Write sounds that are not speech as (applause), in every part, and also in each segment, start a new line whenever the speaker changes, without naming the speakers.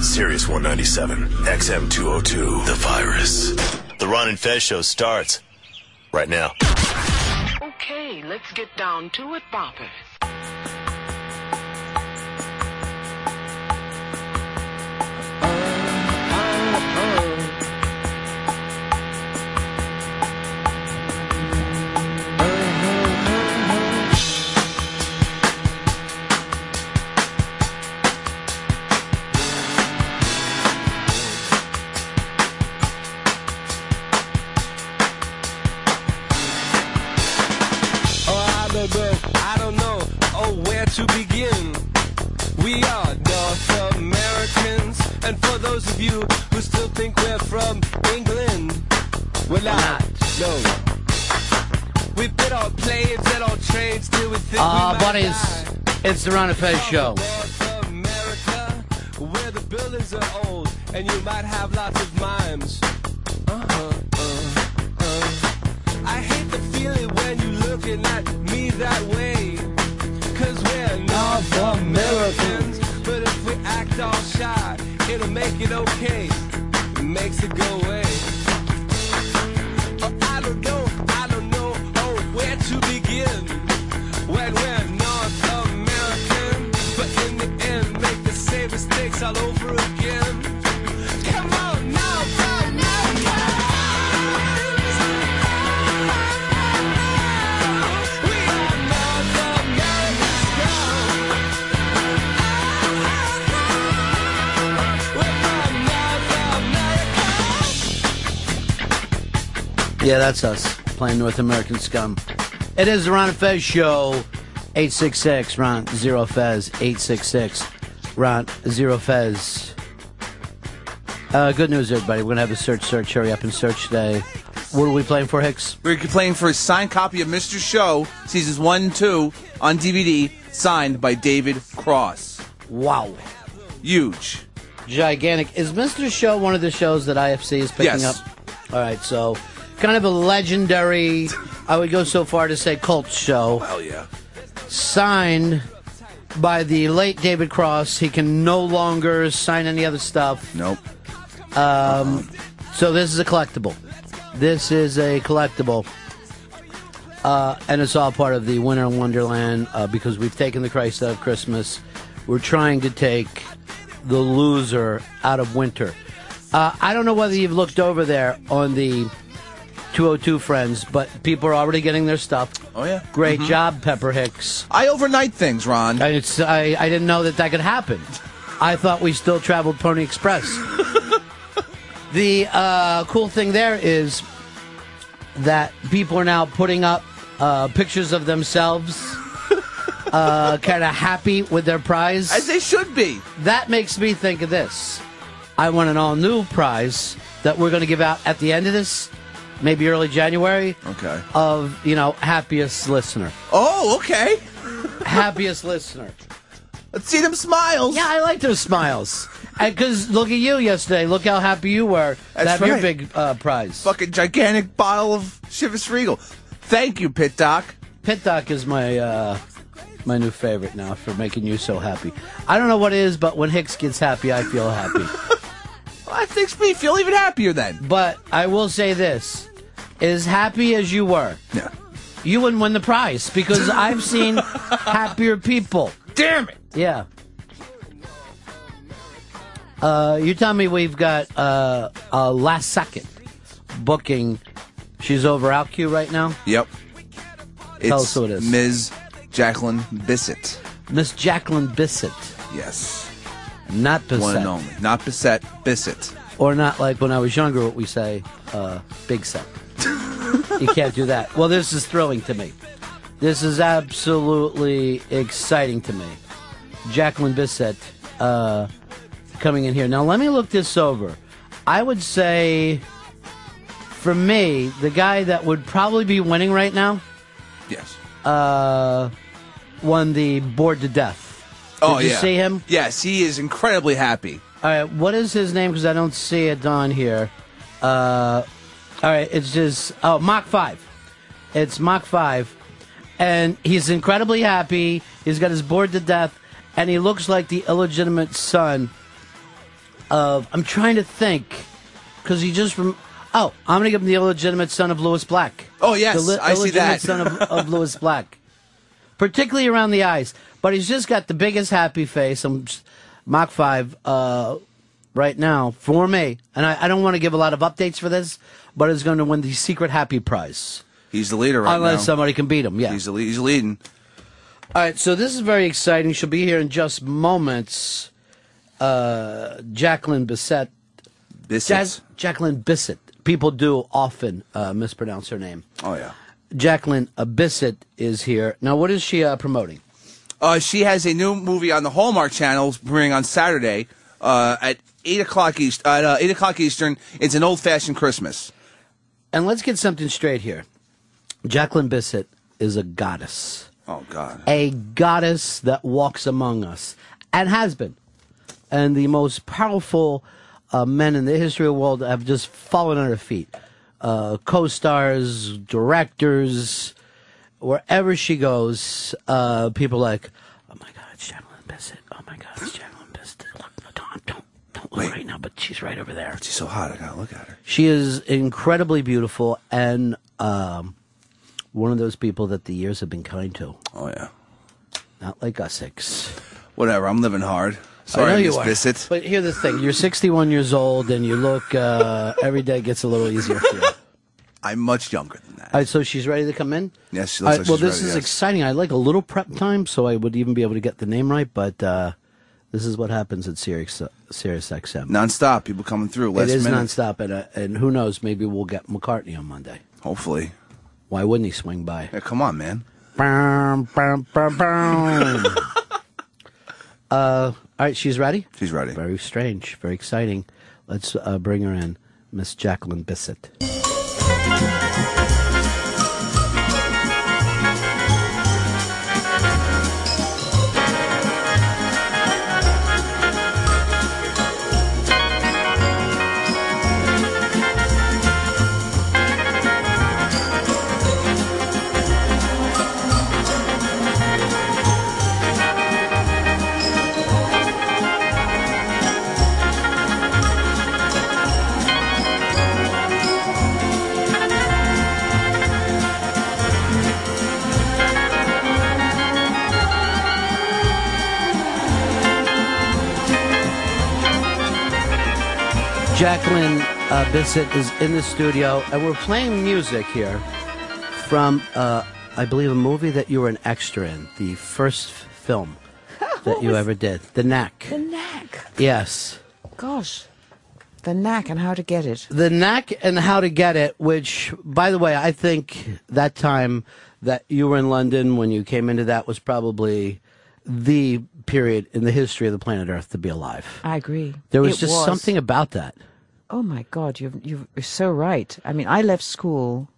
Sirius 197, XM 202, The Virus. The Ron and Fez show starts right now.
Okay, let's get down to it, Bopper.
Oh, I don't know, I don't know, oh, where to begin. We are North Americans, and for those of you who still think we're from England, we're not. No. We've been on planes and on trains till we think we
Uh,
might
buddies, it's the Ron and Fez show.
North America, where the buildings are old, and you might have lots of mimes. Uh-huh, uh, uh. I hate the feeling when you looking at me that way. Cause we're North Americans, but if we act all shy, it'll make it okay. It makes it go away. I don't know, I don't know, oh, where to begin. When we're North American, but in the end, make the same mistakes all over again. Come on now, Brian, now, now. We are North Americans now. We're from North America.
Yeah, that's us playing North American scum. It is the Ron and Fez show. 866 Ron Zero Fez. 866 Ron Zero Fez. Uh, good news, everybody. We're going to have a search, search, hurry up and search today. What are we playing for, Hicks?
We're playing for a signed copy of Mr. Show, seasons one and two, on DVD, signed by David Cross.
Wow.
Huge.
Gigantic. Is Mr. Show one of the shows that IFC is picking
Yes.
up? All right, so kind of a
(laughs)
legendary, I would go so far to say cult show.
Hell yeah.
signed by the late David Cross. He can no longer sign any other stuff. Um,
Nope.
So this is a collectible. This is a collectible. Uh, and it's all part of the Winter Wonderland uh, because we've taken the Christ out of Christmas. We're trying to take the loser out of winter. Uh, I don't know whether you've looked over there on the 202 Friends, but people are already getting their stuff.
Oh, yeah.
Great job, Pepper Hicks.
I overnight things, Ron.
I, it's, I, I didn't know that that could happen. I thought we still traveled Pony Express. the uh, cool thing there is that people are now putting up uh, pictures of
(laughs)
themselves, uh, kind of happy with their prize.
As they should be.
that makes me think of this. I want an all new prize that we're going to give out at the end of this, maybe early January.
Okay.
Of you know happiest listener,
Oh, okay.
(laughs) happiest listener.
Let's see them smiles.
Yeah, I like those smiles. Because look at you yesterday. Look how happy you were. That's
That's
your
right.
big uh, prize.
Fucking gigantic bottle of Chivas Regal. Thank you, Pit Doc.
Pit Doc is my uh, my new favorite now for making you so happy. I don't know what it is, but when Hicks gets happy, I feel happy.
(laughs) Well, that makes me feel even happier then.
but I will say this: as happy as you were,
Yeah.
you wouldn't win the prize because I've
(laughs)
seen happier people.
Damn it.
Yeah. Uh, you tell me we've got uh, a last second booking. She's over Alcu right now.
Yep. It's
us who it is.
Ms. Jacqueline Bissett.
Miss Jacqueline Bissett,
Yes.
not Bissett,
One and only. Not Bissett, Bissett.
or not like when I was younger. What we say, uh, big set. you can't do that. Well, this is thrilling to me. This is absolutely exciting to me. Jacqueline Bissett uh, coming in here. Now, let me look this over. I would say, for me, the guy that would probably be winning right now
Yes.
uh, won the Bored to Death. Did
Oh,
you see him?
Yes, he is incredibly happy.
All right, what is his name? Because I don't see it on here. Uh, all right, it's just oh Mach Five. It's Mach Five, and he's incredibly happy. He's got his bored to death, and he looks like the illegitimate son of I'm trying to think because he just rem- oh I'm gonna give him the illegitimate son of Louis Black.
Oh, yes,
the
I see
illegitimate
that.
son of, of Louis Black, particularly around the eyes. But he's just got the biggest happy face. I'm just- Mach five uh, right now for me, and I, I don't want to give a lot of updates for this, but he's going to win the secret happy prize
He's the leader right
unless
now.
somebody can beat him. Yeah,
He's, the lead, he's leading.
all right, so this is very exciting. She'll be here in just moments. Uh, Jacqueline Bissett.
This
Jazz, Jacqueline Bissett. People do often uh, mispronounce her name.
Oh yeah.
Jacqueline uh, Bissett is here. Now, what is she uh, promoting?
Uh, she has a new movie on the Hallmark Channel premiering on Saturday uh, at eight o'clock east at uh, eight o'clock Eastern. It's an old fashioned Christmas.
And let's get something straight here. Jacqueline Bissett is a goddess.
Oh God.
a goddess that walks among us and has been. And the most powerful uh, men in the history of the world have just fallen on her feet. Uh, Co stars, directors, wherever she goes, uh, people are like, oh my God, it's Jacqueline Bissett. Oh my God, it's Jacqueline Bissett. Look, no, don't, don't, don't look
Wait.
right now, but she's right over there.
She's so hot. I gotta look at her.
She is incredibly beautiful and um, one of those people that the years have been kind to,
Oh yeah.
not like Essex.
Whatever. I'm living hard. Sorry,
I know
Miss
you are.
Bissett.
But here's the thing: you're 61 years old, and you look uh, every day gets a little easier for you. All
I'm much younger than that.
right, so she's ready to come in.
Yes, she
All right,
looks like
well,
she's
this
ready,
is
yes.
exciting. I like a little prep time, so I would even be able to get the name right. But uh, this is what happens at Sirius, uh, Sirius XM.
Non-stop. People coming through.
it
Last
is
minute.
nonstop, and, uh, and who knows? Maybe we'll get McCartney on Monday.
Hopefully.
Why wouldn't he swing by?
Yeah, come on, man.
Bam, bam, bam,
(laughs)
bam. uh, all right, she's ready.
She's ready.
Very strange, very exciting. Let's uh, bring her in, Miss Jacqueline Bissett. Jacqueline uh, Bissett is in the studio, and we're playing music here from, uh, I believe, a movie that you were an extra in, the first f- film that you ever did, The Knack.
The knack.
Yes.
Gosh. The knack and how to get it.
The Knack and How to Get It, which, by the way, I think that time that you were in London when you came into that was probably the period in the history of the planet Earth to be alive.
I agree.
There was
It
just something about that.
Oh my God, you've, you've, you're so right. I mean, I left school.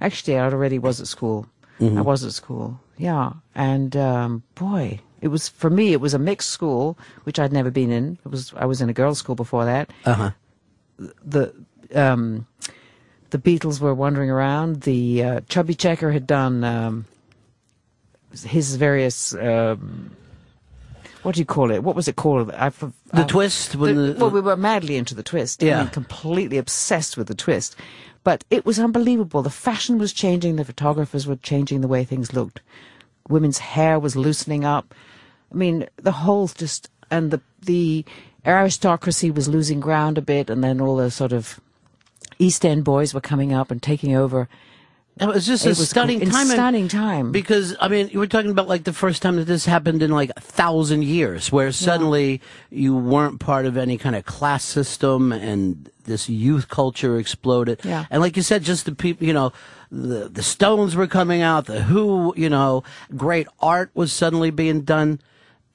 Actually, I already was at school.
Mm-hmm.
I was at school. Yeah. And um, boy, it was for me. It was a mixed school, which I'd never been in. It was I was in a girls' school before that.
Uh huh.
the um, the Beatles were wandering around. The uh, Chubby Checker had done um, his various. Um, what do you call it? What was it called? I, for,
The
I-
twist when the-
well, we were madly into the twist. I
Yeah.
mean, completely obsessed with the twist. But it was unbelievable. The fashion was changing. The photographers were changing the way things looked. Women's hair was loosening up. I mean, the whole just and the the aristocracy was losing ground a bit, and then all the sort of East End boys were coming up and taking over.
It was just
It
a
was
stunning
co- in
time. and-
stunning time.
Because, I mean, you were talking about like the first time that this happened in like a thousand years, where suddenly you weren't part of any kind of class system and this youth culture exploded.
Yeah.
And like you said, just the people, you know, the, the Stones were coming out, the Who, you know, great art was suddenly being done.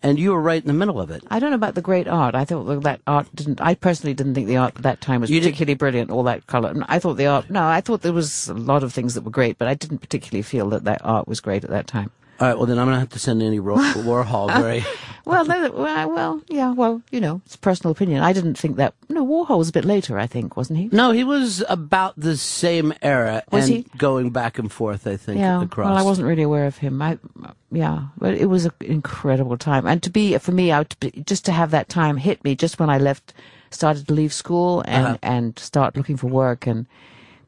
And you were right in the middle of it.
I don't know about the great art. I thought that- that art didn't. I personally didn't think the art at that time was
You didn't-
particularly brilliant. All that color. I thought the art. No, I thought there was a lot of things that were great, but I didn't particularly feel that that art was great at that time.
All right, well, then I'm going to have to send
(laughs)
Andy Ro- Warhol very.
Well, no, that- well, I- well, yeah, well, you know, it's personal opinion. I didn't think that. No, Warhol was a bit later, I think, wasn't he?
No, he was about the same era
Was
and
he?
going back and forth, I think,
Yeah.
across.
Well, I wasn't really aware of him. I, yeah, but it was an incredible time, and to be for me, I would, just to have that time hit me just when I left started to leave school and,
Uh-huh.
and start looking for work. And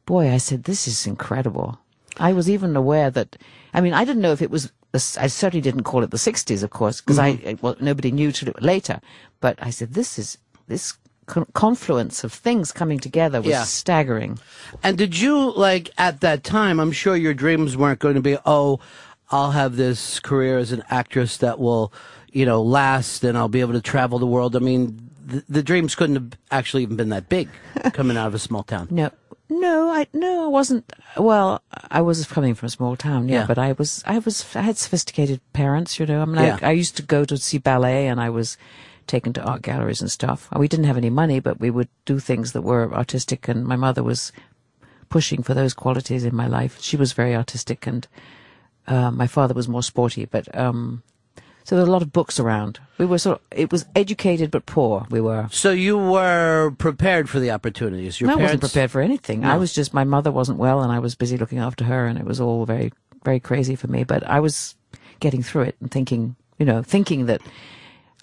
boy, I said, this is incredible. I was even aware that, I mean, I didn't know if it was, the s- I certainly didn't call it the 60s, of course, because
Mm-hmm.
I, well, nobody knew till later. But I said, this is, this con- confluence of things coming together was
Yeah.
staggering.
And did you like at that time? I'm sure your dreams weren't going to be, oh, I'll have this career as an actress that will, you know, last, and I'll be able to travel the world. I mean, the, the dreams couldn't have actually even been
(laughs)
that big coming out of a small town.
No, no, I no, I wasn't. Well, I was coming from a small town, yeah,
Yeah.
but I was, I was, I had sophisticated parents, you know. I mean,
Yeah.
I, I used to go to see ballet, and I was taken to art galleries and stuff. We didn't have any money, but we would do things that were artistic, and my mother was pushing for those qualities in my life. She was very artistic, and uh, my father was more sporty, but. um so there were a lot of books around. We were sort of, it was educated but poor, we were.
So you were prepared for the opportunities. Your
No, I
parents
wasn't prepared for anything. I was just my mother wasn't well, and I was busy looking after her, and it was all very, very crazy for me. But I was getting through it and thinking, you know, thinking that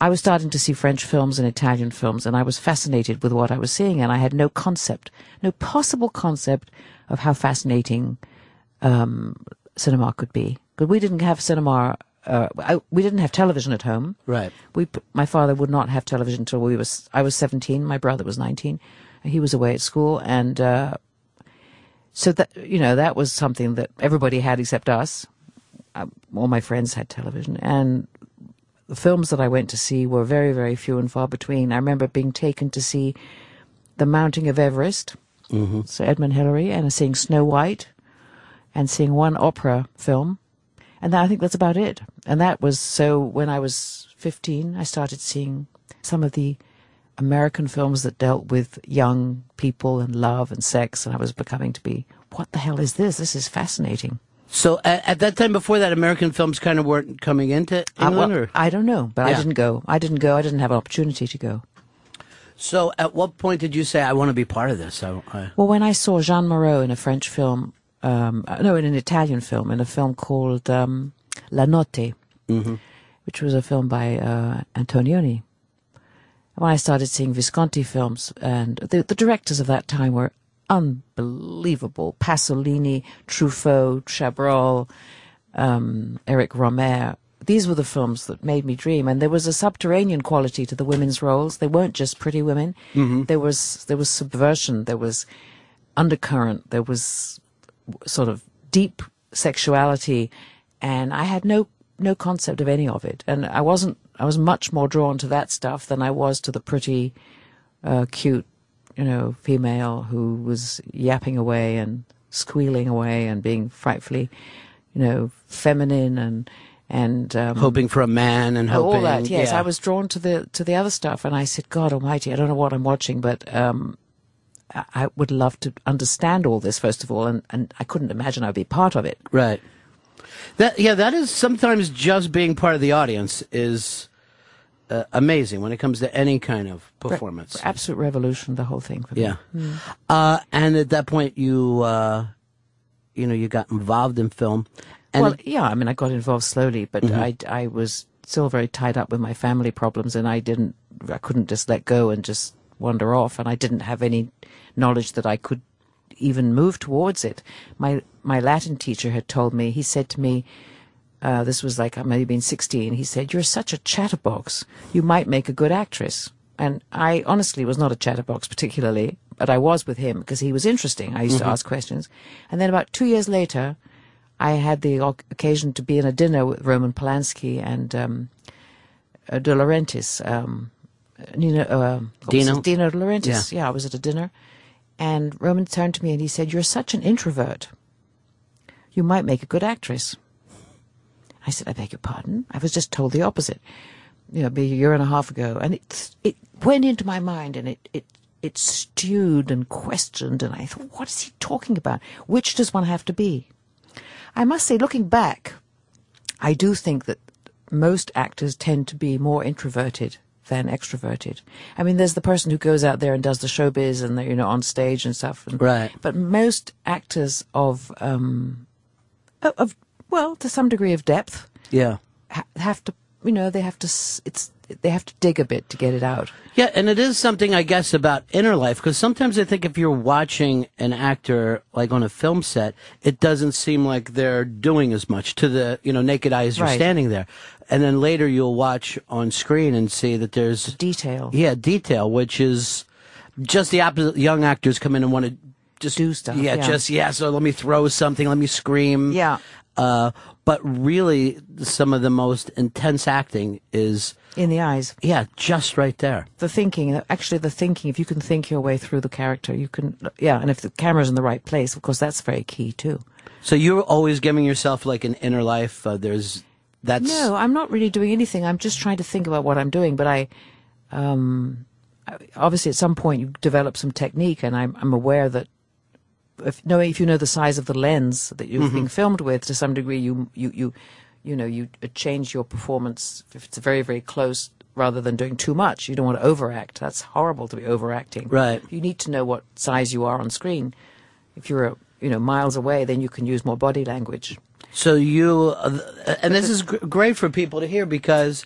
I was starting to see French films and Italian films, and I was fascinated with what I was seeing, and I had no concept, no possible concept of how fascinating um, cinema could be. Because we didn't have cinema, uh, I, we didn't have television at home.
Right.
We, p- my father would not have television until we was, I was 17, my brother was 19. He was away at school and, uh, so that, you know, that was something that everybody had except us. Um, all my friends had television and the films that I went to see were very, very few and far between. I remember being taken to see The Mounting of Everest, mm Sir Edmund Hillary, and seeing Snow White and seeing one opera film. And that, I think that's about it. And that was so when I was 15, I started seeing some of the American films that dealt with young people and love and sex. And I was becoming to be, what the hell is this? This is fascinating.
So at, at that time, before that, American films kind of weren't coming into
I,
England.
well,
or?
I don't know, but I
Yeah.
didn't go. I didn't go. I didn't have an opportunity to go.
so at what point did you say, "I want to be part of this"? uh, I, I,
Well, when I saw Jean Moreau in a French film, um, uh, no, in an Italian film, in a film called um, La Notte,
um,
which was a film by uh, Antonioni. When I started seeing Visconti films, and the, the directors of that time were unbelievable Pasolini, Truffaut, Chabrol, um, Eric Romer. These were the films that made me dream, and there was a subterranean quality to the women's roles. They weren't just pretty women. There was there was subversion. There was undercurrent. There was sort of deep sexuality, and I had no no concept of any of it. And I wasn't. I was much more drawn to that stuff than I was to the pretty, uh, cute, you know, female who was yapping away and squealing away and being frightfully, you know, feminine and and um,
hoping for a man and hoping.
Oh, all that. Yes,
yeah.
I was drawn to the to the other stuff, and I said, God Almighty, I don't know what I'm watching, but um, I, I would love to understand all this first of all, and and I couldn't imagine I'd be part of it.
Right. That yeah, that is sometimes just being part of the audience is uh, amazing when it comes to any kind of performance.
Absolute revolution, the whole thing. For me.
Yeah. Uh, and at that point, you uh, you know you got involved in film, and Mm-hmm.
well, yeah, I mean, I got involved slowly, but I, I was still very tied up with my family problems, and I didn't, I couldn't just let go and just wander off, and I didn't have any knowledge that I could even move towards it. My my Latin teacher had told me. He said to me. Uh, this was like I might have been 16. He said, You're such a chatterbox. You might make a good actress. And I honestly was not a chatterbox particularly, but I was with him because he was interesting. I used to ask questions. And then about two years later, I had the oc- occasion to be in a dinner with Roman Polanski and um, uh, De Laurentiis, um, Nino, uh, what was
Dino?
his- Dino De Laurentiis. yeah, I was at a dinner, and Roman turned to me and he said, "You're such an introvert. You might make a good actress." I said, I beg your pardon. I was just told the opposite, you know, maybe a year and a half ago. And it, it went into my mind and it, it, it stewed and questioned. And I thought, what is he talking about? Which does one have to be? I must say, looking back, I do think that most actors tend to be more introverted than extroverted. I mean, there's the person who goes out there and does the showbiz and they're, you know, on stage and stuff. And,
Right.
But most actors of, um, of- of, well, to some degree of depth,
yeah,
ha- have to you know they have to s- it's they have to dig a bit to get it out.
Yeah, and it is something I guess about inner life because sometimes I think if you're watching an actor like on a film set, it doesn't seem like they're doing as much to the you know naked eye as you're
Right.
standing there, and then later you'll watch on screen and see that there's
Detail.
yeah detail, which is just the opposite. Young actors come in and want to just
Do stuff,
Yeah,
yeah.
just yeah. So let me throw something. Let me scream.
Yeah.
Uh, but really, some of the most intense acting is
In the eyes,
yeah, just right there.
the thinking, actually the thinking, if you can think your way through the character, you can, yeah, and if the camera's in the right place, of course, that's very key too.
So you're always giving yourself like an inner life. Uh, there's that's
No, I'm not really doing anything. I'm just trying to think about what I'm doing. But I, um, I- obviously, at some point, you develop some technique, and I'm, I'm aware that if know if you know the size of the lens that
Mm-hmm.
you're being filmed with, to some degree, you you you you know you uh, change your performance if it's very very close. Rather than doing too much, you don't want to overact. That's horrible to be overacting.
Right.
You need to know what size you are on screen. If you're, you know, miles away, then you can use more body language.
so you uh, th- and this is gr- great for people to hear because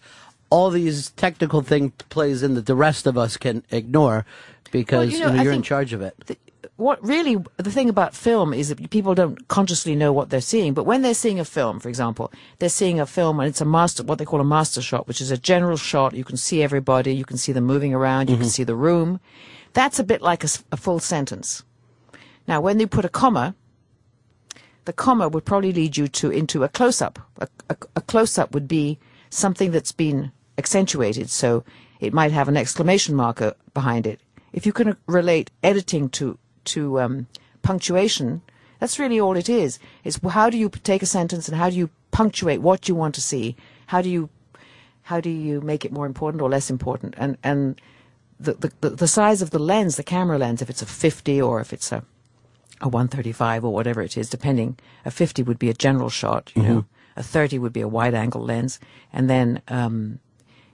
all these technical thing plays in that the rest of us can ignore because
you
you
know, I
are in
think
charge of it.
the- what really the thing about film is that people don't consciously know what they're seeing, but when they're seeing a film, for example, they're seeing a film and it's a master, what they call a master shot, which is a general shot. You can see everybody, you can see them moving around, you can see the room. That's a bit like a, s- a full sentence. Now, when you put a comma, the comma would probably lead you to into a close up. A, a, a close up would be something that's been accentuated, so it might have an exclamation marker behind it. If you can relate editing to to um, punctuation, that's really all it is. It's how do you take a sentence and how do you punctuate what you want to see? How do you how do you make it more important or less important? And and the the, the, the size of the lens, the camera lens, if it's a fifty or if it's a a 135 or whatever it is, depending. A 50 would be a general shot, you know. A 30 would be a wide angle lens. And then, um,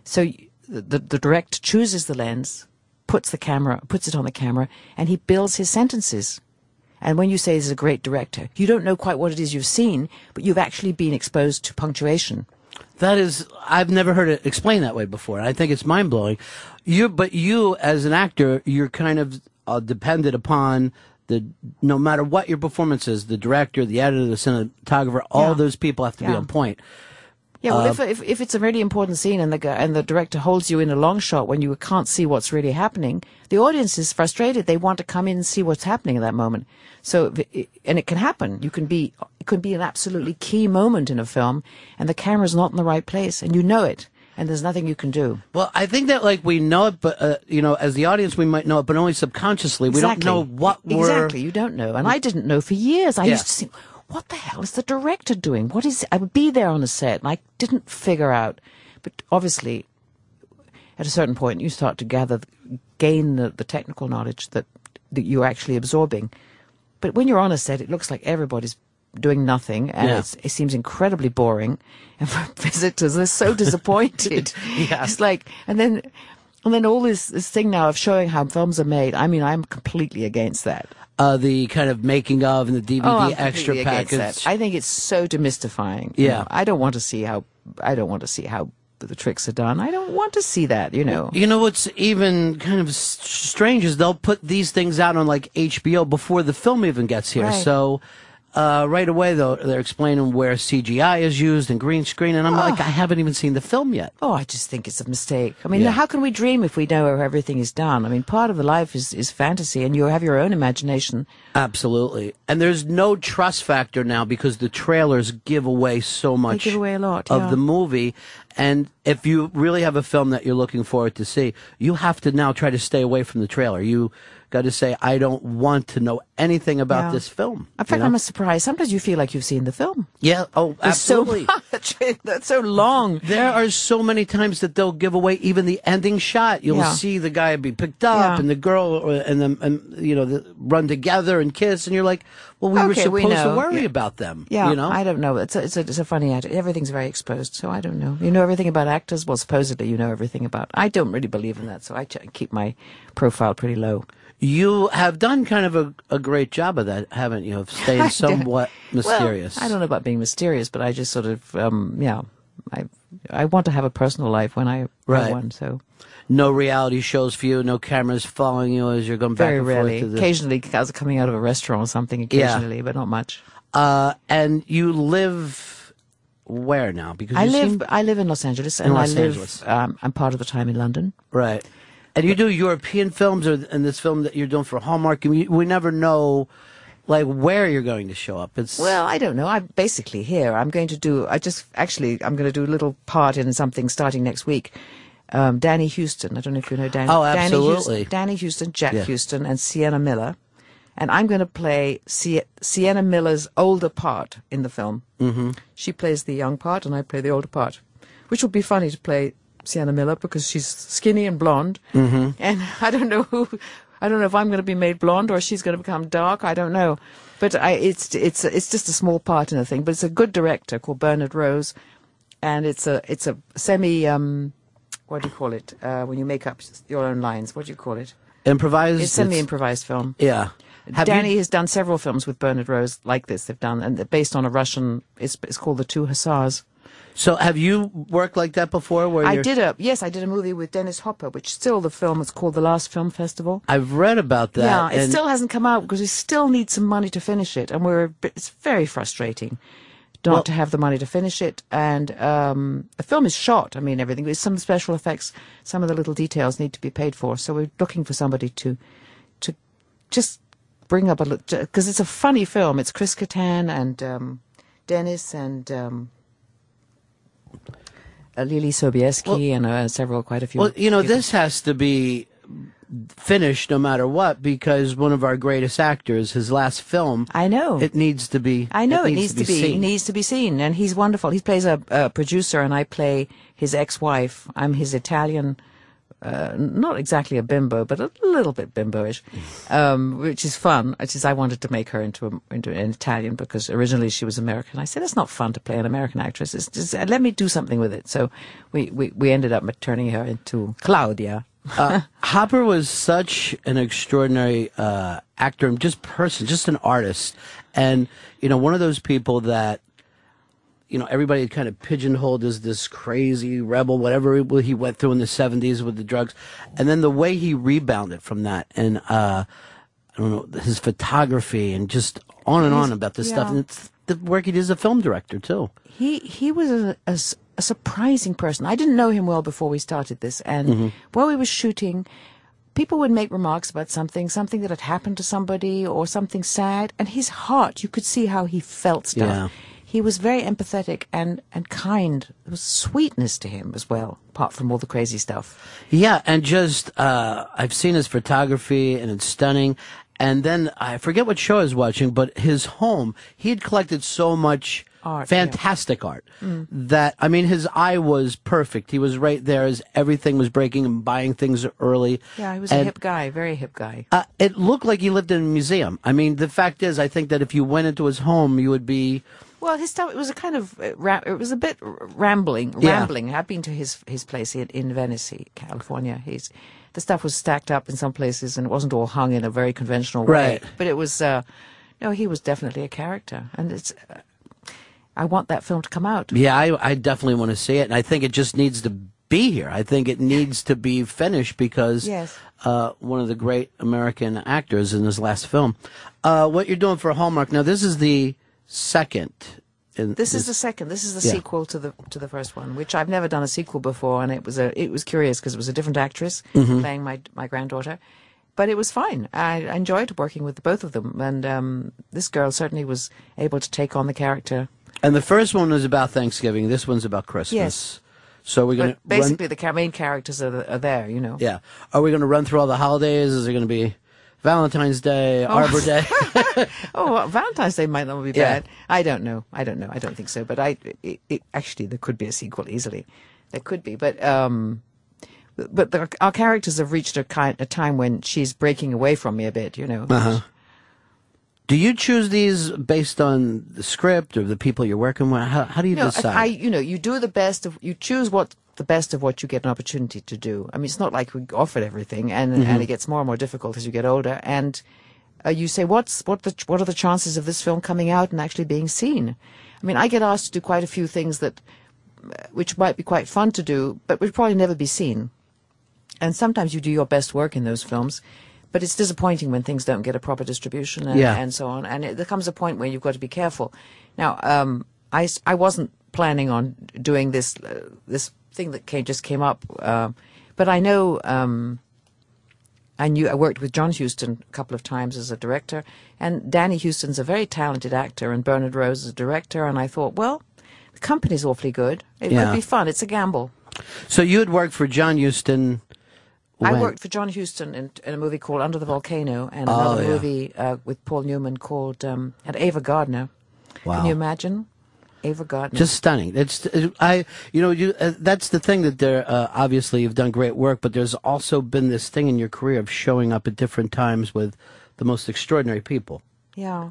so y- the, the, the director chooses the lens, puts the camera, puts it on the camera, and he builds his sentences. And when you say this is a great director, you don't know quite what it is you've seen, but you've actually been exposed to punctuation.
That is, I've never heard it explained that way before. I think it's mind blowing. You, but you as an actor, you're kind of uh, dependent upon the no matter what your performance is, the director, the editor, the cinematographer, all
Yeah.
those people have to be
Yeah.
on point. Um,
Yeah, well, if, if if it's a really important scene and the guy, and the director holds you in a long shot when you can't see what's really happening, the audience is frustrated. They want to come in and see what's happening at that moment. So, if it- and it can happen. You can be it can be an absolutely key moment in a film, and the camera's not in the right place, and you know it, and there's nothing you can do.
Well, I think that like we know it, but uh, you know, as the audience, we might know it, but only subconsciously. We don't know what we're
exactly. You don't know, and I didn't know for years. I
Yeah.
used to think, what the hell is the director doing? What is? I would be there on a set, and I didn't figure out. But obviously, at a certain point, you start to gather, gain the, the technical knowledge that that you're actually absorbing. But when you're on a set, it looks like everybody's doing nothing and
Yeah.
it's, it seems incredibly boring and (laughs) for visitors they're so disappointed
(laughs) Yeah.
it's like and then and then all this this thing now of showing how films are made i mean i'm completely against that
uh, the kind of making of and the DVD
oh, I'm
extra
completely against
package.
that. I think it's so demystifying. you
Yeah.
know. I don't want to see how I don't want to see how the tricks are done. I don't want to see that. You know,
you know what's even kind of s- strange is they'll put these things out on like HBO before the film even gets here.
Right.
So uh, right away though they're explaining where CGI is used and green screen, and I'm like, I haven't even seen the film yet.
Oh, I just think it's a mistake. I mean,
Yeah.
how can we dream if we know how everything is done? I mean, part of the life is, is fantasy, and you have your own imagination.
Absolutely, and there's no trust factor now because the trailers give away so much.
give away a lot,
of
yeah.
the movie, and if you really have a film that you're looking forward to see, you have to now try to stay away from the trailer. You got to say, I don't want to know anything about
Yeah.
this film.
In
you
fact,
know?
I'm surprised. Sometimes you feel like you've seen the film.
Yeah. Oh,
There's so
absolutely.
(laughs) much in- That's so long.
there are so many times that they'll give away even the ending shot. You'll
Yeah.
see the guy be picked up
Yeah.
and the girl or- and them and you know the, run together and kiss, and you're like, well, we were
Okay,
supposed
we
to
know.
worry
Yeah.
about them.
Yeah,
You know.
I don't know. It's a, it's a, it's a funny attitude. Everything's very exposed, so I don't know. You know everything about actors? Well, supposedly you know everything about. I don't really believe in that, so I ch- keep my profile pretty low.
you have done kind of a, a great job of that, haven't you?
(laughs)
Of staying somewhat mysterious.
Well, I don't know about being mysterious, but I just sort of, um, yeah, I I want to have a personal life when I have
Right.
one. So
No reality shows for you. No cameras following you as you're going back
very
and
rarely,
forth. To the,
occasionally, I was coming out of a restaurant or something. Occasionally, but not much.
uh, and you live where now? Because
I
you
live.
seem-
I live in Los Angeles, and
Los
I live.
Angeles.
Um, I'm part of the time in London.
right. And you do European films, or and this film that you're doing for Hallmark. And we, we never know, like where you're going to show up. It's
Well, I don't know. I'm basically here. I'm going to do. I just actually. I'm going to do a little part in something starting next week. Um, Danny Houston. I don't know if you know Danny.
Oh,
Danny
absolutely.
Houston, Danny Houston Jack
Yeah.
Houston, and Sienna Miller. And I'm going to play Sie- Sienna Miller's older part in the film. Mm-hmm. She plays the young part, and I play the older part, which will be funny to play Sienna Miller because she's skinny and blonde. Mm-hmm. And (laughs) I don't know who. I don't know if I'm going to be made blonde or she's going to become dark. I don't know, but I, it's it's it's just a small part in the thing. But it's a good director called Bernard Rose, and it's a it's a semi. Um, what do you call it uh, when you make up your own lines? What do you call it?
improvised.
It's semi-improvised film.
Yeah. Have you-
Danny has done several films with Bernard Rose like this. They've done and they're based on a Russian. It's, it's called The Two Hussars.
so have you worked like that before? Where
I
you're-
did a yes, I did a movie with Dennis Hopper, which still the film is called The Last Film Festival.
I've read about that.
Yeah, it
and-
still hasn't come out because we still need some money to finish it, and we're a bit, it's very frustrating not to have the money to finish it. And um, the film is shot. I mean, everything. There's some special effects. Some of the little details need to be paid for. So we're looking for somebody to to just bring up a look because it's a funny film. It's Chris Kattan and um, Dennis and. Um, uh, Lily Sobieski and uh, several, quite a few.
Well, you know,
people.
this has to be finished no matter what because one of our greatest actors, his last film,
I know.
it needs to be.
I know it needs, to be,
seen.
it needs to be seen, and he's wonderful. He plays a, a producer, and I play his ex-wife. I'm his Italian, uh, not exactly a bimbo, but a little bit bimboish, um, which is fun. Which is I wanted to make her into a, into an Italian because originally she was American. I said it's not fun to play an American actress. It's just, uh, let me do something with it. So we, we we ended up turning her into Claudia. (laughs)
uh, Hopper was such an extraordinary uh, actor and just person, just an artist, and you know, one of those people that you know everybody had kind of pigeonholed as this crazy rebel, whatever it- he went through in the '70s with the drugs, and then the way he rebounded from that, and uh, I don't know his photography and just on and on about this stuff,
yeah.
and it's the work he did as a film director too.
he he was a, a s- a surprising person. I didn't know him well before we started this, and
Mm-hmm.
while we were shooting, people would make remarks about something, something that had happened to somebody, or something sad, and his heart. You could see how he felt stuff.
Yeah.
He was very empathetic and and kind. There was sweetness to him as well, apart from all the crazy stuff.
Yeah, and just uh, I've seen his photography, and it's stunning. And then I forget what show I was watching, but his home, he had collected so much
Art,
fantastic art
Mm.
that I mean, his eye was perfect. He was right there as everything was breaking and buying things early.
Yeah, he was a
And,
hip guy, very hip guy.
Uh, it looked like he lived in a museum. I mean, the fact is, I think that if you went into his home, you would be
Well, his stuff it was a kind of uh, ra- it was a bit r- rambling,
Yeah.
rambling. I've been to his his place in, in Venice, he- California. He's the stuff was stacked up in some places, and it wasn't all hung in a very conventional way.
Right.
But it was uh, no, he was definitely a character, and it's. Uh, I want that film to come out.
Yeah, I, I definitely want to see it, and I think it just needs to be here. I think it needs to be finished because
Yes.
uh, one of the great American actors in his last film. Uh, what you're doing for Hallmark now? This is the second. In,
This is the second. This is the
Yeah.
sequel to the to the first one, which I've never done a sequel before, and it was a it was curious because it was a different actress
Mm-hmm.
playing my my granddaughter, but it was fine. I, I enjoyed working with both of them, and um, this girl certainly was able to take on the character.
and the first one was about Thanksgiving. This one's about Christmas.
Yes.
So we're gonna
But basically, the ca- main characters are, the- are there, you know.
Run, yeah. Are we gonna run through all the holidays? Is it gonna be Valentine's Day, Arbor Day?
(laughs) Oh, well, Valentine's Day might not be
Yeah.
bad. I don't know. I don't know. I don't think so. But I, it, it, actually, there could be a sequel easily. There could be. But um, but the, our characters have reached a kind a time when she's breaking away from me a bit. You know. Uh-huh.
do you choose these based on the script or the people you're working with? How, how do you
No,
decide?
I, you know, you do the best of. You choose what the best of what you get an opportunity to do. I mean, it's not like we offered everything, and
Mm-hmm.
and it gets more and more difficult as you get older. And uh, you say, what's what the what are the chances of this film coming out and actually being seen? I mean, I get asked to do quite a few things that which might be quite fun to do, but would probably never be seen. And sometimes you do your best work in those films, but it's disappointing when things don't get a proper distribution and,
Yeah.
and so on. And it, there comes a point where you've got to be careful. Now, um, I, s- I wasn't planning on doing this uh, this thing that came, just came up, uh, but I know. Um, I knew I worked with John Huston a couple of times as a director, and Danny Houston's a very talented actor, and Bernard Rose is a director. And I thought, well, the company's awfully good. It
Yeah.
could be fun. It's a gamble.
So you had worked for John Huston.
I
when- Oh,
worked for John Huston in, in a movie called Under the Volcano, and another
yeah.
movie uh, with Paul Newman called um, and Ava Gardner.
Wow.
Can you imagine Ava Gardner?
just stunning. It's uh, I, you know, you uh, that's the thing that there. Uh, obviously, you've done great work, but there's also been this thing in your career of showing up at different times with the most extraordinary people.
yeah.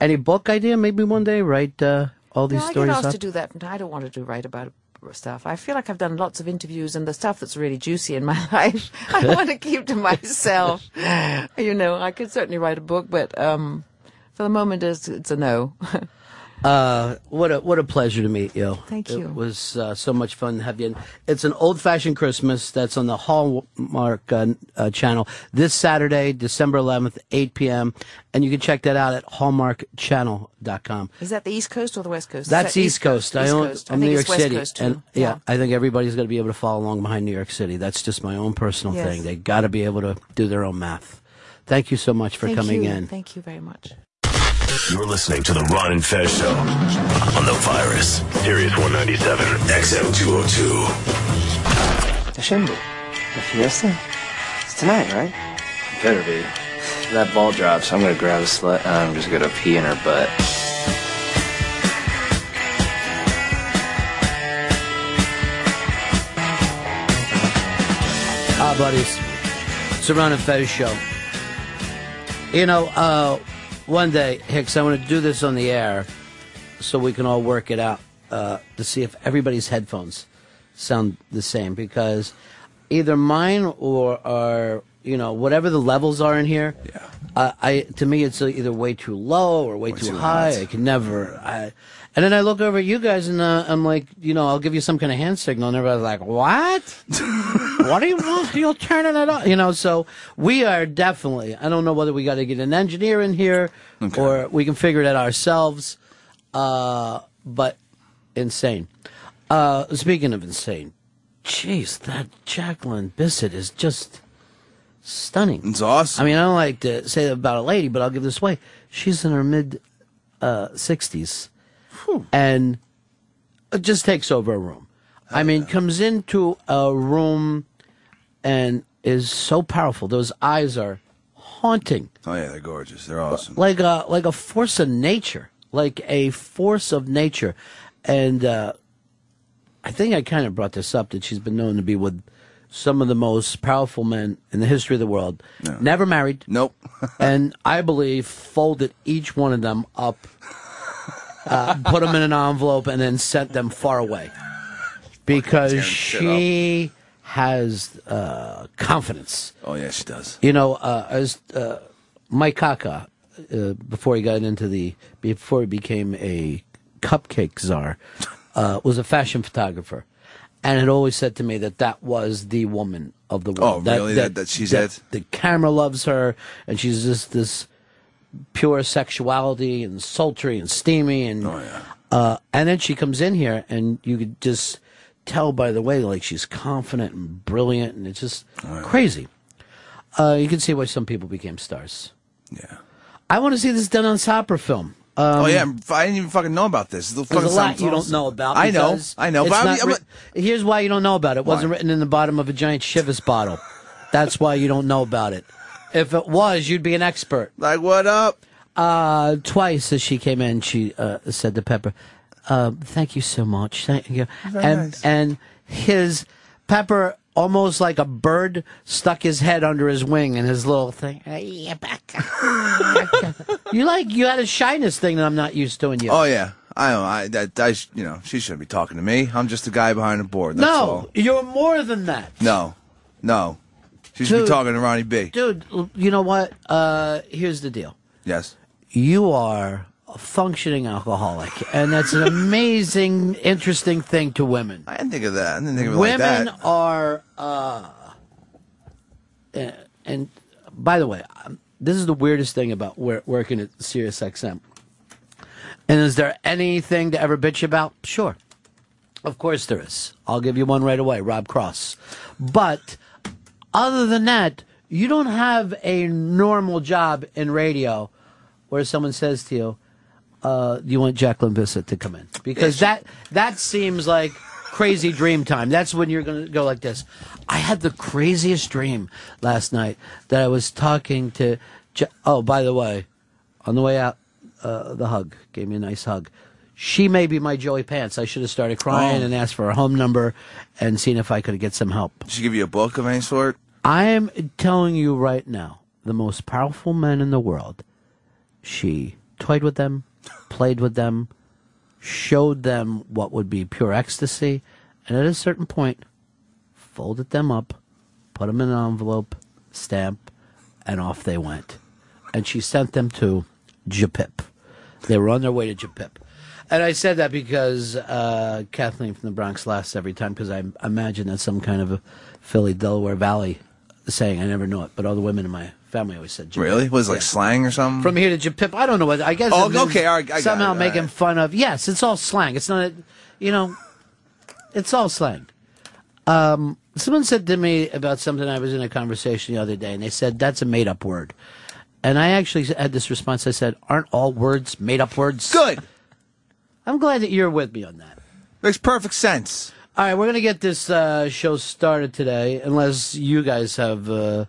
Any book idea? Maybe one day write uh, all these
no, I get
stories
asked
up.
to do that, and I don't want to do write about stuff. I feel like I've done lots of interviews, and the stuff that's really juicy in my (laughs) life,
(laughs)
I want to keep to myself. you know, I could certainly write a book, but um, for the moment, it's, it's a
(laughs)
no.
Uh, What a what a pleasure to meet you.
Thank you.
It was uh, so much fun to have you. In. It's an old fashioned Christmas that's on the Hallmark uh, uh, channel this Saturday, December 11th, 8 p.m. And you can check that out at hallmarkchannel.com.
Is that the East Coast or the West Coast? Is
That's
that
East Coast. I
East
own,
Coast.
I'm
think
New York
it's West
City,
Coast too.
and yeah, I think everybody's going to be able to follow along behind New York City. That's just my own personal
Yes.
thing. They got to be able to do their own math. Thank you so much for
Thank
coming
you.
in.
Thank you very much.
You're listening to the Ron and Fez Show on the Virus, Sirius 197, XM 202.
The shindig. The fiesta? It's tonight, right? Better be. That ball drops. I'm gonna grab a slut and I'm just gonna pee in her butt.
Ah, buddies. It's the Ron and Fez show. You know, uh, one day, Hicks, I want to do this on the air so we can all work it out uh, to see if everybody's headphones sound the same because either mine or our, you know, whatever the levels are in here. Yeah. Uh, I to me it's either way too low or way, too,
too
high.
hot.
I can never. I, and then I look over at you guys and uh, I'm like, you know, I'll give you some kind of hand signal, and everybody's like, "What?" what do you want? You're turning it on. You know, so we are definitely, I don't know whether we got to get an engineer in here or we can figure it out ourselves. Uh, but insane. Uh, speaking of insane, jeez, that Jacqueline Bissett is just stunning.
It's awesome.
I mean, I don't like to say that about a lady, but I'll give this away. She's in her mid uh, sixties, and it just takes over a room. I mean, comes into a room and is so powerful. Those eyes are haunting,
oh yeah, they're gorgeous. They're awesome.
like a like a force of nature, like a force of nature. And uh, I think I kind of brought this up that she's been known to be with some of the most powerful men in the history of the world. Never married
Nope.
and I believe folded each one of them
(laughs)
up, uh, put them in an envelope, and then sent them far away because she has uh, confidence.
Oh yeah, she does.
You know, uh, as uh, Mike Kaka, uh, before he got into the, before he became a cupcake czar, uh, was a fashion photographer, and had always said to me that that was the woman of the world.
Oh, really? That- that she's it?
The camera loves her, and she's just this pure sexuality and sultry and steamy and
Oh yeah.
uh, and then she comes in here, and you could just tell by the way, like she's confident and brilliant, and it's just
Oh,
crazy. Uh, you can see why some people became stars.
Yeah.
I want to see this done on Sopra film. Uh,
oh yeah, I'm- I didn't even fucking know about this. There's
there's a lot you don't know about.
I know.
because
I know.
it's
But I'm,
not
I'm,
writ- here's why you don't know about it. It wasn't
Why?
written in the bottom of a giant Chivas bottle. That's why you don't know about it. If it was, you'd be an expert.
like, what up?
Uh, twice as she came in, she uh, said to Pepper, uh, "Thank you so much." Thank you. and
nice.
and his Pepper, almost like a bird, stuck his head under his wing and his little thing. "Uh, yeah, back up." you like you had a shyness thing that I'm not used to in you.
Oh yeah. I don't. I that. I sh- you know. She shouldn't be talking to me. I'm just a guy behind the board. That's
no,
all.
you're more than that.
No. No. She should
Dude.
be talking to Ronnie B.
dude. l- You know what? Uh, here's the deal.
Yes.
You are functioning alcoholic, and that's an amazing, interesting thing to women.
I didn't think of that. I didn't think of it like
women
that.
are uh and, uh, and by the way um, this is the weirdest thing about wor- working at SiriusXM and is there anything to ever bitch about sure of course there is I'll give you one right away Rob Cross but other than that you don't have a normal job in radio where someone says to you uh, you want Jacqueline Bissett to come in because that that seems like crazy dream time. That's when you're gonna go like this. I had the craziest dream last night that I was talking to. Ja- oh, by the way, on the way out, uh, the hug gave me a nice hug. She may be my Joey Pants. I should have started crying
Oh.
and asked for her home number and seen if I could get some help.
Did she give you a book of any sort?
I am telling you right now, the most powerful men in the world. She toyed with them, played with them, showed them what would be pure ecstasy, and at a certain point, folded them up, put them in an envelope, stamp, and off they went. And she sent them to Japip. They were on their way to Japip. And I said that because uh, Kathleen from the Bronx laughs every time because I imagine that's some kind of a Philly, Delaware Valley saying. I never know it, but all the women in my family always said Japip.
Really? Was it like slang or something?
From here to Japip, I don't know what. I guess
Um, Oh,
it means
okay, all right, I got
somehow
it, all
making
right.
fun of. Yes, it's all slang. It's not, a, you know, it's all slang. Um, Someone said to me about something I was in a conversation the other day, and they said that's a made-up word. And I actually had this response. I said, "Aren't all words made-up words?"
Good.
I'm glad that you're with me on that.
Makes perfect sense.
All right, we're gonna get this uh, show started today, unless you guys have. Uh,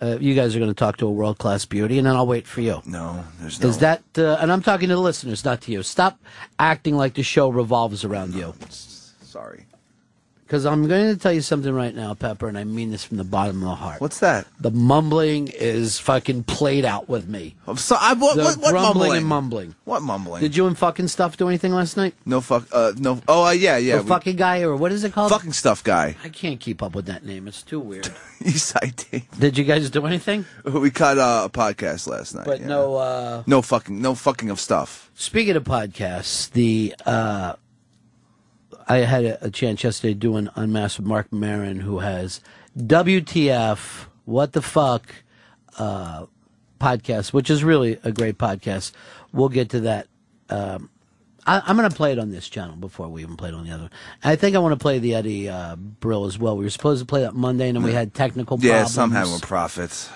uh, you guys are gonna talk to a world-class beauty, and then I'll wait for you.
No, there's no.
Is that? Uh, and I'm talking to the listeners, not to you. Stop acting like the show revolves around you.
Sorry.
Because I'm going to tell you something right now, Pepper, and I mean this from the bottom of the heart.
What's that?
The mumbling is fucking played out with me.
I'm Oh, so, I, what,
The
what, what
grumbling
mumbling?
and mumbling.
What mumbling?
Did you and fucking stuff do anything last night?
No fuck. Uh, no. Oh, uh, yeah, yeah.
the
we-
fucking guy, or what is it called?
fucking stuff guy.
I can't keep up with that name. It's too weird.
(laughs) Eastside Dave.
Did you guys do anything?
We cut uh, a podcast last night.
But
yeah.
no. uh
No fucking. No fucking of stuff.
Speaking of podcasts, the uh, I had a, a chance yesterday doing Unmasked with Mark Marin, who has WTF, what the fuck, uh, podcast, which is really a great podcast. We'll get to that. Um, I, I'm going to play it on this channel before we even play it on the other. one. I think I want to play the Eddie uh, Brill as well. We were supposed to play that Monday, and then we had technical
Yeah,
problems.
some having profits.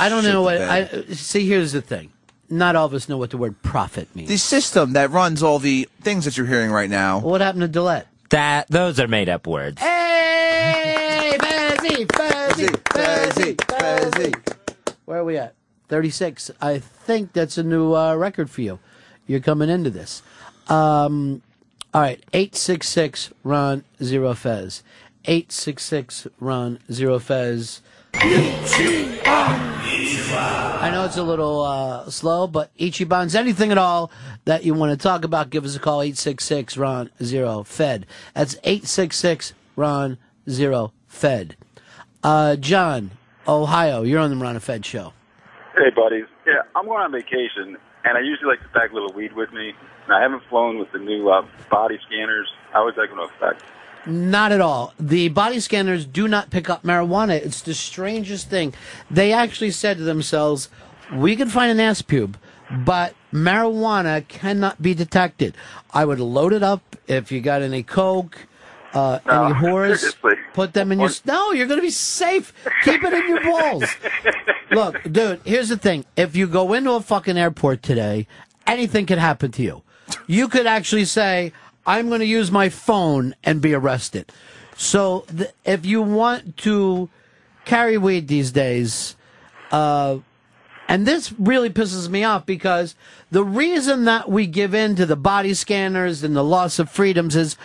I don't
shit
know
the
what. I,
bed.
see, here's the thing: not all of us know what the word profit means.
The system that runs all the things that you're hearing right now.
What happened to Dillette?
That those are made up words.
Hey, Fezzy, Fezzy,
Fezzy, Fezzy.
Where are we at? 36. I think that's a new uh, record for you. You're coming into this. Um, all right, 866 Ron Zero Fez. 866 Ron Zero Fez. I know it's a little uh, slow, but Ichiban's anything at all that you want to talk about, give us a call 866 Ron Zero Fed. That's 866 Ron Zero Fed. Uh, John, Ohio, you're on the Ron and Fed show.
Hey, buddies. Yeah, I'm going on vacation, and I usually like to pack a little weed with me. And I haven't flown with the new uh, body scanners. How is that going to affect?
Not at all. The body scanners do not pick up marijuana. It's the strangest thing. They actually said to themselves, we could find an ass pube, but marijuana cannot be detected. I would load it up if you got any coke, uh, any horse,
seriously.
put them in your. No, you're going to be safe. Keep it in your balls. Look, dude, here's the thing. If you go into a fucking airport today, anything could happen to you. You could actually say, I'm going to use my phone and be arrested. So th- if you want to carry weed these days, uh, and this really pisses me off because the reason that we give in to the body scanners and the loss of freedoms is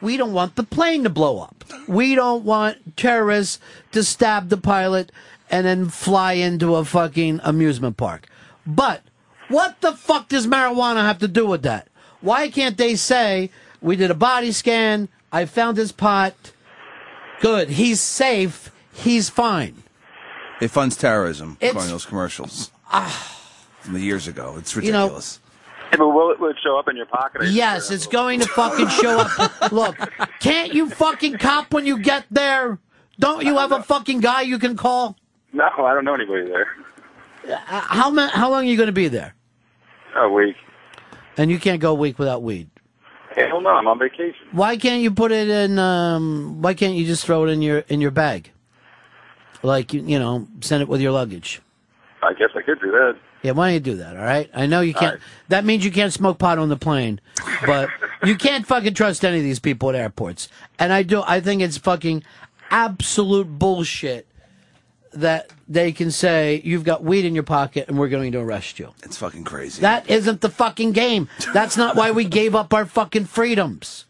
we don't want the plane to blow up. We don't want terrorists to stab the pilot and then fly into a fucking amusement park. But what the fuck does marijuana have to do with that? Why can't they say, we did a body scan, I found his pot, good, he's safe, he's fine?
It funds terrorism,
It's-
according to those commercials. Ah. From the years ago. It's
You know,
ridiculous.
Yeah, but will it, will it show up in your pocket?
Yes, it's going to fucking show up. Look, can't you fucking cop when you get there? Don't you have a fucking guy you can call?
No, I don't know anybody there.
Uh, How ma- how long are you going to be there?
A week.
And you can't go a week without weed.
Hell no, I'm on vacation.
Why can't you put it in? Um, why can't you just throw it in your in your bag? Like you, you know, send it with your luggage.
I guess I could do that.
Yeah, why don't you do that? All right. I know you can't. That means you can't smoke pot on the plane, but you can't fucking trust any of these people at airports. And I do. I think it's fucking absolute bullshit that they can say you've got weed in your pocket and we're going to arrest you.
It's fucking crazy.
That isn't the fucking game. That's not why we gave up our fucking freedoms.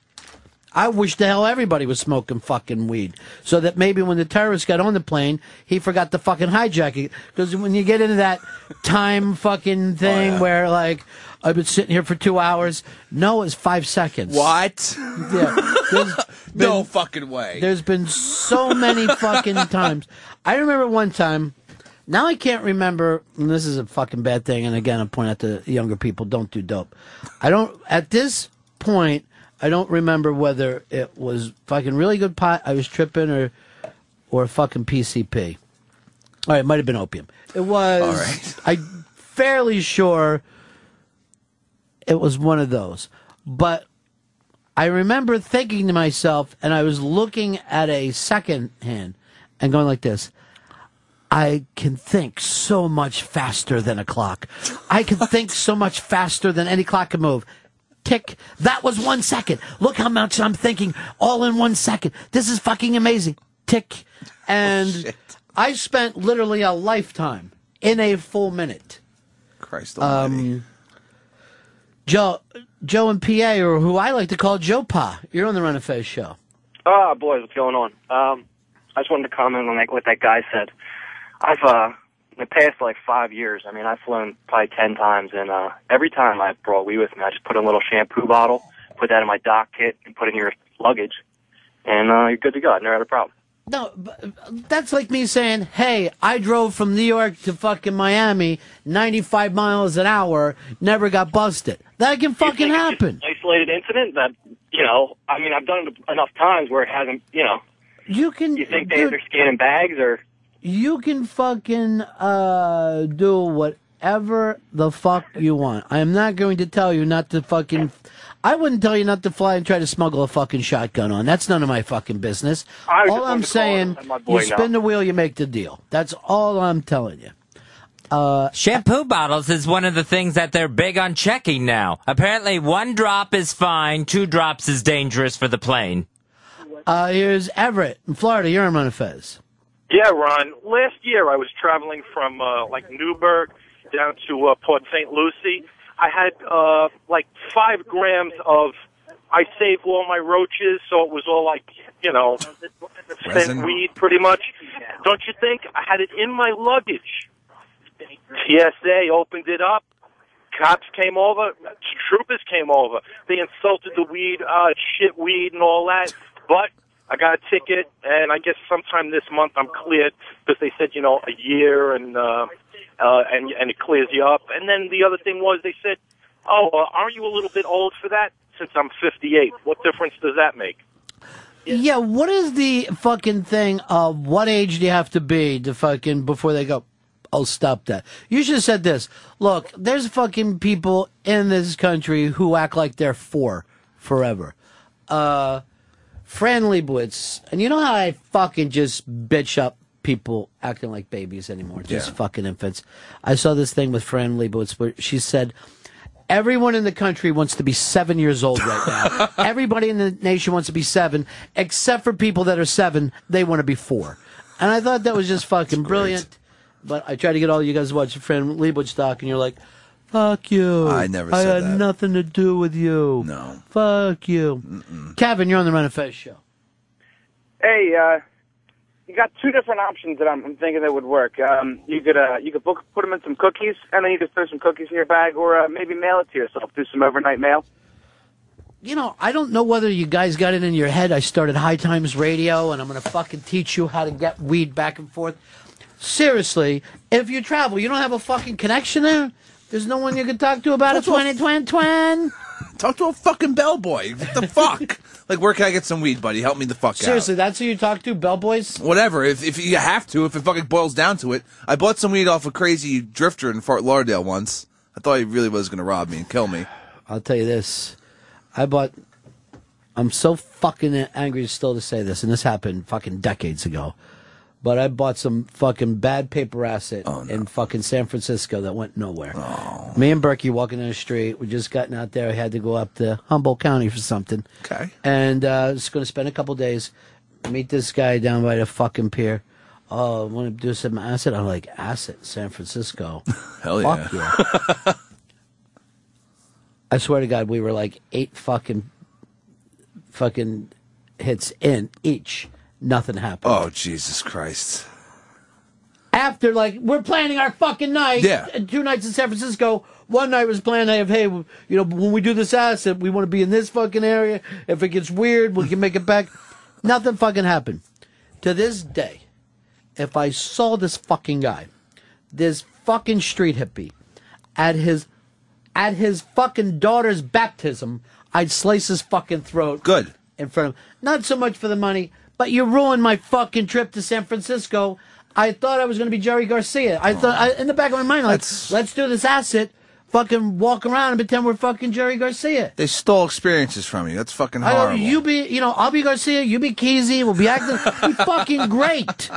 I wish the hell everybody was smoking fucking weed. So that maybe when the terrorist got on the plane, he forgot to fucking hijack it. Because when you get into that time fucking thing where, like, I've been sitting here for two hours, no, it's five seconds.
What?
Yeah. There's
No
been-
fucking way.
there's been so many fucking times. I remember one time. Now I can't remember. And this is a fucking bad thing. And again, I point out to younger people: don't do dope. I don't. At this point, I don't remember whether it was fucking really good pot I was tripping or, or fucking PCP. All right, it might have been opium. It was.
All right.
I'm fairly sure it was one of those. But I remember thinking to myself, and I was looking at a second hand and going like this. I can think so much faster than a clock. I can think so much faster than any clock can move. Tick. That was one second. Look how much I'm thinking all in one second. This is fucking amazing. Tick. And I spent literally a lifetime in a full minute.
Christ almighty.
Um, Joe, Joe and PA, or who I like to call Joe Pa. You're on the Run of Fez show.
Ah, boys, what's going on? Um, I just wanted to comment on like what that guy said. I've uh, in the past like five years, I mean, I've flown probably ten times, and uh, every time I brought weed with me, I just put in a little shampoo bottle, put that in my dock kit, and put it in your luggage, and uh, you're good to go. I never had a problem.
No, but uh, that's like me saying, "Hey, I drove from New York to fucking Miami, 95 miles an hour, never got busted." That can
You
(laughs)
fucking
think it's
happen.
just an Isolated incident that you know. I mean, I've done it enough times where it hasn't. You know,
You can
you think they have
dude,
their skin in bags or
you can fucking uh do whatever the fuck you want. I am not going to tell you not to fucking I wouldn't tell you not to fly and try to smuggle a fucking shotgun on. That's none of my fucking business.
I was just
all I'm
wanted to call
saying,
and let my boy
you spin
know.
the wheel, you make the deal. That's all I'm telling you. Uh,
Shampoo bottles is one of the things that they're big on checking now. Apparently, one drop is fine, two drops is dangerous for the plane.
Uh here's Everett in Florida. You're on Fez.
Yeah, Ron. Last year I was traveling from uh, like Newburgh down to uh, Port St. Lucie. I had uh, like five grams of. I saved all my roaches, so it was all like you know,
Resin.
spent weed pretty much. Don't you think? I had it in my luggage. TSA opened it up. Cops came over. Troopers came over. They insulted the weed, uh, shit weed and all that. But I got a ticket, and I guess sometime this month I'm cleared because they said, you know, a year and, uh, uh, and, and it clears you up. And then the other thing was they said, oh, uh, aren't you a little bit old for that? Since I'm 58, what difference does that make?
Yeah, what is the fucking thing of what age do you have to be to fucking before they go, oh, stop that? You should have said this. Look, there's fucking people in this country who act like they're four forever. Uh, Fran Lebowitz, and you know how I fucking just bitch up people acting like babies anymore, just
Yeah.
fucking infants. I saw this thing with Fran Lebowitz where she said, Everyone in the country wants to be seven years old right now. Everybody in the nation wants to be seven, except for people that are seven. They want to be four. And I thought that was just fucking brilliant. But I tried to get all you guys to watch the Fran Lebowitz doc, and you're like, fuck you.
I never
I
said
had
that.
nothing to do with you.
No.
Fuck you. Kevin, you're on the Run of Fez show.
Hey, uh, you got two different options that I'm, I'm thinking that would work. Um, you could uh, you could book put them in some cookies, and then you could throw some cookies in your bag, or uh, maybe mail it to yourself. Do some overnight mail.
You know, I don't know whether you guys got it in your head. I started High Times Radio, and I'm going to fucking teach you how to get weed back and forth. Seriously, if you travel, you don't have a fucking connection there? There's no one you can talk to about it.
Talk
Twenty, twenty, twenty.
(laughs) Talk to a fucking bellboy. What the fuck? like, where can I get some weed, buddy? Help me the
(laughs)
fuck
Seriously, that's who you talk to, bellboys.
out. Whatever. If, if you have to, if it fucking boils down to it, I bought some weed off a crazy drifter in Fort Lauderdale once. I thought he really was going to rob me and kill me.
I'll tell you this. I bought. I'm so fucking angry still to say this, and this happened fucking decades ago. But I bought some fucking bad paper asset
Oh,
in fucking San Francisco that went nowhere. Me and Berkey walking down the street. We just gotten out there. I had to go up to Humboldt County for something.
Okay.
And uh, just going to spend a couple days. Meet this guy down by the fucking pier. Oh, I want to do some acid. I'm like, acid, San Francisco.
(laughs) Hell yeah.
Fuck yeah.
(laughs)
I swear to God, we were like eight fucking fucking hits in each. Nothing happened.
Oh, Jesus Christ.
After like we're planning our fucking night.
Yeah.
uh, Two nights in San Francisco. One night was planned. I have hey, w- you know, when we do this asset, we want to be in this fucking area. If it gets weird, we can make it back. Nothing fucking happened. To this day, if I saw this fucking guy, this fucking street hippie, at his at his fucking daughter's baptism, I'd slice his fucking throat.
Good.
In front of him. Not so much for the money, but you ruined my fucking trip to San Francisco. I thought I was going to be Jerry Garcia. I thought, I, in the back of my mind, like, let's do this asset, fucking walk around and pretend we're fucking Jerry Garcia.
They stole experiences from you. That's fucking
I know
horrible.
you be, you know, I'll be Garcia, you be Keezy, we'll be acting. be fucking great.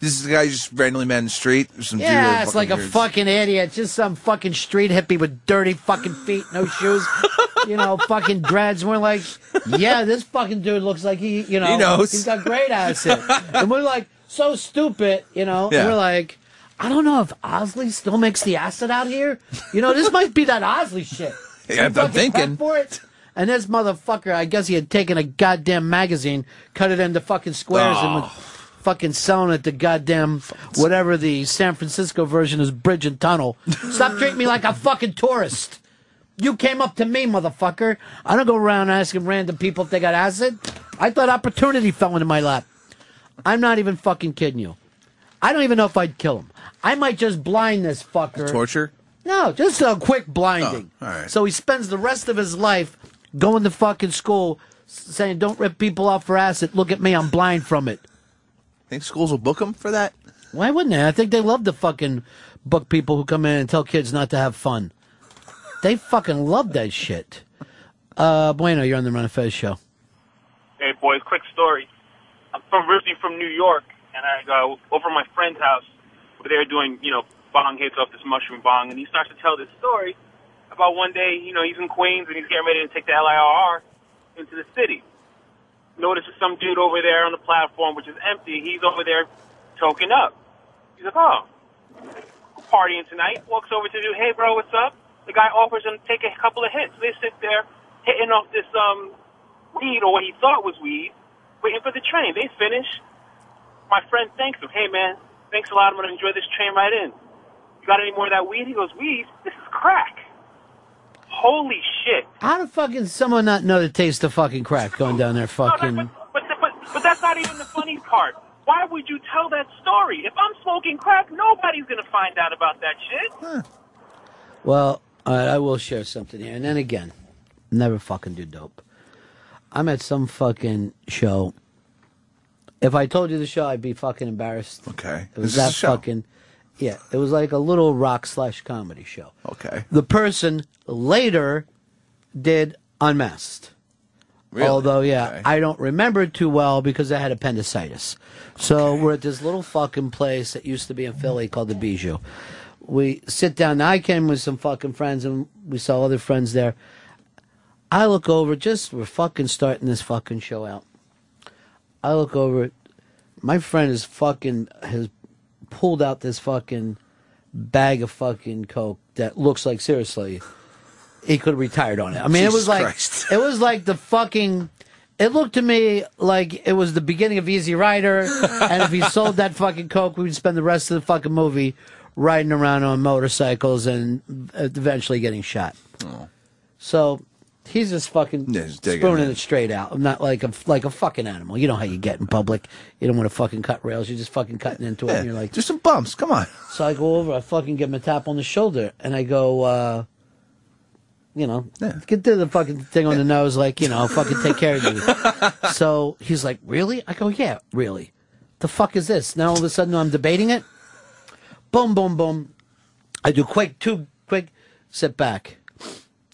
This is the guy you just randomly met in the street. There's Some dude with
e- Yeah, it's like a
beards.
fucking idiot. Just some fucking street hippie with dirty fucking feet, no
(laughs)
shoes, you know, fucking dreads. And we're like, yeah, this fucking dude looks like he, you know,
He knows.
he's got great acid. and we're like, so stupid, you know.
Yeah.
And we're like, I don't know if Osley still makes the acid out here. You know, this might be that Osley shit.
Yeah,
You
I'm
fucking
thinking.
prep For it. And this motherfucker, I guess he had taken a goddamn magazine, cut it into fucking squares, and
Oh.
was fucking selling it to goddamn whatever the San Francisco version is, Bridge and Tunnel. Stop treating me like a fucking tourist. You came up to me, motherfucker. I don't go around asking random people if they got acid. I thought opportunity fell into my lap. I'm not even fucking kidding you. I don't even know if I'd kill him. I might just blind this fucker.
Torture?
No, just a quick blinding.
Oh, all right.
So he spends the rest of his life going to fucking school s- saying, don't rip people off for acid. Look at me, I'm blind from it.
Think schools will book him for that?
Why wouldn't they? I think they love to fucking book people who come in and tell kids not to have fun. They fucking love that shit. Uh, Bueno, you're on the Run of Fez show.
Hey, boys, quick story. I'm from originally from New York, and I go over to my friend's house where they were doing, you know, bong hits off this mushroom bong, and he starts to tell this story about one day, you know, he's in Queens and he's getting ready to take the LIRR into the city. Notices some dude over there on the platform, which is empty. He's over there token up. He's like, oh, partying tonight. Walks over to the dude, hey, bro, what's up? The guy offers him to take a couple of hits. They sit there hitting off this um weed or what he thought was weed, waiting for the train. They finish. My friend thanks him. Hey man, thanks a lot. I'm gonna enjoy this train ride in. You got any more of that weed? He goes, weed? This is crack. Holy shit.
How the fuck can someone not know the taste of fucking crack going down there fucking.
But, th- but but that's not even the funny part. Why would you tell that story? If I'm smoking crack, nobody's gonna find out about that shit.
Well, all right, I will share something here. And then again, never fucking do dope. I'm at some fucking show. If I told you the show, I'd be fucking embarrassed.
Okay.
It was
This is a
that
show.
fucking. Yeah, it was like a little rock slash comedy show.
Okay.
The person later did Unmasked. Although, yeah, I don't remember it too well because I had appendicitis. So we're at this little fucking place that used to be in Philly called the Bijou. We sit down. Now I came with some fucking friends and we saw other friends there. I look over, just we're fucking starting this fucking show out. I look over, my friend is fucking has pulled out this fucking bag of fucking coke that looks like seriously he could have retired on it. I mean,
Jesus
it was like
Christ.
it was like the fucking. It looked to me like it was the beginning of Easy Rider, and if he sold that fucking coke, we would spend the rest of the fucking movie riding around on motorcycles and eventually getting shot. So He's just fucking
digging
spooning it straight out. I'm not like a like a fucking animal. You know how you get in public. You don't want to fucking cut rails. You're just fucking cutting into it. And you're like,
just some bumps. Come on.
So I go over. I fucking give him a tap on the shoulder, and I go, uh, you know, get to the fucking thing on the nose, like you know, fucking take care of you. so he's like, really? I go, yeah, really. The fuck is this? Now all of a sudden I'm debating it. Boom, boom, boom. I do quick, two quick, sit back.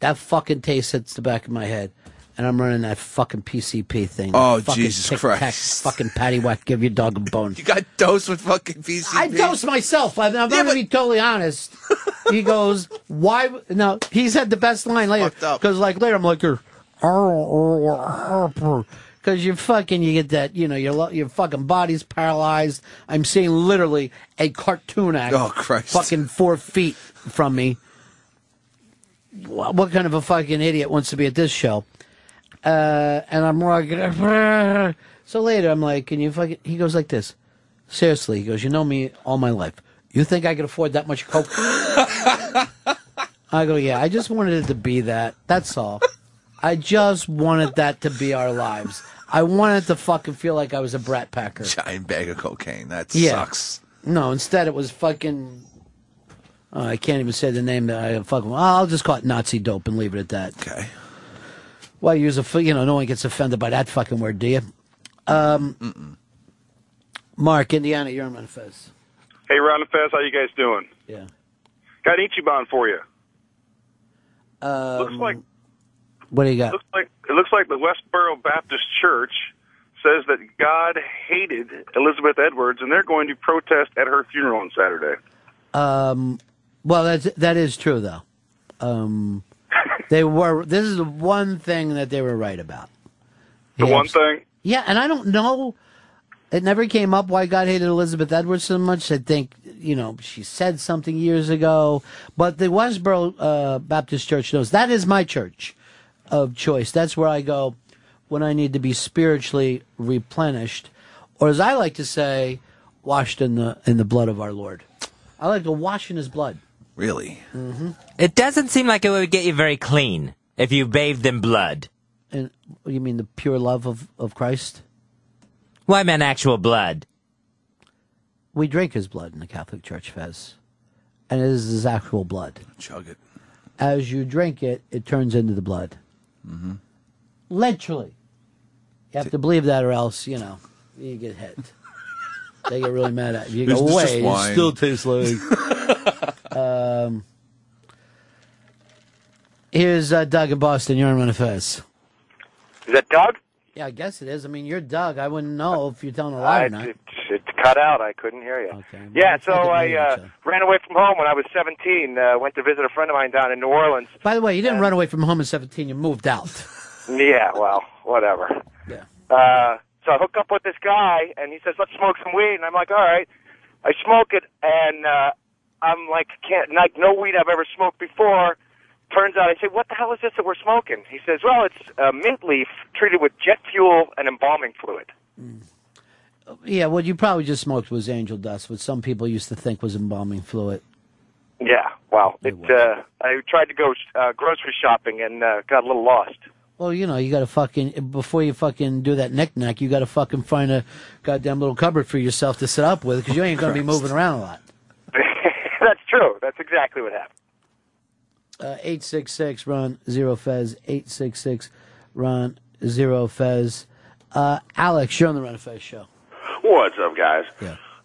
That fucking taste hits the back of my head, and I'm running that fucking PCP thing.
Oh,
That fucking
Jesus
tic-tac,
Christ.
Fucking patty whack, give your dog a bone.
You (laughs) got dosed with fucking PCP.
I dosed myself. I'm, I'm going to be totally honest. he goes, "Why?" w- No, he said the best line later because, like later, I'm like, "You're because you're fucking. You get that. You know, your lo- your fucking body's paralyzed. I'm seeing literally a cartoon act.
Oh, Christ.
Fucking four feet from me. Wha- What kind of a fucking idiot wants to be at this show? Uh, and I'm like, (laughs) so later I'm like, can you fucking? He goes like this. Seriously, he goes, you know me all my life. You think I could afford that much coke? I go, yeah. I just wanted it to be that. That's all. I just wanted that to be our lives. I wanted to fucking feel like I was a brat packer.
Giant bag of cocaine. That
Yeah.
sucks.
No, instead it was fucking. oh, I can't even say the name that I fucking. I'll just call it Nazi dope and leave it at that.
Okay.
Well, use a f- you know no one gets offended by that fucking word, do you? Um, Mark, Indiana, you're on manifest.
Hey, Ron and Fez, how you guys doing?
Yeah.
Got an Ichiban for you.
Um,
looks like
What do you got?
looks like it looks like the Westboro Baptist Church says that God hated Elizabeth Edwards, and they're going to protest at her funeral on Saturday.
Um, well, that's that is true though. Um, they were. This is the one thing that they were right about.
The
Yeah,
one thing,
Yeah, and I don't know. It never came up why God hated Elizabeth Edwards so much. I think you know she said something years ago, but the Westboro uh, Baptist Church knows that is my church of choice. That's where I go when I need to be spiritually replenished, or as I like to say, washed in the in the blood of our Lord. I like to wash in His blood.
Really?
Mm-hmm.
It doesn't seem like it would get you very clean if you bathed in blood.
And what do you mean the pure love of of Christ?
Well, I meant actual blood.
We drink His blood in the Catholic Church, Fez, and it is His actual blood.
Chug it.
as you drink it, it turns into the blood.
Mm-hmm.
Literally. You have to believe that or else, you know, you get
(laughs)
hit. they get really mad at you. You go,
Isn't this just
wait,
wine?"
it still tastes
(laughs)
like. um, here's uh, Doug in Boston. You're on Manifest.
Is that Doug?
Yeah, I guess it is. I mean, you're Doug. I wouldn't know if you're telling a lie
I-
or not.
it, it cut out. I couldn't hear you. yeah, so I uh, ran away from home when I was 17. Uh, went to visit a friend of mine down in New Orleans.
By the way, you didn't run away from home at 17. You moved out.
Yeah, well, whatever.
Yeah.
Uh, so I hook up with this guy, and he says, "Let's smoke some weed." And I'm like, "All right." I smoke it, and uh, I'm like, "Can't like no weed I've ever smoked before." Turns out, I say, "What the hell is this that we're smoking?" He says, "Well, it's uh, mint leaf treated with jet fuel and embalming fluid."
Yeah, what you probably just smoked was angel dust, which some people used to think was embalming fluid.
Yeah, wow. It. Uh, I tried to go uh, grocery shopping and uh, got a little lost. (laughs)
Well, you know, you gotta fucking before you fucking do that knick knack, you gotta fucking find a goddamn little cupboard for yourself to sit up with because you ain't gonna be
Christ.
moving around a lot.
That's true. That's exactly what happened.
Uh, eight six six Ron zero Fez eight six six Ron zero Fez. Uh, Alex, you're on the Ron and Fez show.
What's up, guys?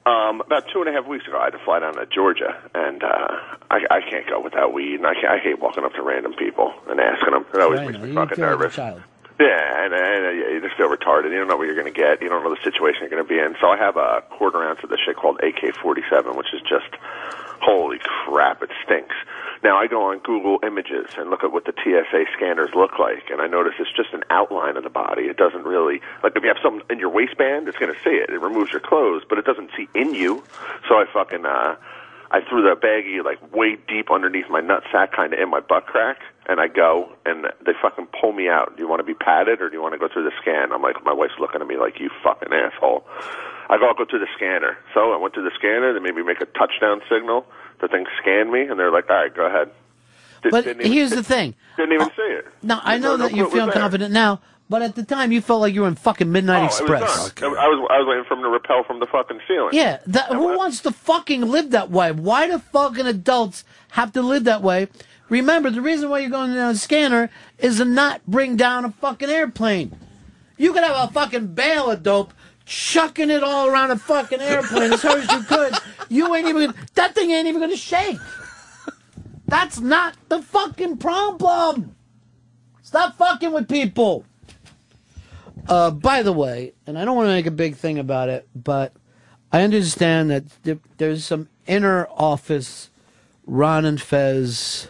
Um, about two and a half weeks ago, I had to fly down to Georgia, and uh, I, I can't go without weed, and I, can't, I hate walking up to random people and asking them. It always
Right,
makes
now,
me
you
fucking
feel like a
nervous.
child.
Yeah, and, and uh, yeah, you just feel retarded. You don't know what you're going to get. You don't know the situation you're going to be in. So I have a quarter ounce of this shit called AK-47, which is just holy crap, it stinks. Now I go on Google Images and look at what the TSA scanners look like, and I notice it's just an outline of the body. It doesn't really like if you have something in your waistband, it's going to see it. It removes your clothes, but it doesn't see in you. So I fucking uh, I threw the baggie like way deep underneath my nutsack, kind of in my butt crack, and I go and they fucking pull me out. Do you want to be patted or do you want to go through the scan? I'm like, my wife's looking at me like you fucking asshole. I go, I'll go through the scanner. So I went through the scanner. They made me make a touchdown signal. The thing scanned me, and they're like, all right, go ahead. Did-
But
didn't even-
here's the thing. Oh.
Didn't even see it.
No, I know that
clue it
you're
was
feeling
there.
confident now, but at the time you felt like you were in fucking Midnight
Oh, it
Express.
was done. I was I was waiting for him to repel from the fucking ceiling.
Yeah, that, who wants to fucking live that way? Why do fucking adults have to live that way? Remember, the reason why you're going down a scanner is to not bring down a fucking airplane. You could have a fucking bale of dope chucking it all around a fucking airplane as hard as you could. You ain't even that thing ain't even gonna shake. That's not the fucking problem. Stop fucking with people. Uh, by the way, and I don't want to make a big thing about it, but I understand that th- there's some inner office Ron and Fez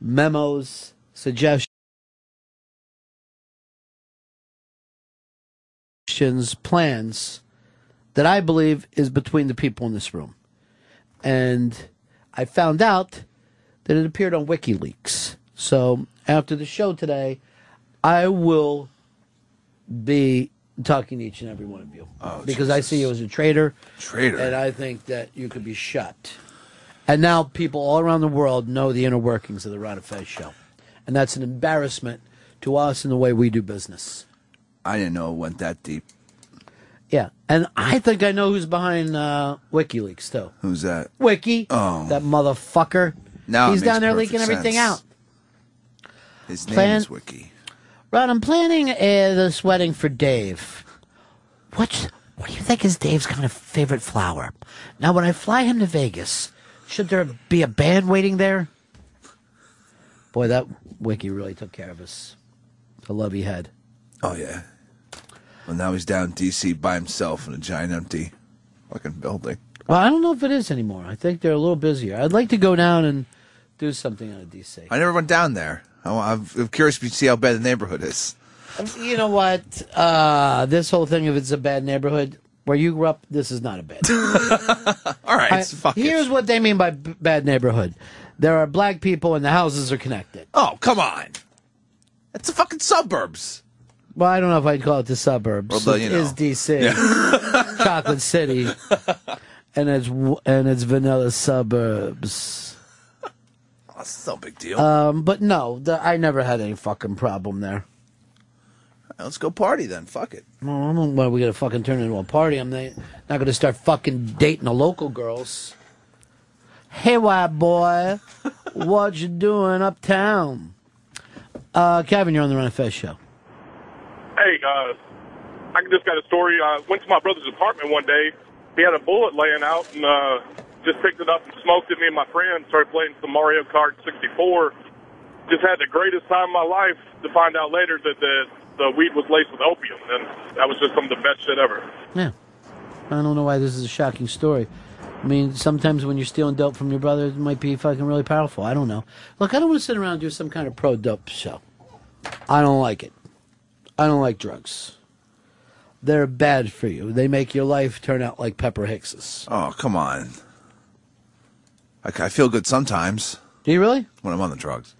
memos, suggestions, plans that I believe is between the people in this room. And I found out that it appeared on WikiLeaks. So after the show today, I will be talking to each and every one of you because I see you as a traitor.
Traitor.
And I think that you could be shut. And now people all around the world know the inner workings of the Ron and Fez show. And that's an embarrassment to us and the way we do business.
I didn't know it went that deep.
Yeah. And I think I know who's behind uh, WikiLeaks, too.
Who's that?
Wiki.
Oh.
That motherfucker.
Now it
He's
makes
down there
perfect
leaking everything
sense.
out.
His name
Plan-
is Wiki.
Ron, I'm planning uh, this wedding for Dave. What, what do you think is Dave's kind of favorite flower? Now, when I fly him to Vegas, should there be a band waiting there? Boy, that wiki really took care of us. I love he had.
Oh yeah. Well, now he's down in D.C. by himself in a giant empty fucking building.
Well, I don't know if it is anymore. I think they're a little busier. I'd like to go down and do something out of D.C.
I never went down there. I, I'm I'm curious to see how bad the neighborhood is.
You know what? Uh, this whole thing of it's a bad neighborhood. Where you grew up, this is not a bad.
(laughs) All right,
I- here's what they mean by b- bad neighborhood. There are black people and the houses are connected.
Oh, come on. That's the fucking suburbs.
Well, I don't know if I'd call it the suburbs.
Well, but,
It
you
is
know.
DC, (laughs) Chocolate City, and it's w- and it's vanilla suburbs.
(laughs) That's no big deal.
Um, but no, the, I never had any fucking problem there.
Let's go party then. Fuck it.
Well, I don't why we gotta fucking turn it into a party. I'm not not gonna start fucking dating the local girls. Hey, white boy, what you doing uptown? Uh, Kevin, you're on the Run of Fest show.
Hey, uh, I just got a story. I went to my brother's apartment one day. He had a bullet laying out and uh, just picked it up and smoked it. Me and my friend started playing some Mario Kart 64. Just had the greatest time of my life to find out later that the, the weed was laced with opium. And that was just some of the best shit ever.
Yeah. I don't know why this is a shocking story. I mean, sometimes when you're stealing dope from your brother, it might be fucking really powerful. I don't know. Look, I don't want to sit around and do some kind of pro dope show. I don't like it. I don't like drugs. They're bad for you. They make your life turn out like Pepper Hicks's.
Oh, come on. I, I feel good sometimes.
Do you really?
When I'm on the drugs.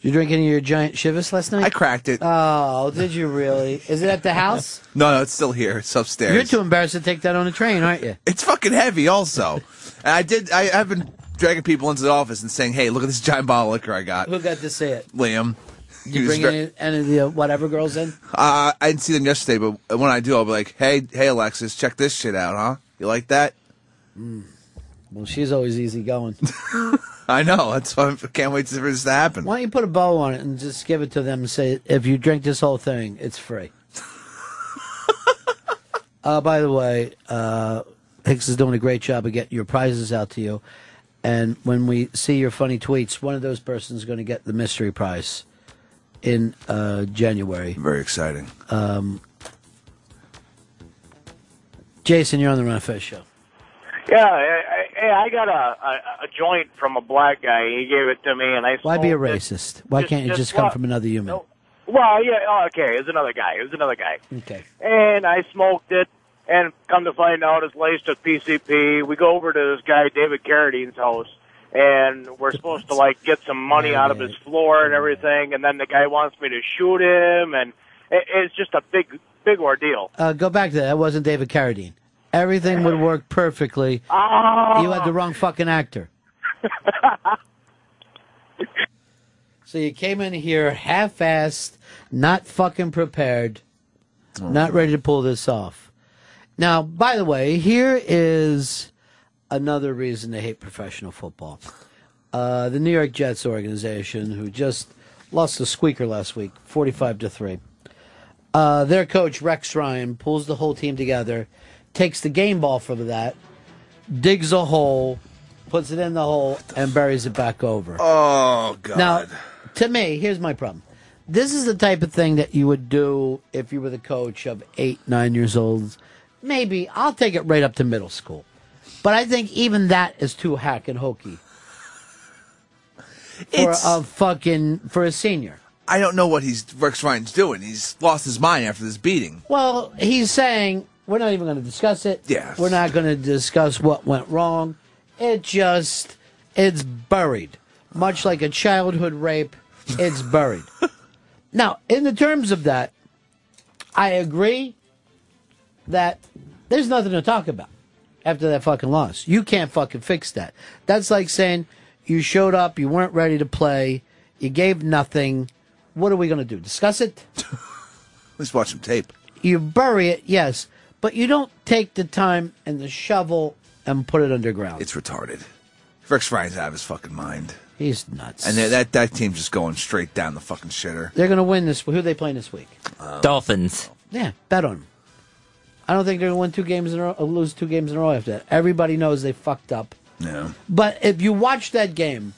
Did you drink any of your giant shivas last night? I
cracked it.
Oh, did you really? Is it at
(laughs)
the house?
No, no, it's still here. It's upstairs.
You're too embarrassed to take that on a train, aren't you?
It's fucking heavy, also.
(laughs)
and I did. I, I've been dragging people into the office and saying, "Hey, look at this giant bottle of liquor I got."
Who got to see it?
Liam.
Did you bring any, any of the uh, whatever girls in?
Uh, I didn't see them yesterday, but when I do, I'll be like, "Hey, hey, Alexis, check this shit out, huh? You like that?"
Hmm. Well, she's always easy
(laughs)
going.
I know. That's why I can't wait for this to happen.
Why don't you put a bow on it and just give it to them and say, if you drink this whole thing, it's
(laughs)
free. uh, by the way, uh, Hicks is doing a great job of getting your prizes out to you. And when we see your funny tweets, one of those persons is going to get the mystery prize in uh, January.
Very exciting.
Um, Jason, you're on the Run of Fez show.
Yeah, I, I, hey, I got a, a a joint from a black guy. He gave it to me, and I.
Why be a
smoked it.
racist? Why
Oh, just-
can't it
just
just come
what?
from another human?
Well, yeah, oh, okay. It was another guy. It was another guy.
Okay.
And I smoked it, and come to find out, it's laced with PCP. We go over to this guy David Carradine's house, and we're supposed to like get some money out of his floor and everything, and then the guy wants me to shoot him, and it, it's just a big, big ordeal.
Uh, go back to that. That wasn't David Carradine. Everything would work perfectly.
Ah.
You had the wrong fucking actor. So you came in here half-assed, not fucking prepared, not ready to pull this off. Now, by the way, here is another reason to hate professional football. Uh, the New York Jets organization, who just lost a squeaker last week, forty-five to three. Uh, their coach Rex Ryan pulls the whole team together, takes the game ball from that, digs a hole, puts it in the hole, and buries it back over.
(laughs) Oh God!
Now, to me, here's my problem. This is the type of thing that you would do if you were the coach of eight, nine years old. Maybe I'll take it right up to middle school, but I think even that is too hack and hokey for
It's-
a fucking for a senior.
I don't know what he's Rex Ryan's doing. He's lost his mind after this beating.
Well, he's saying we're not even going to discuss it.
Yes.
We're not going to discuss what went wrong. It just it's buried. Much like a childhood rape, it's buried. now, in the terms of that, I agree that there's nothing to talk about after that fucking loss. You can't fucking fix that. That's like saying you showed up, you weren't ready to play, you gave nothing. What are we going to do? Discuss it?
Let's watch some tape.
you bury it, yes, but you don't take the time and the shovel and put it underground.
It's retarded. Rex Ryan's out of his fucking mind.
He's nuts.
And that that, that team's just going straight down the fucking shitter. Um,
They're going to win this. Who are they playing this week?
Dolphins.
Yeah, bet on them. I don't think they're going to win two games in a row, or lose two games in a row after that. Everybody knows they fucked up.
No.
But if you watch that game,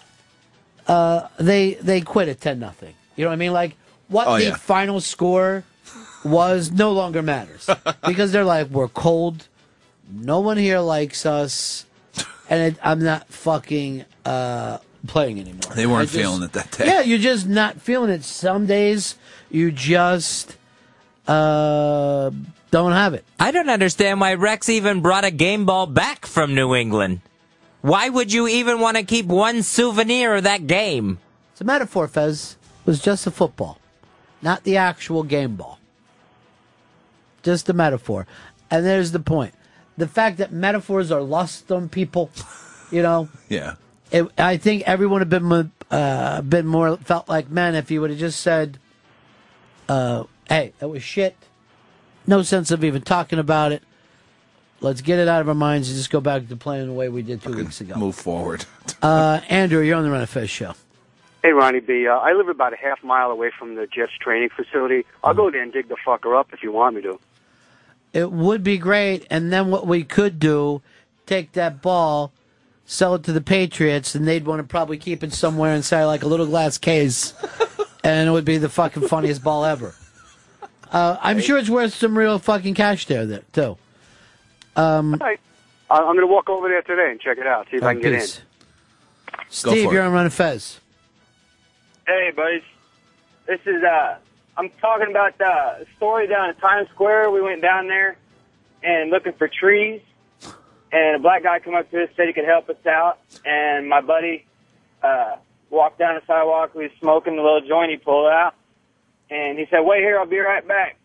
uh, they they quit at ten nothing. You know what I mean? Like what
Oh,
the
yeah.
final score was no longer
(laughs)
matters because they're like we're cold. No one here likes us, and it, I'm not fucking uh, playing anymore.
They weren't
I just-
feeling it that day.
Yeah, you're just not feeling it. Some days you just uh, don't have it.
I don't understand why Rex even brought a game ball back from New England. Why would you even want to keep one souvenir of that game?
It's a metaphor, Fez. It was just a football, not the actual game ball. Just a metaphor. And there's the point. The fact that metaphors are lost on people, you know,
Yeah.
it, I think everyone would have been, mo- uh, been more, felt like men if he would have just said, uh, hey, that was shit. No sense of even talking about it. Let's get it out of our minds and just go back to playing the way we did two weeks ago.
Move forward.
Uh, Andrew, you're on the Run of Fez show.
Hey, Ronnie B. Uh, I live about a half mile away from the Jets training facility. I'll go there and dig the fucker up if you want me to.
It would be great. And then what we could do, take that ball, sell it to the Patriots, and they'd want to probably keep it somewhere inside like a little glass case. and it would be the fucking funniest ball ever. Uh, I'm sure it's worth some real fucking cash there, there too. Um,
I- I'm going to walk over there today and check it out, see if I can get in.
peace. Steve,
for
you're
it.
on Run of Fez.
Hey, buddies. This is, uh, I'm talking about the story down at Times Square. We went down there and looking for trees, and a black guy come up to us, said he could help us out, and my buddy, uh, walked down the sidewalk. We was smoking the little joint he pulled out, and he said, wait here, I'll be right back.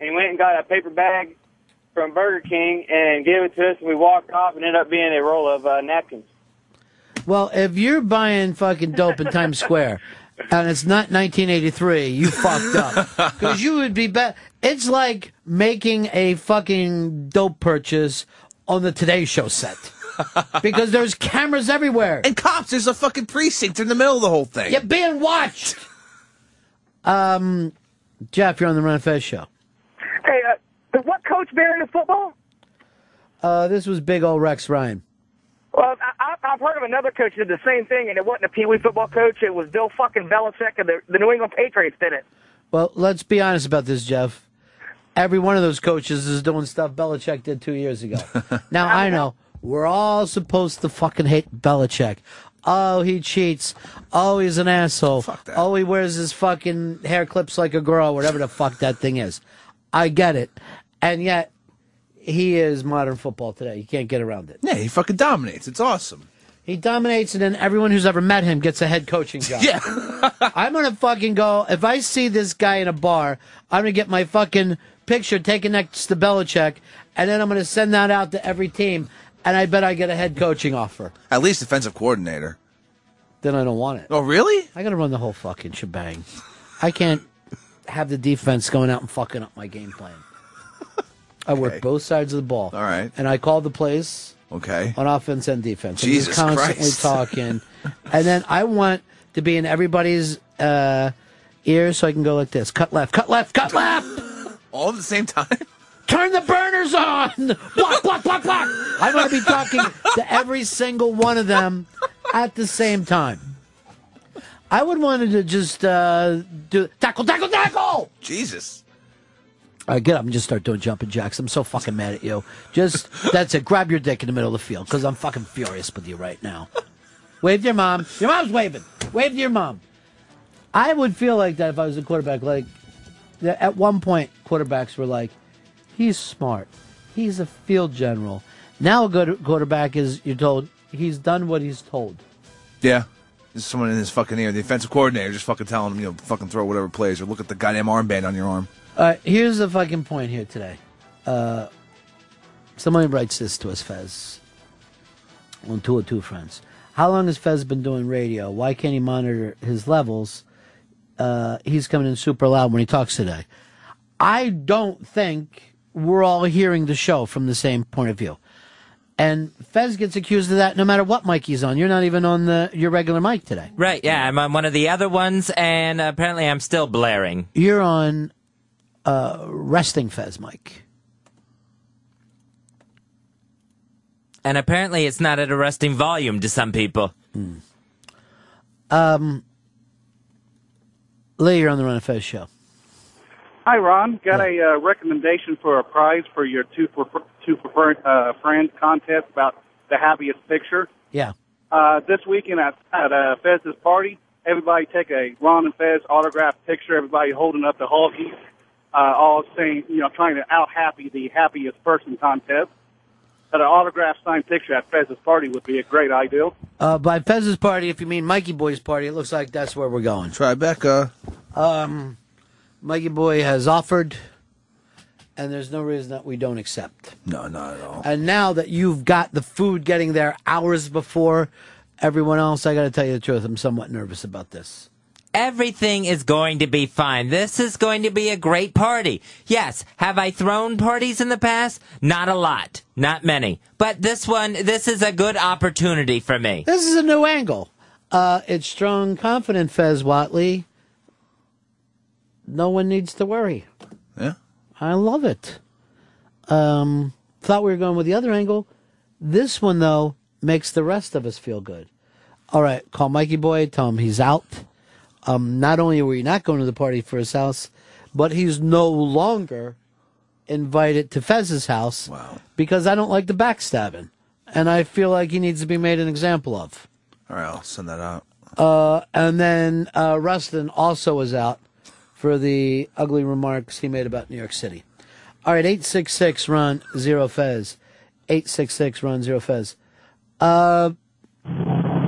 And he went and got a paper bag from Burger King and gave it to us, and we walked off and ended up being a roll of uh, napkins.
Well, if you're buying fucking dope in Times Square and it's not 1983, you fucked up. Because you would be better. It's like making a fucking dope purchase on the Today Show set. Because there's cameras everywhere.
And cops, there's a fucking precinct in the middle of the whole thing.
You're being watched. Um, Jeff, you're on the Run and Fez show.
Hey, uh, did what coach buried the football?
Uh, this was big old Rex Ryan.
Well, I, I- I've heard of another coach who did the same thing, and it wasn't a Pee Wee football coach. It was Bill fucking Belichick, and the, the New England Patriots did it.
Well, let's be honest about this, Jeff. Every one of those coaches is doing stuff Belichick did two years ago. now, I know we're all supposed to fucking hate Belichick. Oh, he cheats. Oh, he's an asshole. Oh, he wears his fucking hair clips like a girl, whatever the fuck that thing is. I get it. And yet, he is modern football today. You can't get around it.
Yeah, he fucking dominates. It's awesome.
He dominates, and then everyone who's ever met him gets a head coaching job. Yeah. (laughs) I'm going to fucking go. If I see this guy in a bar, I'm going to get my fucking picture taken next to Belichick, and then I'm going to send that out to every team, and I bet I get a head coaching offer.
At least defensive coordinator.
then I don't want it.
Oh, really?
I got to run the whole fucking shebang. I can't have the defense going out and fucking up my game plan. I work both sides of the ball. All
right.
And I call the plays.
Okay.
On offense and defense. I'm just
Jesus
constantly
Christ. (laughs)
talking. and then I want to be in everybody's uh, ear so I can go like this. Cut left, cut left, cut left.
All at the same time?
Turn the burners on. (laughs) Block, block, block, block. I want to be talking to every single one of them at the same time. I would want to just uh, do tackle, tackle, tackle.
Jesus.
All right, get up and just start doing jumping jacks. I'm so fucking mad at you. Just that's it. Grab your dick in the middle of the field because I'm fucking furious with you right now. Wave to your mom. Your mom's waving. Wave to your mom. I would feel like that if I was a quarterback. Like that at one point, quarterbacks were like, "He's smart. He's a field general." Now a good quarterback is you're told he's done what he's told.
Yeah. There's someone in his fucking ear. The offensive coordinator just fucking telling him, you know, fucking throw whatever plays or look at the goddamn armband on your arm.
All right, Uh, here's the fucking point here today. Uh, somebody writes this to us, Fez, on two or two friends. How long has Fez been doing radio? Why can't he monitor his levels? Uh, he's coming in super loud when he talks today. I don't think we're all hearing the show from the same point of view. And Fez gets accused of that no matter what mic he's on. You're not even on the your regular mic today.
Right, yeah, I'm on one of the other ones, and apparently I'm still blaring.
You're on uh, resting Fez mic.
And apparently it's not at a resting volume to some people.
Um, Lee, you're on the Run of Fez show.
Hi, Ron. Got a uh, recommendation for a prize for your two for two for uh, friends contest about the happiest picture.
Yeah.
Uh, this weekend at, at uh, Fez's party, everybody take a Ron and Fez autograph picture. Everybody holding up the Hulkies, uh, all saying, you know, trying to out happy the happiest person contest. But an autograph signed picture at Fez's party would be a great idea.
Uh, by Fez's party, if you mean Mikey Boy's party, it looks like that's where we're going.
Tribeca.
Um, Mikey Boy has offered, and there's no reason that we don't accept.
No, not at all.
And now that you've got the food getting there hours before everyone else, I got to tell you the truth, I'm somewhat nervous about this.
Everything is going to be fine. This is going to be a great party. Yes, have I thrown parties in the past? Not a lot. Not many. But this one, this is a good opportunity for me.
This is a new angle. Uh, it's strong, confident Fez Watley. No one needs to worry.
Yeah.
I love it. Um, thought we were going with the other angle. This one, though, makes the rest of us feel good. All right, call Mikey Boy, tell him he's out. Um, not only were you not going to the party for his house, but he's no longer invited to Fez's house wow. because I don't like the backstabbing. And I feel like he needs to be made an example of.
All right, I'll send that out.
Uh, and then uh, Rustin also is out for the ugly remarks he made about New York City. All right, 866 run zero Fez. 866 run zero Fez. Uh,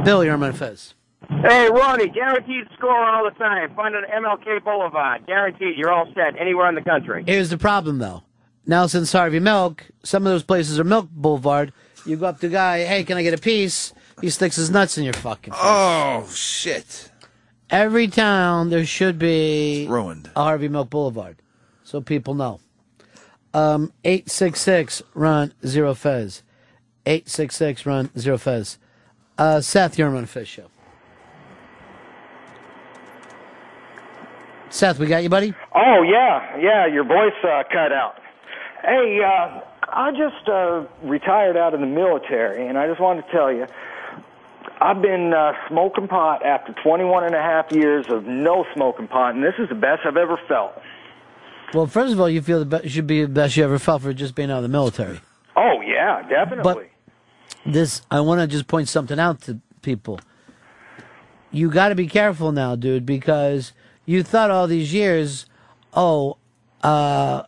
Bill, you're on my Fez.
Hey, Ronnie, guaranteed score all the time. Find it on MLK Boulevard. Guaranteed. You're all set anywhere in the country.
Here's the problem, though. Now, since Harvey Milk, some of those places are Milk Boulevard. You go up to the guy, hey, can I get a piece? He sticks his nuts in your fucking face.
Oh, shit.
Every town there should be ruined a Harvey Milk Boulevard, so people know. Um, eight six six run zero fez, eight six six run zero fez. Uh, Seth, you're on Run Fez show. Seth, we got you, buddy.
Oh yeah, yeah. Your voice uh, cut out. Hey, uh, I just uh, retired out of the military, and I just wanted to tell you, I've been uh, smoking pot after 21 and a half years of no smoking pot, and this is the best I've ever felt.
Well, first of all, you feel the best should be the best you ever felt for just being out of the military.
Oh yeah, definitely.
This, I want to just point something out to people. You got to be careful now, dude, because you thought all these years, oh, uh,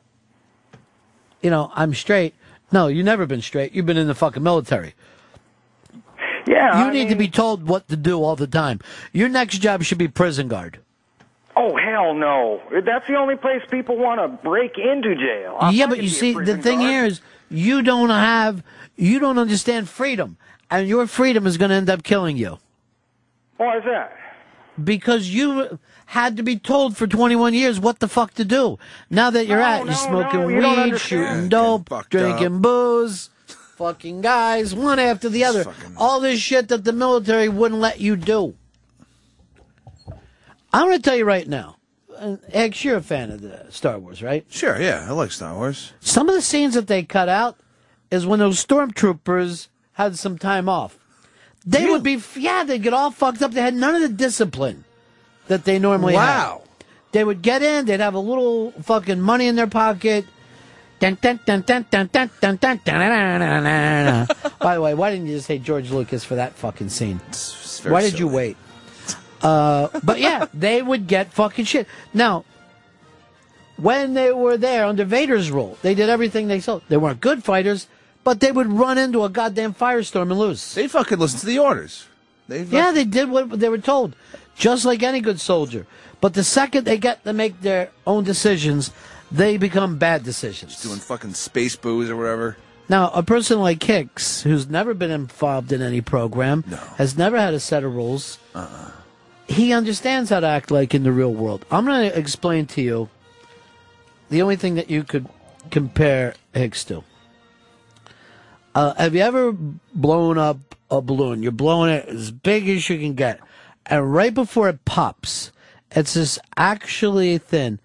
you know, I'm straight. No, you've never been straight. You've been in the fucking military.
Yeah,
You
I
need to be told what to do all the time. Your next job should be prison guard.
Oh hell no! That's the only place people want to break into jail. I'm
yeah,
not
but
gonna
you
be a
see, the
prison
thing
guard.
here is you don't have, you don't understand freedom, and your freedom is going to end up killing you.
Why is that?
because you had to be told for 21 years what the fuck to do. Now that you're
No,
out, you're
no,
smoking
no, you don't
weed,
understand.
shooting dope, drinking booze, fucking guys, one after the other. All this shit that the military wouldn't let you do. I'm going to tell you right now. uh, Eggs, you're a fan of the Star Wars, right?
Sure, yeah, I like Star Wars.
Some of the scenes that they cut out is when those stormtroopers had some time off. They would be, yeah, they'd get all fucked up. They had none of the discipline that they normally have.
Wow.
They would get in, they'd have a little fucking money in their pocket. Dun, dun, dun, dun, dun, dun, dun, dun, dun, dun, dun,
(laughs)
dun, dun. By the way, why didn't you just say George Lucas for that fucking scene?
very
Why did you wait? Uh, but
(laughs)
yeah, they would get fucking shit. Now, when they were there under Vader's rule, they did everything they saw. They weren't good fighters, but they would run into a goddamn firestorm and lose.
They fucking listened to the orders.
yeah, they did what they were told, just like any good soldier. But the second they get to make their own decisions, they become bad decisions.
Doing fucking space booze or whatever.
Now, a person like Hicks, who's never been involved in any program, has never had a set of rules, he understands how to act like in the real world. I'm going to explain to you the only thing that you could compare Hicks to. Uh, have you ever blown up a balloon? You're blowing it as big as you can get. And right before it pops, it's just actually thin.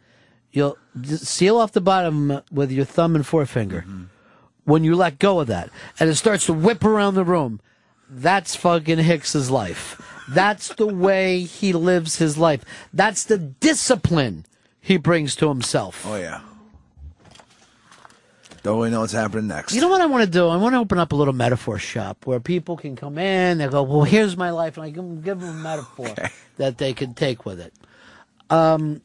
You'll just seal off the bottom with your thumb and forefinger when you let go of that and it starts to whip around the room that's fucking hicks's life that's the way he lives his life that's the discipline he brings to himself
Oh, yeah. Don't really know what's happening next.
you know what i want to do i want to open up a little metaphor shop where people can come in they go well here's my life and i can give them a
(laughs)
metaphor that they can take with it um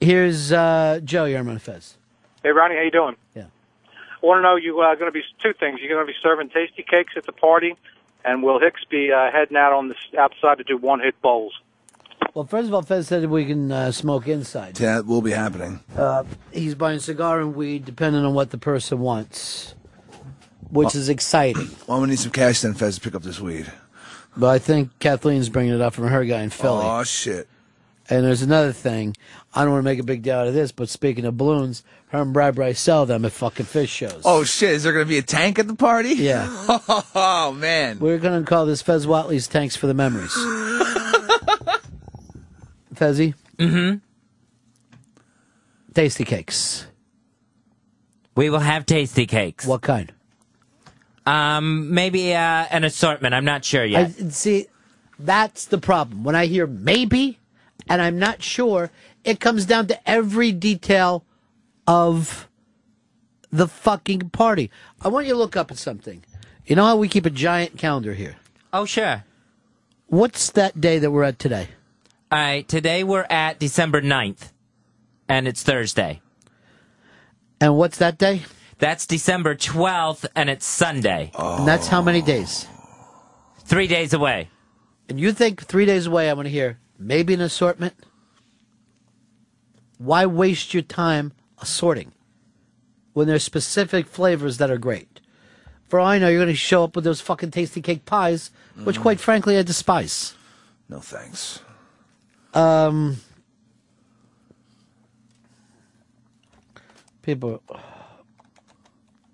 here's uh joe Yerman Fez.
Hey, Ronnie, how you doing?
Yeah.
I want to know you uh, going to be two things. You're going to be serving tasty cakes at the party, and will Hicks be uh, heading out on the s- outside to do one-hit bowls?
well first of all fez said we can uh, smoke inside
That will be happening.
Uh, he's buying cigar and weed, depending on what the person wants, which
Oh.
is exciting.
Well, I'm gonna need some cash then, Fez, to pick up this weed.
But I think Kathleen's bringing it up from her guy in Philly.
Oh shit!
And there's another thing. I don't want to make a big deal out of this, but speaking of balloons, her and Brad Bryce sell them at fucking fish shows.
Oh shit! Is there gonna be a tank at the party?
Yeah.
(laughs) oh man.
We're going to call this Fez Watley's Tanks for the
(laughs)
Memories. Fezzy? Mm hmm. Tasty cakes.
We will have tasty cakes. What
kind?
Um, maybe uh, an assortment. I'm not sure yet.
I, see, that's the problem. When I hear maybe and I'm not sure, it comes down to every detail of the fucking party. I want you to look up at something. You know how we keep a giant calendar here?
oh, sure.
What's that day that we're at today?
All right. Today we're at December 9th, and it's Thursday.
And what's that day?
That's December 12th, and it's Sunday.
And that's how many days?
Three days away.
And you think three days away, I want to hear maybe an assortment? Why waste your time assorting when there's specific flavors that are great? For all I know, you're going to show up with those fucking tasty cake pies, which,
Mm.
quite frankly, I despise.
No thanks.
Um, people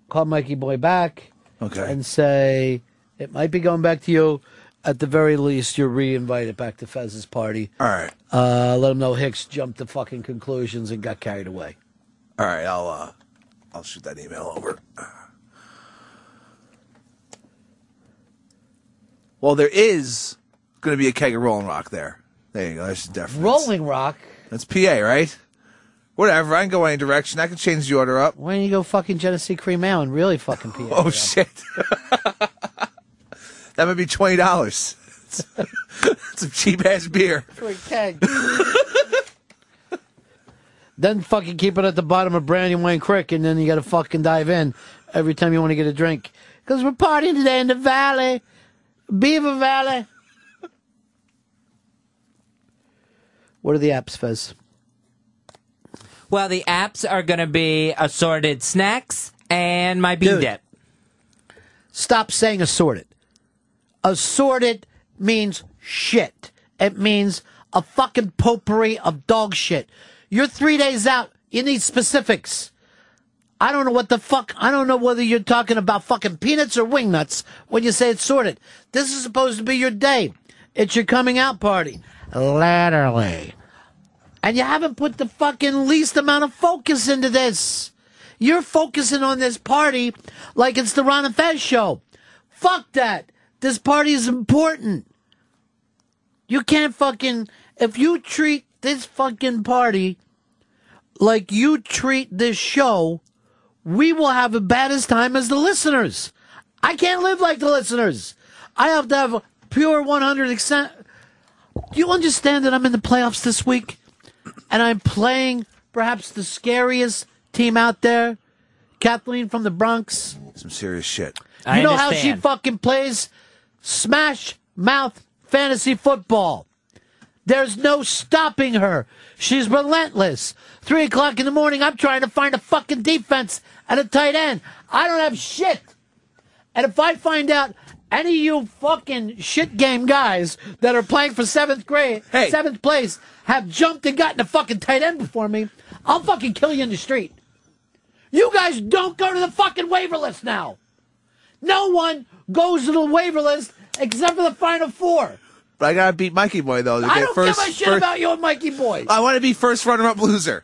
call Mikey Boy back
Okay.
and say it might be going back to you. At the very least, you're re-invited back to Fez's party.
All right.
Uh, let him know Hicks jumped to fucking conclusions and got carried away.
All right. I'll uh, I'll shoot that email over. Well, there is gonna be a keg of Rolling Rock there. There you go. That's definitely
Rolling Rock.
that's PA, right? Whatever. I can go any direction. I can change the order up.
Why don't you go fucking Genesee Cream Ale and really fucking pee?
(laughs) Oh shit! that might be twenty dollars. (laughs) Some cheap ass beer.
For a keg. (laughs) then fucking keep it at the bottom of Brandywine Creek, and then you got to fucking dive in every time you want to get a drink. Because we're partying today in the valley, Beaver Valley. What are the apps, Fez?
Well, the apps are going to be assorted snacks and my bean dip.
Stop saying assorted. Assorted means shit. It means a fucking potpourri of dog shit. You're three days out. You need specifics. I don't know what the fuck. I don't know whether you're talking about fucking peanuts or wing nuts when you say it's sorted. This is supposed to be your day. It's your coming out party. Laterally. And you haven't put the fucking least amount of focus into this. You're focusing on this party like it's the Ron and Fez show. Fuck that. This party is important. You can't fucking. If you treat this fucking party like you treat this show, we will have a baddest time as the listeners. I can't live like the listeners. I have to have pure 100%. Do you understand that I'm in the playoffs this week? And I'm playing perhaps the scariest team out there, Kathleen from the Bronx.
Some serious shit.
you know how she fucking plays smash mouth fantasy football. There's no stopping her. She's relentless. Three o'clock in the morning, I'm trying to find a fucking defense and a tight end. I don't have shit. And if I find out any of you fucking shit game guys that are playing for seventh grade, seventh place, have jumped and gotten a fucking tight end before me, I'll fucking kill you in the street. You guys don't go to the fucking waiver list now. No one goes to the waiver list except for the final four.
But I gotta beat Mikey Boy though. To
I
get
don't
first,
give a shit
first-
about you and Mikey Boy.
I want to be first runner-up loser.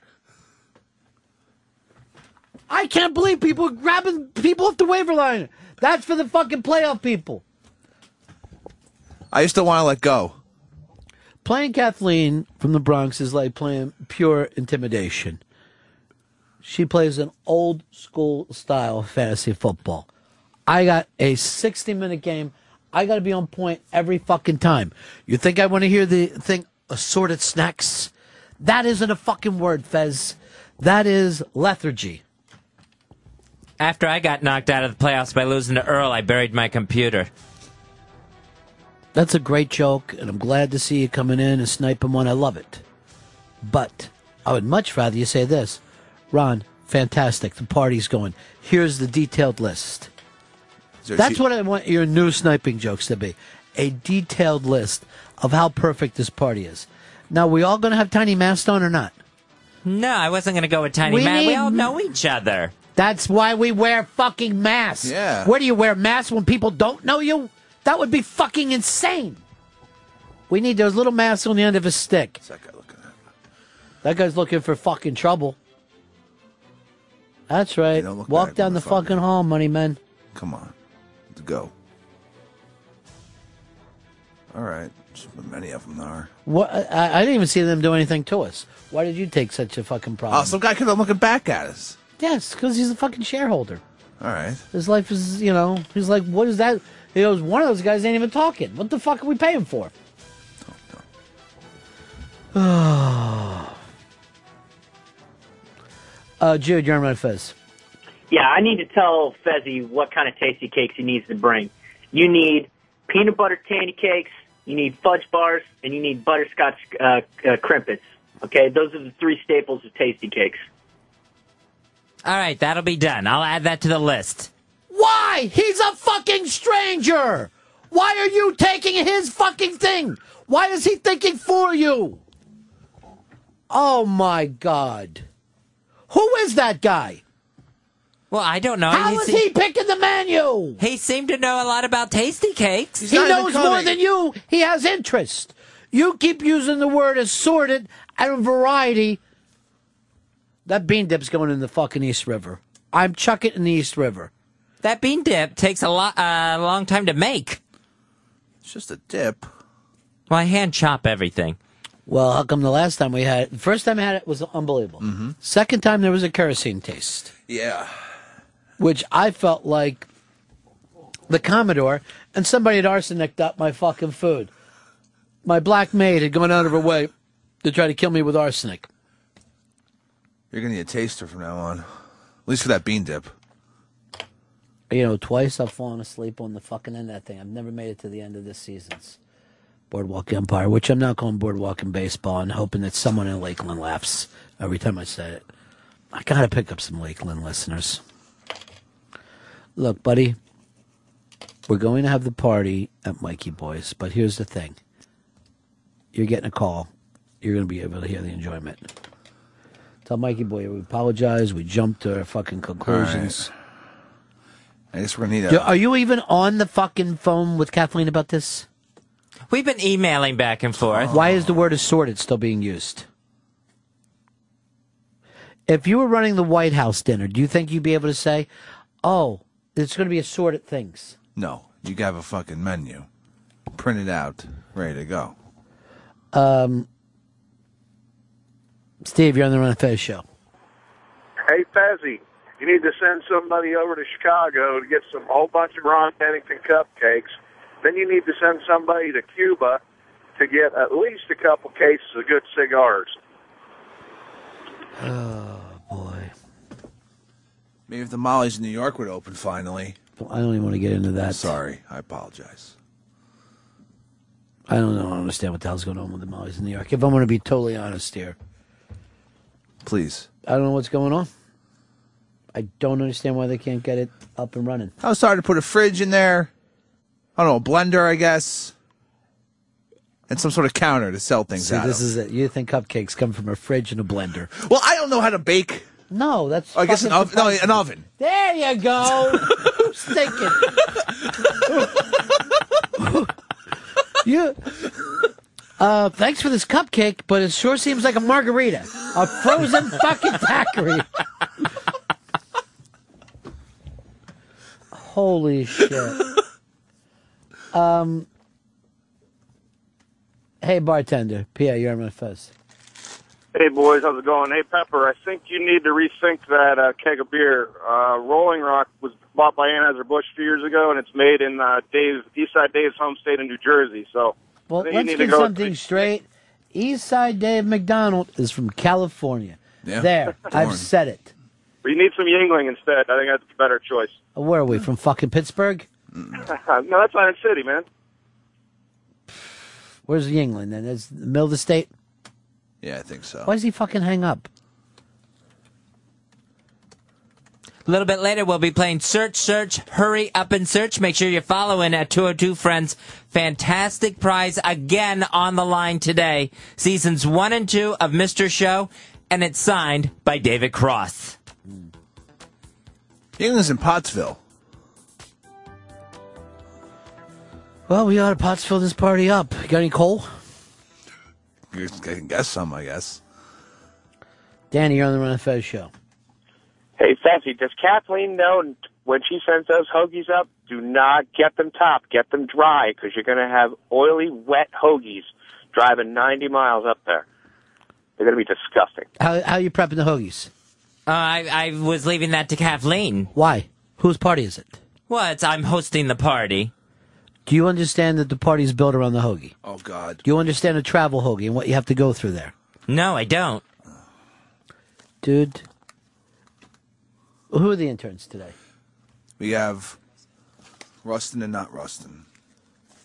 I can't believe people are grabbing people off the waiver line. That's for the fucking playoff people.
I just don't want to let go.
Playing Kathleen from the Bronx is like playing pure intimidation. She plays an old school style of fantasy football. I got a 60 minute game. I got to be on point every fucking time. You think I want to hear the thing, assorted snacks? That isn't a fucking word, Fez. That is lethargy.
After I got knocked out of the playoffs by losing to Earl, I buried my computer.
That's a great joke, and I'm glad to see you coming in and sniping one. I love it. But I would much rather you say this Ron, fantastic. The party's going. Here's the detailed list.
there-
That's
she-
what I want your new sniping jokes to be a detailed list of how perfect this party is. Now, we all going to have tiny masks on or not?
No, I wasn't going to go with Tiny
We
Man. we
need-
all know each other.
That's why we wear fucking masks.
Yeah.
Where do you wear masks when people don't know you? That would be fucking insane. We need those little masks on the end of a stick. What's
that guy looking
at? That guy's looking for fucking trouble. That's right. Walk down the fucking hall, money men.
Come on, let's go. All right, Just many of them there are.
What? I, I didn't even see them do anything to us. Why did you take such a fucking problem?
Oh, some guy could have been looking back at us.
Yes, because he's a fucking shareholder.
All right.
His life is, you know, he's like, what is that? He goes, one of those guys ain't even talking. What the fuck are we paying for? (sighs) uh, Jude, you're on Red Fez.
Yeah, I need to tell Fezzi what kind of tasty cakes he needs to bring. You need peanut butter candy cakes, you need fudge bars, and you need butterscotch uh, uh, crimpets. Okay, those are the three staples of tasty cakes.
All right, that'll be done. I'll add that to the list.
Why? He's a fucking stranger! Why are you taking his fucking thing? Why is he thinking for you? Oh my god. Who is that guy?
Well, I don't know.
How is
se-
he picking the menu?
He seemed to know a lot about tasty cakes.
he knows more than you. He has interest. You keep using the word assorted and variety. That bean dip's going in the fucking East River. I'm chucking it in the East River.
That bean dip takes a lot, uh, long time to make.
It's just a dip.
Well, I hand chop everything.
Well, how come the last time we had it, the first time I had it was unbelievable.
Mm-hmm.
Second time there was a kerosene taste,
Yeah.
which I felt like the Commodore and somebody had arsenicked up my fucking food. My black maid had gone out of her way to try to kill me with arsenic.
You're gonna need a taster from now on, at least for that bean dip.
You know, twice I've fallen asleep on the fucking end of that thing. I've never made it to the end of this season's Boardwalk Empire, which I'm not calling Boardwalk and Baseball and hoping that someone in Lakeland laughs every time I say it. I gotta pick up some Lakeland listeners. Look, buddy, We're going to have the party at Mikey Boys, but here's the thing. You're getting a call. You're going to be able to hear the enjoyment. Tell Mikey Boy we apologize. We jumped to our fucking conclusions.
I guess we're gonna need uh,
Yo,
a.
Are you even on the fucking phone with Kathleen about this?
We've been emailing back and forth.
Why is the word assorted still being used? If you were running the White House dinner, do you think you'd be able to say, oh, it's going to be assorted things?
No, you gotta have a fucking menu, print it out, ready to go.
Um, Steve, you're on the Run and Fez show.
Hey, Fezzi, you need to send somebody over to Chicago to get some whole bunch of Ron Pennington cupcakes. Then you need to send somebody to Cuba to get at least a couple cases of good cigars.
Oh,
Maybe if the Molly's in New York would open finally.
I don't even want to get into that.
Sorry, I apologize.
I don't know. I don't understand what the hell's going on with the Mollies in New York. If I'm going to be totally honest here,
Please.
I don't know what's going on. I don't understand why they can't get it up and running.
I was starting to put a fridge in there. I don't know, a blender, I guess. And some sort of counter to sell things
See,
out
this
of.
is it. You think cupcakes come from a fridge and a blender?
Well, I don't know how to bake. Oh,
No, that's.
I guess an
fucking
oven. No, an
surprising.
oven.
There you go. Who's thinking?
(laughs)
you. Uh, thanks for this cupcake, but it sure seems like a margarita, a
(laughs)
frozen fucking daiquiri. Holy shit. Um. Hey, bartender, Pierre, you're on my fez.
Hey, boys, how's it going? Hey, Pepper, I think you need to rethink that uh, keg of beer. Uh, Rolling Rock was bought by Anheuser-Busch a few years ago, and it's made in uh, Dave, Eastside Dave's home state of New Jersey. So
Well,
I think you
let's
need to
get
go
something straight. Eastside Dave McDonald is from California.
Yeah.
There, I've
Born.
said it.
You need some Yingling instead. I think that's a better choice. (laughs)
Uh, Where are we from? Fucking Pittsburgh.
no, that's Iron City, man.
Where's Yingling? Then it's the middle of the state.
Yeah, I think so.
Why does he fucking hang up?
A little bit later, we'll be playing Search, Search, Hurry Up and Search. Make sure you're following at 202 Friends. Fantastic prize again on the line today. Seasons one and two of Mr. Show, and it's signed by David Cross.
England's in Pottsville.
Well, we ought to Pottsville this party up. Got any coal?
You can guess some, I guess.
Danny, you're on the Run and Fez show.
Hey, Fessy, does Kathleen know when she sends those hoagies up, do not get them top, get them dry, because you're going to have oily, wet hoagies driving 90 miles up there. They're going to be disgusting.
How how you prepping the hoagies?
Uh, I, I was leaving that to Kathleen.
Why? Whose party is it?
Well, it's, I'm hosting the party.
Do you understand that the party's built around the hoagie?
Oh, God.
Do you understand a travel hoagie and what you have to go through there,
No, I don't.
dude? Who are the interns today?
We have Rustin and not Rustin.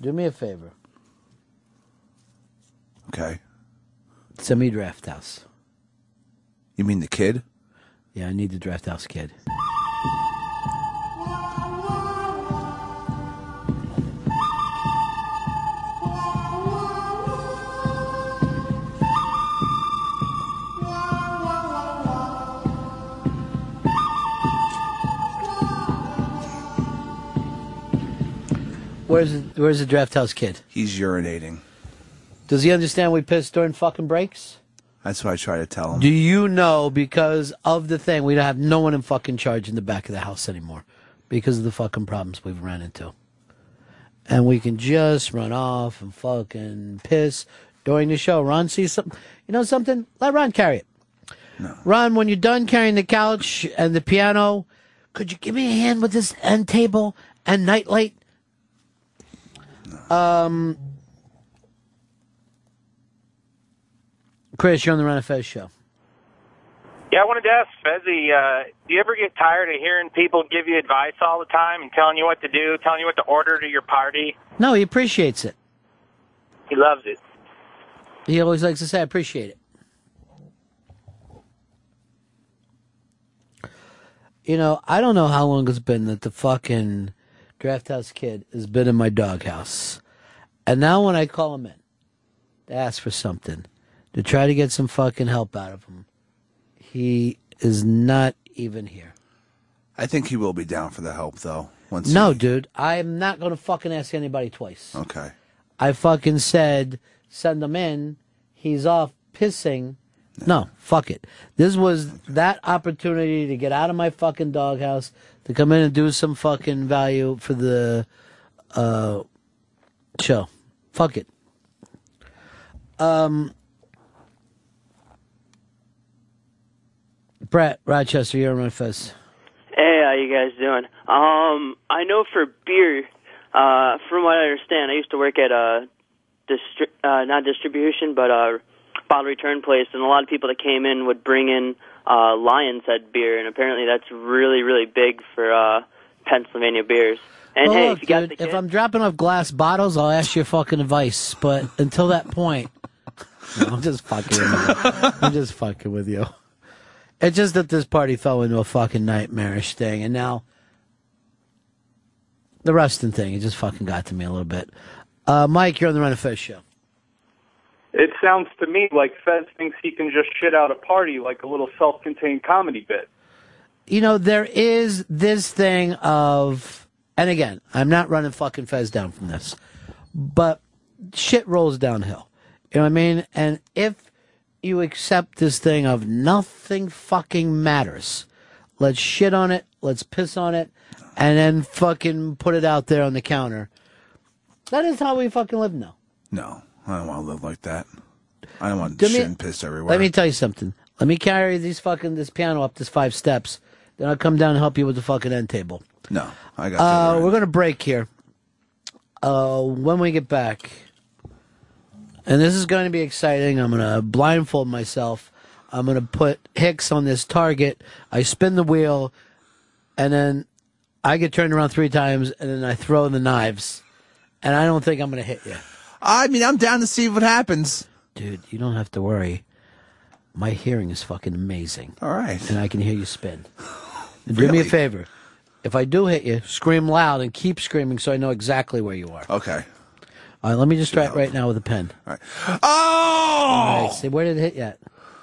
Do me a favor.
Okay.
Send me Draft House.
You mean the kid?
Yeah, I need the Draft House kid. Where's the, where's the Draft House kid?
He's urinating.
Does he understand we piss during fucking breaks?
That's what I try to tell him.
Do you know because of the thing we don't have no one in fucking charge in the back of the house anymore because of the fucking problems we've ran into. And we can just run off and fucking piss during the show. Ron sees something. You know something? Let Ron carry it. Ron, when you're done carrying the couch and the piano, could you give me a hand with this end table and nightlight? Um, Chris, you're on the Ron and Fez show.
Yeah, I wanted to ask Fezzi, uh, do you ever get tired of hearing people give you advice all the time and telling you what to do, telling you what to order to your party?
No, he appreciates it.
He loves it.
He always likes to say, I appreciate it. You know, I don't know how long it's been that the fucking draft house kid has been in my doghouse. And now when I call him in to ask for something, to try to get some fucking help out of him, he is not even here.
I think he will be down for the help though. Once
No, dude, I'm not going to fucking ask anybody twice.
Okay.
I fucking said, send him in. He's off pissing. No, fuck it. This was that opportunity to get out of my fucking doghouse, to come in and do some fucking value for the uh, show. Fuck it. Um, Brett, Rochester, you're in my face.
Hey, how you guys doing? Um, I know for beer, uh, from what I understand, I used to work at a distri- uh, not distribution, but a bottle return place, and a lot of people that came in would bring in uh, Lion's Head beer, and apparently that's really, really big for uh, Pennsylvania beers. And
Well,
hey,
look,
if you got
Oh, dude, if I'm dropping off glass bottles, I'll ask your fucking advice. But until that point, (laughs) No, I'm just fucking with you. I'm just fucking with you. It's just that this party fell into a fucking nightmarish thing, and now the Rustin thing, it just fucking got to me a little bit. Uh, Mike, you're on the Run of Fez show.
It sounds to me like Fez thinks he can just shit out a party like a little self-contained comedy bit.
you know, there is this thing of, and again, I'm not running fucking Fez down from this, but shit rolls downhill. You know what I mean? And if you accept this thing of nothing fucking matters, let's shit on it, let's piss on it, and then fucking put it out there on the counter. That is how we fucking live now.
No, I don't want to live like that. I don't want
Do me-
shit and piss everywhere.
Let me tell you something. Let me carry these fucking this piano up this five steps. Then I'll come down and help you with the fucking end table.
no, I got.
Uh, We're going to break here. Uh, when we get back, and this is going to be exciting. I'm going to blindfold myself. I'm going to put Hicks on this target. I spin the wheel, and then I get turned around three times, and then I throw the knives. And I don't think I'm going to hit you.
I mean, I'm down to see what happens.
Dude, you don't have to worry. My hearing is fucking amazing.
All right.
And I can hear you
(laughs)
spin. And Do me a
Really?
favor. If I do hit you, scream loud and keep screaming so I know exactly where you are.
Okay.
All right, let me just try it right now with a pen.
All right. Oh!
All right, see, where did it hit yet?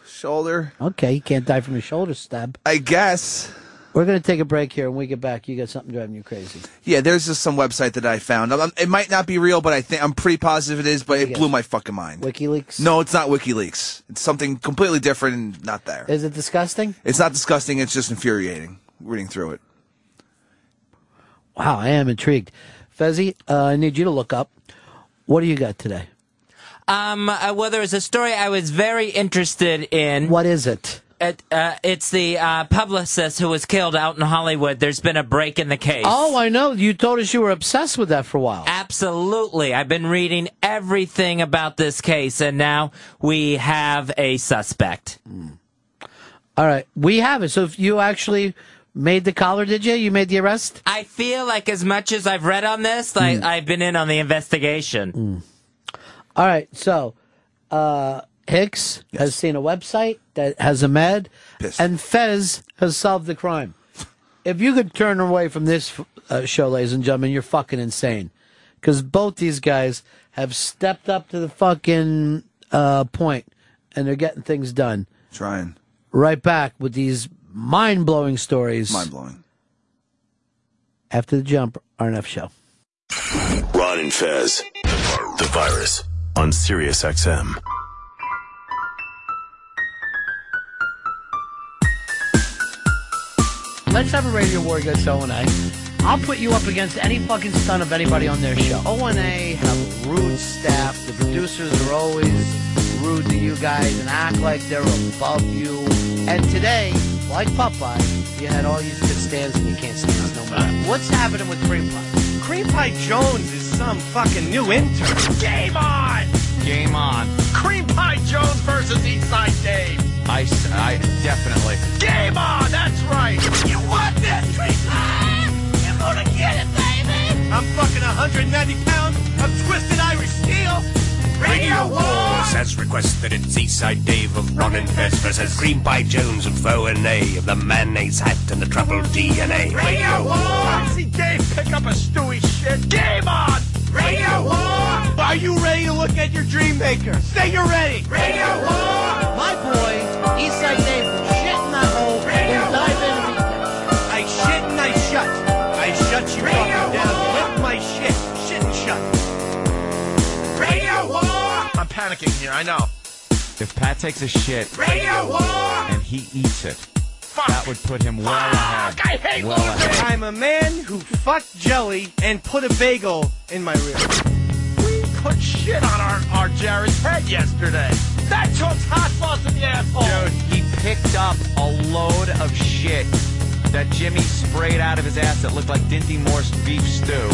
Shoulder.
Okay, you can't die from a shoulder stab.
I guess.
We're going to take a break here. When we get back, you got something driving you crazy.
Yeah, there's just some website that I found. I'm, it might not be real, but I think I'm pretty positive it is. But it blew my fucking mind.
WikiLeaks.
No, it's not WikiLeaks. It's something completely different and not there.
Is it disgusting?
It's not disgusting. It's just infuriating reading through it.
Wow, I am intrigued. Fezzi, uh, I need you to look up. What do you got today?
Um, uh, well, there was a story I was very interested in. What
is it?
It, uh, it's the uh, publicist who was killed out in Hollywood. There's been a break in the case.
Oh, I know. You told us you were obsessed with that for a while.
Absolutely. I've been reading everything about this case, and now we have a suspect.
Mm. All right, we have it. So if you actually made the collar, did you? You made the arrest?
I feel like as much as I've read on this,
Mm.
like I've been in on the investigation.
All right, so uh, Hicks has seen a website that has a med, and Fez has solved the crime. If you could turn away from this uh, show, ladies and gentlemen, you're fucking insane. Because both these guys have stepped up to the fucking uh, point, and they're getting things done.
Trying.
Right back with these mind blowing stories. Mind
blowing.
After the jump, RNF show.
Ron and Fez, the virus on Sirius XM.
Let's have a radio war against O&A. I'll put you up against any fucking son of anybody on their show. O&A have a rude staff. The producers are always rude to you guys and act like they're above you. And today, like Popeye, you had all you could stands and you can't stand no more. What's happening with Cream Pie? Cream Pie Jones is some fucking new intern.
Game on! Game on. Cream Pie Jones versus Eastside Dave.
I, s- I- definitely.
Game on! That's right! You want this, Cream Pie? You gonna get it, baby? I'm fucking 190 pounds of twisted Irish steel,
Radio Wars has requested it's Eastside Dave of Ron and Fez versus Cream Pie Jones and Foe and A of the mayonnaise hat and the trouble DNA. Radio War! See Dave pick up a Stewie shit. Game on! Radio War! Are you ready to look at your dream maker? Say you're ready! Radio War! My boy, Eastside Dave, shit in that hole and dive in and I shit and I shut. I shut you up and down with my shit. Shit and shut. Radio War!
I'm panicking here, I know. If Pat takes a shit
Radio War!
and he eats it, that would put him well ahead.
I hate
well ahead.
I'm a man who fucked jelly and put a bagel in my rib.
put shit on our, our Jared's head yesterday. That took hot sauce in the asshole.
Dude, he picked up a load of shit that Jimmy sprayed out of his ass that looked like Dinty Moore's beef stew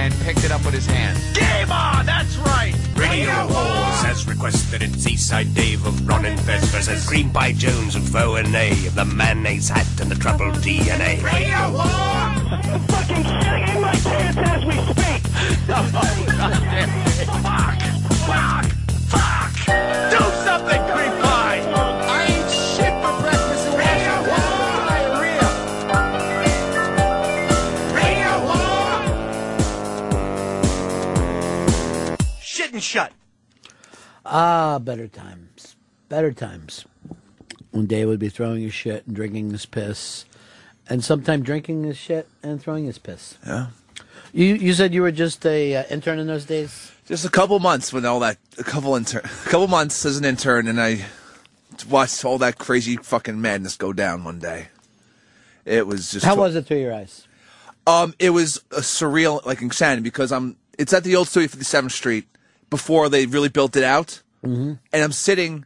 and picked it up with his hands.
Game on, that's right. Radio
Radio
Wars.
Wars.
Has
requested it's Eastside Dave of Ron and Fez versus Cream Pie Jones and Foe and A of the mayonnaise hat and the trouble DNA.
Radio War. I'm fucking shitting in my pants as we speak. Fuck. Fuck. Fuck. Do something, creep pie. I ain't shit for breakfast and Radio Diarrhea. Radio War.
Shit and shut.
Ah, better times. Better times. When Dave would be throwing his shit and drinking his piss, and sometime drinking his shit and throwing his piss.
Yeah.
You you said you were just a uh, intern in those days.
Just a couple months when all that a couple intern a couple months as an intern and I watched all that crazy fucking madness go down one day. It was just
How was it through your eyes?
Um, it was a surreal, like insanity, because I'm. It's at the old Studio 57th Street before they really built it out,
Mhm.
and I'm sitting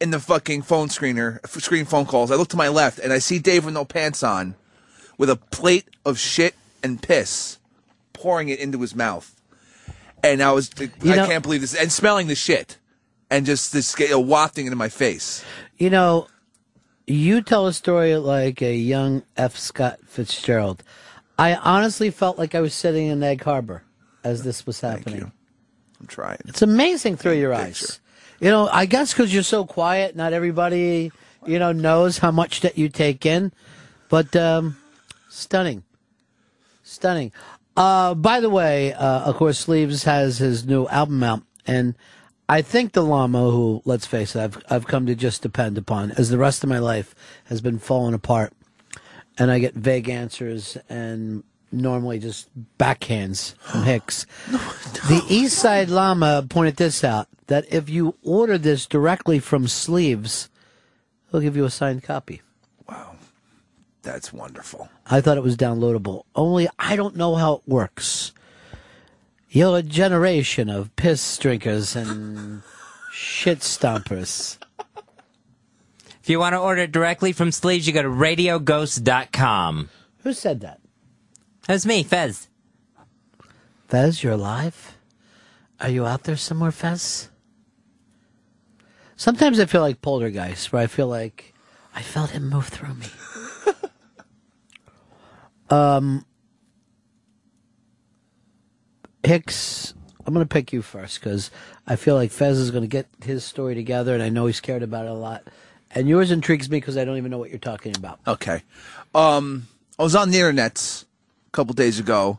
in the fucking phone screener, f- screen phone calls. I look to my left and I see Dave with no pants on, with a plate of shit and piss, pouring it into his mouth, and I was, like, I can't believe this, and smelling the shit, and just this you know, wafting into my face.
You know, you tell a story like a young F. Scott Fitzgerald. I honestly felt like I was sitting in Egg Harbor as this was happening.
I'm trying.
It's amazing through your eyes. You know, I guess because you're so quiet, not everybody, you know, knows how much that you take in. But um, stunning, stunning. Uh, by the way, uh, of course, Sleeves has his new album out, and I think the llama, who let's face it, I've I've come to just depend upon, as the rest of my life has been falling apart, and I get vague answers and normally just backhands from Hicks. The East Side Llama pointed this out that if you order this directly from Sleeves, he'll give you a signed copy.
That's wonderful.
I thought it was downloadable. Only I don't know how it works. You're a generation of piss drinkers and shit stompers.
If you want to order directly from Sleeves, you go to radioghost.com.
Who said that?
That's me, Fez.
Fez, you're alive? Are you out there somewhere, Fez? Sometimes I feel like poltergeist, where I feel like I felt him move through me. (laughs) um, Hicks, I'm going to pick you first because I feel like Fez is going to get his story together, and I know he's cared about it a lot. And yours intrigues me because I don't even know what you're talking about.
Okay. Um, I was on the internet a couple days ago,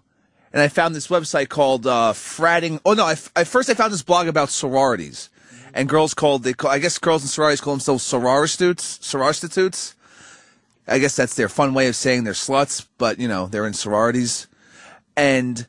and I found this website called uh, Fratting. Oh no! I, f- I first I found this blog about sororities, and girls called they. Call, I guess girls in sororities call themselves sororistutes. Sororstitutes. I guess that's their fun way of saying they're sluts, but you know they're in sororities, and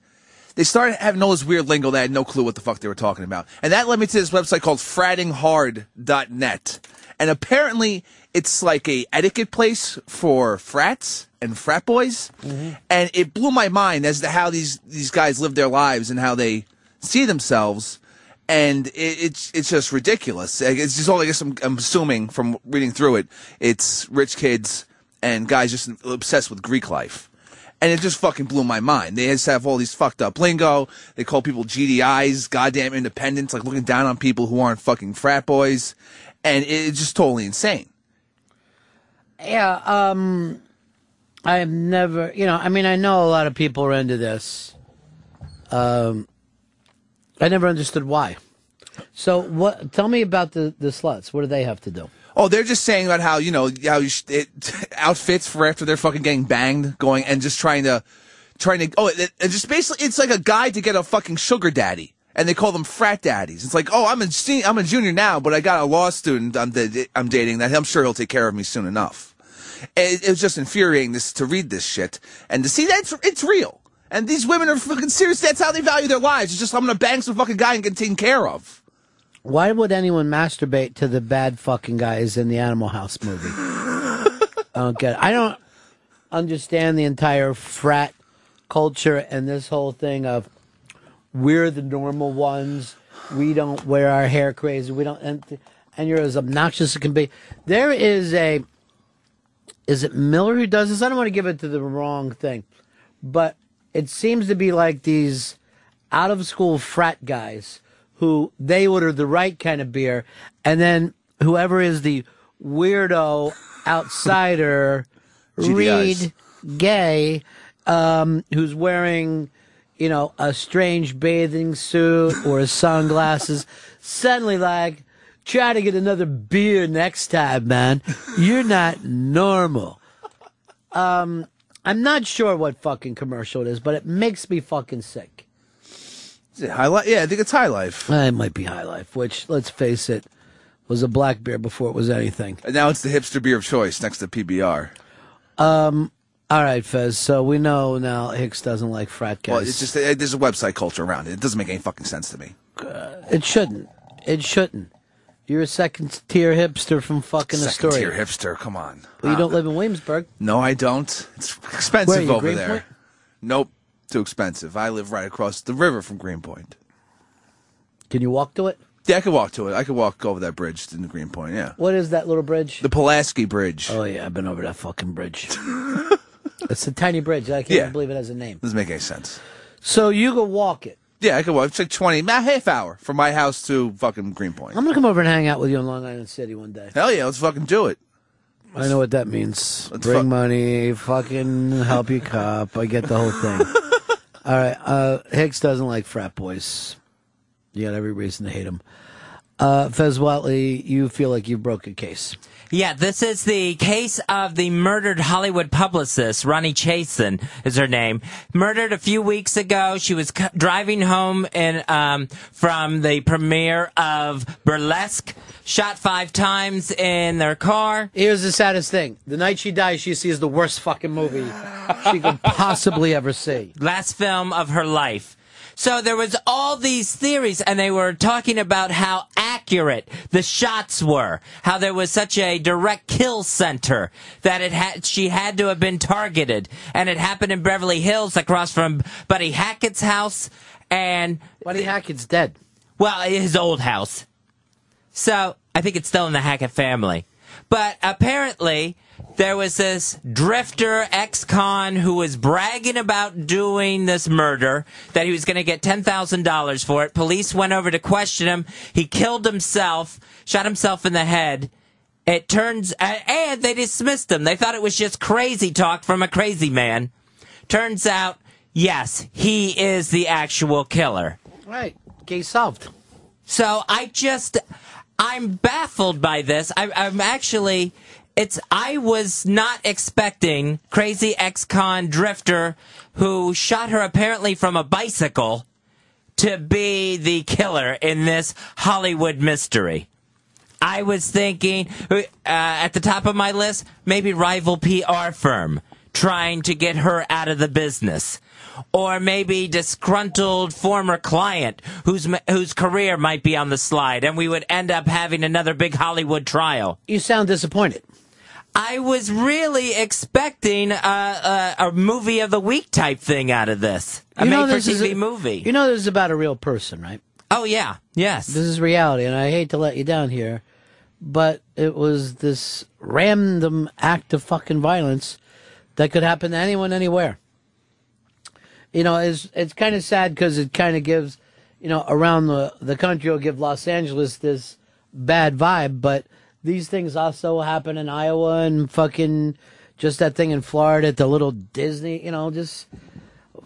they started having all this weird lingo that I had no clue what the fuck they were talking about. And that led me to this website called frattinghard.net. And apparently it's like a etiquette place for frats and frat boys. And it blew my mind as to how these, these guys live their lives and how they see themselves. And it, it's, it's just ridiculous. Like, It's just all, I guess I'm, I'm assuming from reading through it, it's rich kids and guys just obsessed with Greek life. And it just fucking blew my mind. They just have all these fucked up lingo. They call people GDIs, goddamn independents, like looking down on people who aren't fucking frat boys. And it- it's just totally insane.
Yeah, um I've never, you know, I mean I know a lot of people are into this. Um I never understood why. So what? Tell me about the the sluts. What do they have to do?
Oh, they're just saying about how you know how you sh- it, (laughs) outfits for after they're fucking getting banged, going and just trying to, trying to. Oh, it, it just basically, it's like a guy to get a fucking sugar daddy, and they call them frat daddies. It's like, oh, I'm a sen- I'm a junior now, but I got a law student I'm da- I'm dating that I'm sure he'll take care of me soon enough. It, it was just infuriating this to read this shit and to see that it's, it's real. And these women are fucking serious. That's how they value their lives. It's just I'm gonna bang some fucking guy and get taken care of.
Why would anyone masturbate to the bad fucking guys in the Animal House movie? I don't get. It. I don't understand the entire frat culture and this whole thing of we're the normal ones. We don't wear our hair crazy. We don't, and, and you're as obnoxious as can be. There is a, is it Miller who does this? I don't want to give it to the wrong thing, but it seems to be like these out of school frat guys who they order the right kind of beer, and then whoever is the weirdo outsider,
GDIs.
read gay, um, who's wearing, you know, a strange bathing suit or sunglasses, suddenly like, try to get another beer next time, man. You're not normal. Um, I'm not sure what fucking commercial it is, but it makes me fucking sick.
Is it High Life? Yeah, I think it's High Life.
Uh, It might be High Life, which, let's face it, was a black beer before it was anything.
And now it's the hipster beer of choice next to PBR.
Um, all right, Fez. So we know now Hicks doesn't like frat guys.
Well, it's just uh, there's a website culture around it. It doesn't make any fucking sense to me.
It shouldn't. It shouldn't. You're a second tier hipster from fucking
Second
Astoria.
tier hipster, come on.
Well, you don't
Uh,
live in Williamsburg.
No, I don't. It's
Where are
expensive
you,
over
Greenpoint?
there. Nope, too expensive. I live right across the river from Greenpoint.
Can you walk to it?
Yeah, I could walk to it. I could walk over that bridge to Greenpoint. Yeah,
What is that little bridge?
the Pulaski Bridge.
Oh yeah, I've been over that fucking bridge. (laughs) it's a tiny bridge. I can't
Yeah.
even believe it has a name.
Doesn't make any sense.
So you go walk it.
Yeah, I could walk. It's like twenty, about half hour from my house to fucking Greenpoint.
I'm gonna come over and hang out with you in Long Island City one day.
Hell yeah, let's fucking do it.
I know what that means.
Let's
Bring
fuck.
money, fucking help you cop. I get the whole
(laughs)
thing. All right. Uh, Hicks doesn't like frat boys. You got every reason to hate him. Uh, Fez Watley, you feel like you broke a case.
Yeah, this is the case of the murdered Hollywood publicist, Ronnie Chasen is her name. Murdered a few weeks ago. She was c- driving home in, um, from the premiere of Burlesque. Shot five times in their car.
Here's the saddest thing. The night she dies, she sees the worst fucking movie she could possibly ever see.
last film of her life. So there was all these theories and they were talking about how accurate the shots were, how there was such a direct kill center that it had, she had to have been targeted. And it happened in Beverly Hills across from Buddy Hackett's house and.
Buddy Hackett's dead.
Well, his old house. So I think it's still in the Hackett family. But apparently, there was this drifter ex con who was bragging about doing this murder, that he was going to get $10,000 for it. Police went over to question him. He killed himself, shot himself in the head. It turns, a- and they dismissed him. They thought it was just crazy talk from a crazy man. Turns out, yes, he is the actual killer.
Right. Case solved.
So I just, I'm baffled by this. I, I'm actually, it's, I was not expecting crazy ex-con drifter who shot her apparently from a bicycle to be the killer in this Hollywood mystery. I was thinking uh, at the top of my list, maybe rival PR firm trying to get her out of the business. Or maybe disgruntled former client whose whose career might be on the slide, and we would end up having another big Hollywood trial.
You sound disappointed.
I was really expecting uh, uh, a movie of the week type thing out of this, a
You know this is
made-for-TV
a-
movie.
You know this is about a real person, right?
Oh yeah, yes.
This is reality, and I hate to let you down here, but it was this random act of fucking violence that could happen to anyone, anywhere. You know, it's it's kind of sad because it kind of gives, you know, around the the country will give Los Angeles this bad vibe, but these things also happen in Iowa and fucking just that thing in Florida at the little Disney. You know, just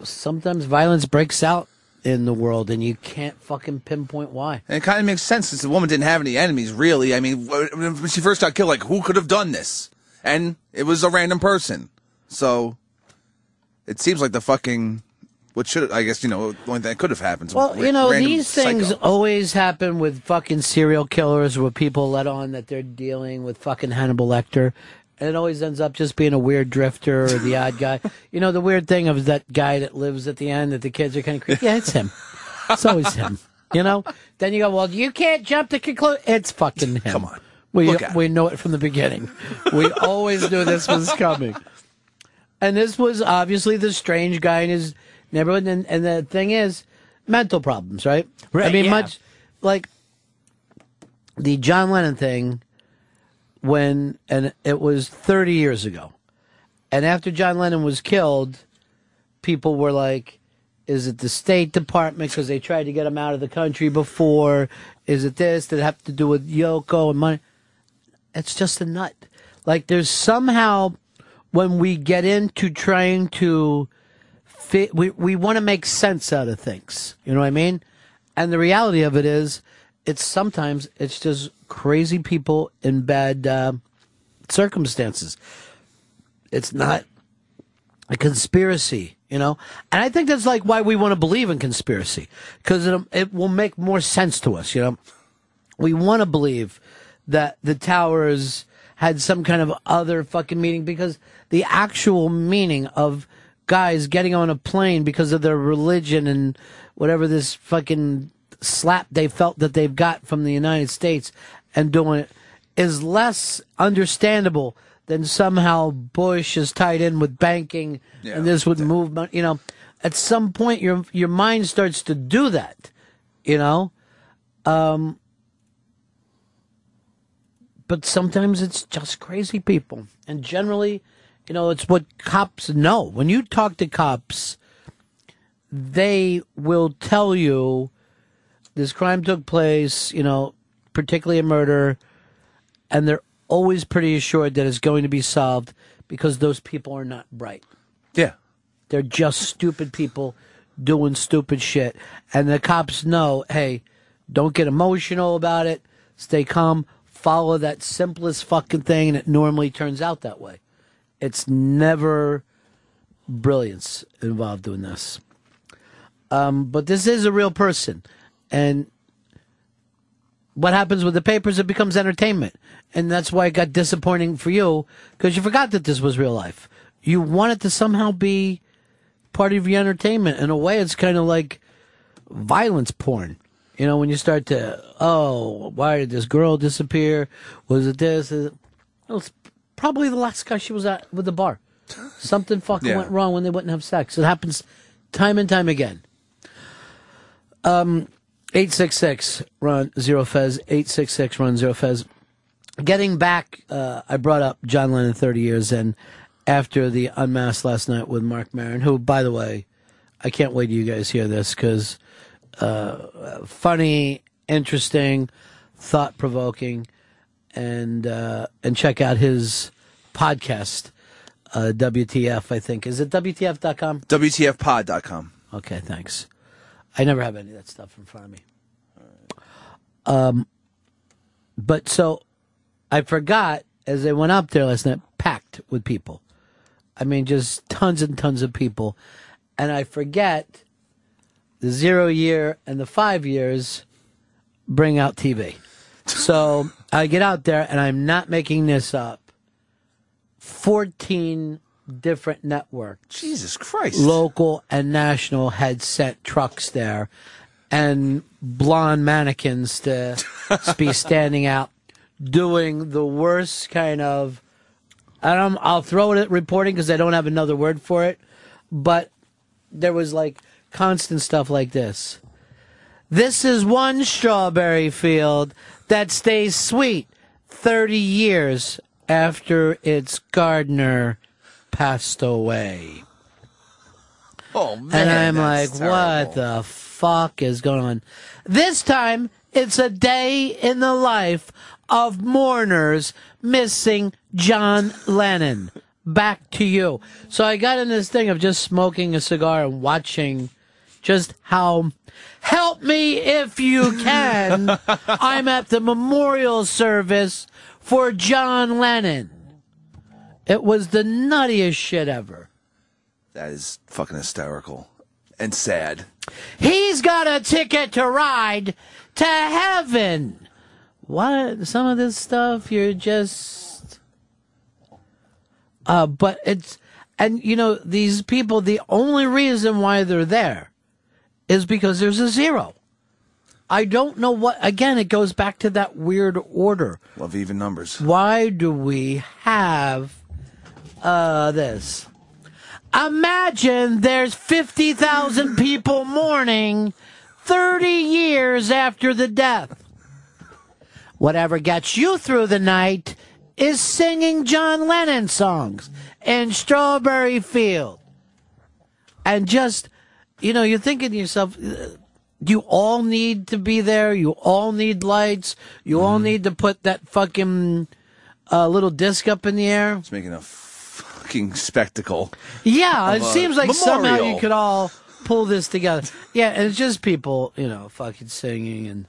sometimes violence breaks out in the world, and you can't fucking pinpoint why.
And it kind of makes sense since the woman didn't have any enemies, really. I mean, wh- when she first got killed, like, who could have done this? And it was a random person. So it seems like the fucking. What should, I guess, you know, the only thing that could have happened.
Well,
Ra-
you know,
random
these things
psycho.
always happen with fucking serial killers where people let on that they're dealing with fucking Hannibal Lecter. And it always ends up just being a weird drifter or the odd
(laughs)
guy. You know, the weird thing of that guy that lives at the end that the kids are kind of creepy. Yeah, it's him. It's always him. You know? Then you go, well, you can't jump to conclusion. It's fucking him. Come on. We,
Look at
we know it from the beginning. We always knew this was coming. And this was obviously the strange guy in his neighborhood. And, and the thing is, mental problems, right?
Right,
I mean,
yeah.
much like the John Lennon thing when, and it was 30 years ago. And after John Lennon was killed, people were like, is it the State Department because they tried to get him out of the country before? Is it this that have to do with Yoko and money? It's just a nut. Like there's somehow when we get into trying to fit, we we want to make sense out of things. You know what I mean? And the reality of it is, it's sometimes it's just crazy people in bad uh, circumstances. It's not a conspiracy, you know? And I think that's like why we want to believe in conspiracy because it, it will make more sense to us, you know? We want to believe that the towers had some kind of other fucking meaning because the actual meaning of guys getting on a plane because of their religion and whatever this fucking slap they felt that they've got from the United States and doing it is less understandable than somehow Bush is tied in with banking and this would move mon- you know at some point your your mind starts to do that you know um but sometimes it's just crazy people and generally you know it's what cops know when you talk to cops they will tell you this crime took place, you know, particularly a murder, and they're always pretty assured that it's going to be solved because those people are not bright.
Yeah.
They're just stupid people doing stupid shit. And the cops know, hey, don't get emotional about it. Stay calm. Follow that simplest fucking thing, and it normally turns out that way. It's never brilliance involved in this. Um, but this is a real person. And what happens with the papers? It becomes entertainment. And that's why it got disappointing for you because you forgot that this was real life. You want it to somehow be part of your entertainment. In a way, it's kind of like violence porn. You know, when you start to, oh, why did this girl disappear? Was it this? Is it-" Well, It's probably the last guy she was at with the bar. Something fucking
Yeah.
went wrong when they wouldn't have sex. It happens time and time again. Um, eight six six run zero fez eight six six run zero fez. Getting back, uh, I brought up John Lennon thirty years, and after the unmasked last night with Mark Maron, who, by the way, I can't wait till you guys hear this because uh, funny, interesting, thought provoking, and uh, and check out his podcast. Uh, WTF, I think. Is it WTF.com?
WTFpod.com.
Okay, thanks. I never have any of that stuff in front of me. Um, but so I forgot as I went up there last night, packed with people. I mean, just tons and tons of people. And I forget the zero year and the five years bring out TV. So I get out there and I'm not making this up. 14 different networks.
Jesus Christ.
Local and national had sent trucks there and blonde mannequins to be standing out doing the worst kind of I don't I'll throw it at reporting because I don't have another word for it, but there was like constant stuff like this. This is one strawberry field that stays sweet 30 years after its gardener passed away.
Oh,
and I'm
man.
like,
that's
what the fuck is going on? This time, it's a day in the life of mourners missing John Lennon. Back to you. So I got in this thing of just smoking a cigar and watching just how help me if you
(laughs)
can. I'm at the memorial service for John Lennon. It was the nuttiest shit ever.
That is fucking hysterical and sad.
He's got a ticket to ride to heaven. What? Some of this stuff you're just. Uh, but it's. And, you know, these people, the only reason why they're there is because there's a zero. I don't know what. Again, it goes back to that weird order.
Love even numbers.
Why do we have uh, this? Imagine there's 50,000 people mourning 30 years after the death. Whatever gets you through the night is singing John Lennon songs in Strawberry Field. And just, you know, you're thinking to yourself, "Ugh, you all need to be there. You all need lights. You
Mm-hmm.
all need to put that fucking uh, little disc up in the air.
It's making a fucking spectacle.
Yeah,
of
it
a
seems like somehow
memorial.
you could all pull this together. Yeah, and it's just people, you know, fucking singing and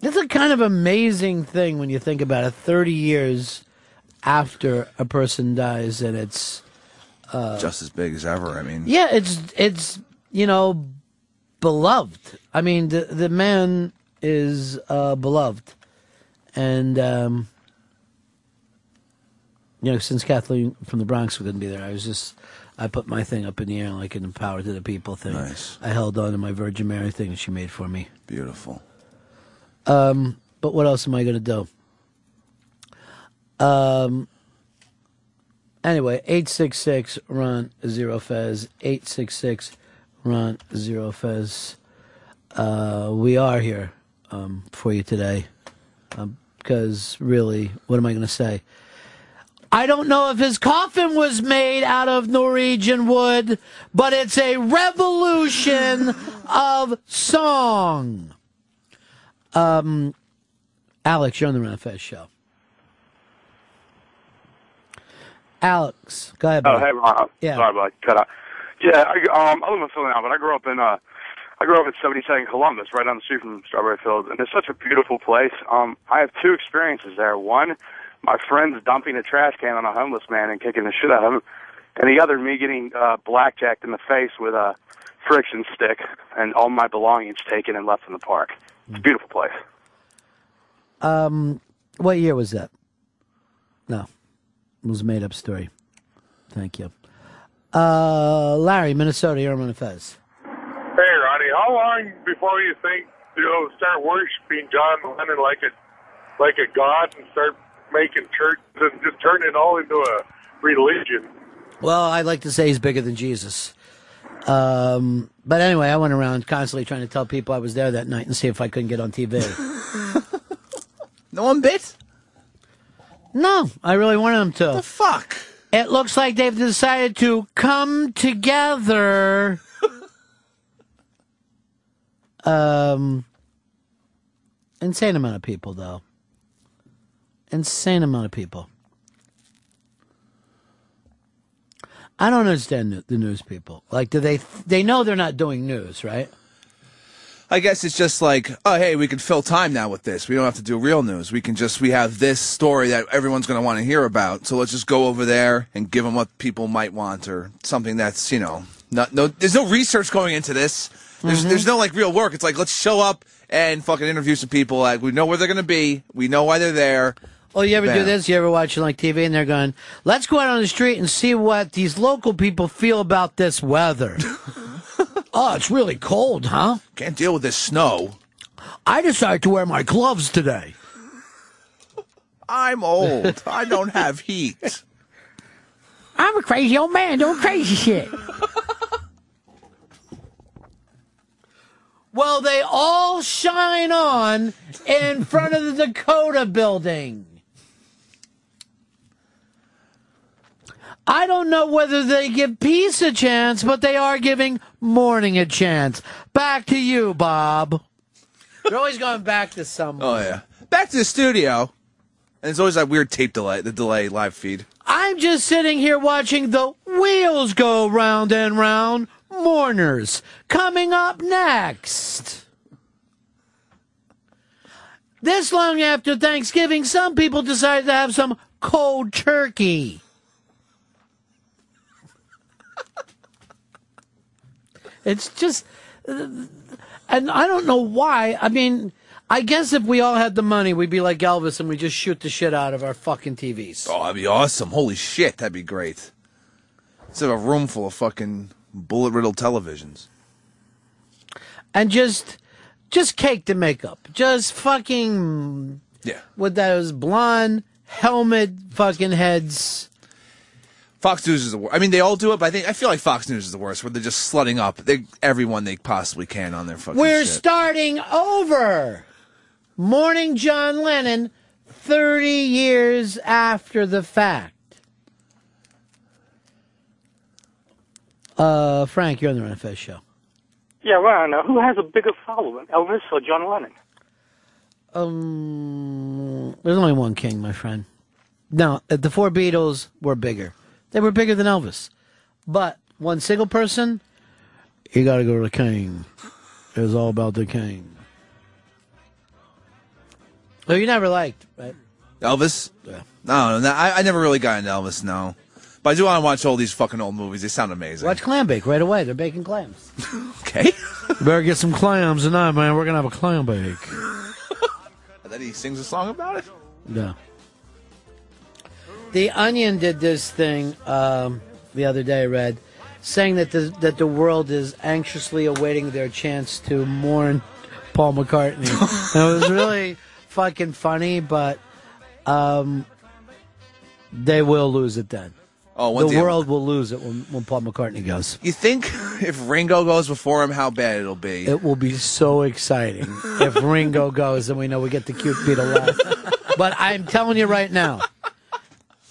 it's a kind of amazing thing when you think about it. Thirty years after a person dies, and it's uh,
just as big as ever. I mean,
yeah, it's it's you know beloved. I mean, the the man is uh, beloved, and um, you know, since Kathleen from the Bronx couldn't be there, I was just I put my thing up in the air like an empower to the people thing. Nice. I held on to my Virgin Mary thing that she made for me.
Beautiful.
Um, but what else am I going to do? Um. Anyway, eight six six run zero fez eight six six run zero fez. Uh, we are here um, for you today because really, what am I going to say? I don't know if his coffin was made out of Norwegian wood, but it's a revolution of song. Um, Alex, you're on the Run Fest show. Alex, go ahead.
Oh,
buddy.
hey, Ron.
Yeah.
Sorry about cut out. Yeah, I, um, I live in Philly now, but I grew up in uh, I grew up in 72nd Columbus, right down the street from Strawberry Fields, and it's such a beautiful place. Um, I have two experiences there. One, my friends dumping a trash can on a homeless man and kicking the shit out of him, and the other, me getting uh, blackjacked in the face with a friction stick and all my belongings taken and left in the park. It's a beautiful place.
Um, what year was that? No, it was a made up story. Thank you. Uh, Larry, Minnesota, you're on the Fez.
Hey, Ronnie, how long before you think you'll start worshiping John Lennon like a like a god and start making churches and just turn it all into a religion?
Well, I'd like to say he's bigger than Jesus. Um, but anyway, I went around constantly trying to tell people I was there that night and see if I couldn't get on
(laughs)
TV.
no one bit?
No, I really wanted them to. the
fuck?
It looks like they've decided to come
(laughs)
together. um, insane amount of people, though. Insane amount of people. I don't understand the- the news people. Like, do they? They know they're not doing news, right?
I guess it's just like, oh, hey, we can fill time now with this. We don't have to do real news. We can just, we have this story that everyone's going to want to hear about. So let's just go over there and give them what people might want or something that's, you know, not, no, there's no research going into this. There's, there's no like real work. It's like, let's show up and fucking interview some people. Like, we know where they're going to be. We know why they're there.
Oh, you ever do
Bam.
this? You ever watching like TV and they're going, let's go out on the street and see what these local people feel about this
(laughs)
weather. oh, it's really cold, huh?
Can't deal with this snow.
I decided to wear my gloves today.
I'm old. I don't have heat.
(laughs) I'm a crazy old man doing crazy shit. well, they all shine on in front of the Dakota building. I don't know whether they give peace a chance, but they are giving mourning a chance. Back to you, Bob. They're always going back to someone.
Oh, yeah. Back to the studio. And there's always that weird tape delay, the delay live feed.
I'm just sitting here watching the wheels go round and round. Mourners coming up next. This long after Thanksgiving, some people decide to have some cold turkey. (laughs) It's just, and I don't know why. I mean, I guess if we all had the money, we'd be like Elvis and we just shoot the shit out of our fucking TVs.
Oh, that'd be awesome. Holy shit, that'd be great. Let's have a room full of fucking bullet riddled televisions.
and just just cake the makeup. Just fucking
Yeah.
with those blonde helmet fucking heads.
Fox News is the worst. I mean, they all do it, but I think I feel like Fox News is the worst, where they're just slutting up they, everyone they possibly can on their fucking.
We're
shit.
starting over. Morning John Lennon 30 years after the fact. Uh Frank, you're on the Run Fest show.
Yeah, well, I don't know. Who has a bigger following, Elvis or John Lennon?
Um, there's only one king, my friend. No, uh, the four Beatles were bigger. They were bigger than Elvis. But one single person, you got to go to the king. It was all about the king. Who you never liked, right?
Elvis? Yeah. No, no, I, I never really got into Elvis, no. But I do want to watch all these fucking old movies. They sound amazing.
Watch clam bake right away. They're baking clams.
okay.
Better get some clams tonight, man. We're gonna have a clam bake.
And then he sings a song about it?
No. The Onion did this thing um, the other day. I read saying that the that the world is anxiously awaiting their chance to mourn Paul McCartney. And it was really fucking funny, but um, they will lose it then.
Oh, one
the
day-
world will lose it when, when Paul McCartney goes.
You think (laughs) if Ringo goes before him, how bad it'll be?
It will be so
(laughs)
exciting if Ringo goes and we know we get the cute Beatle left. But I'm telling you right now,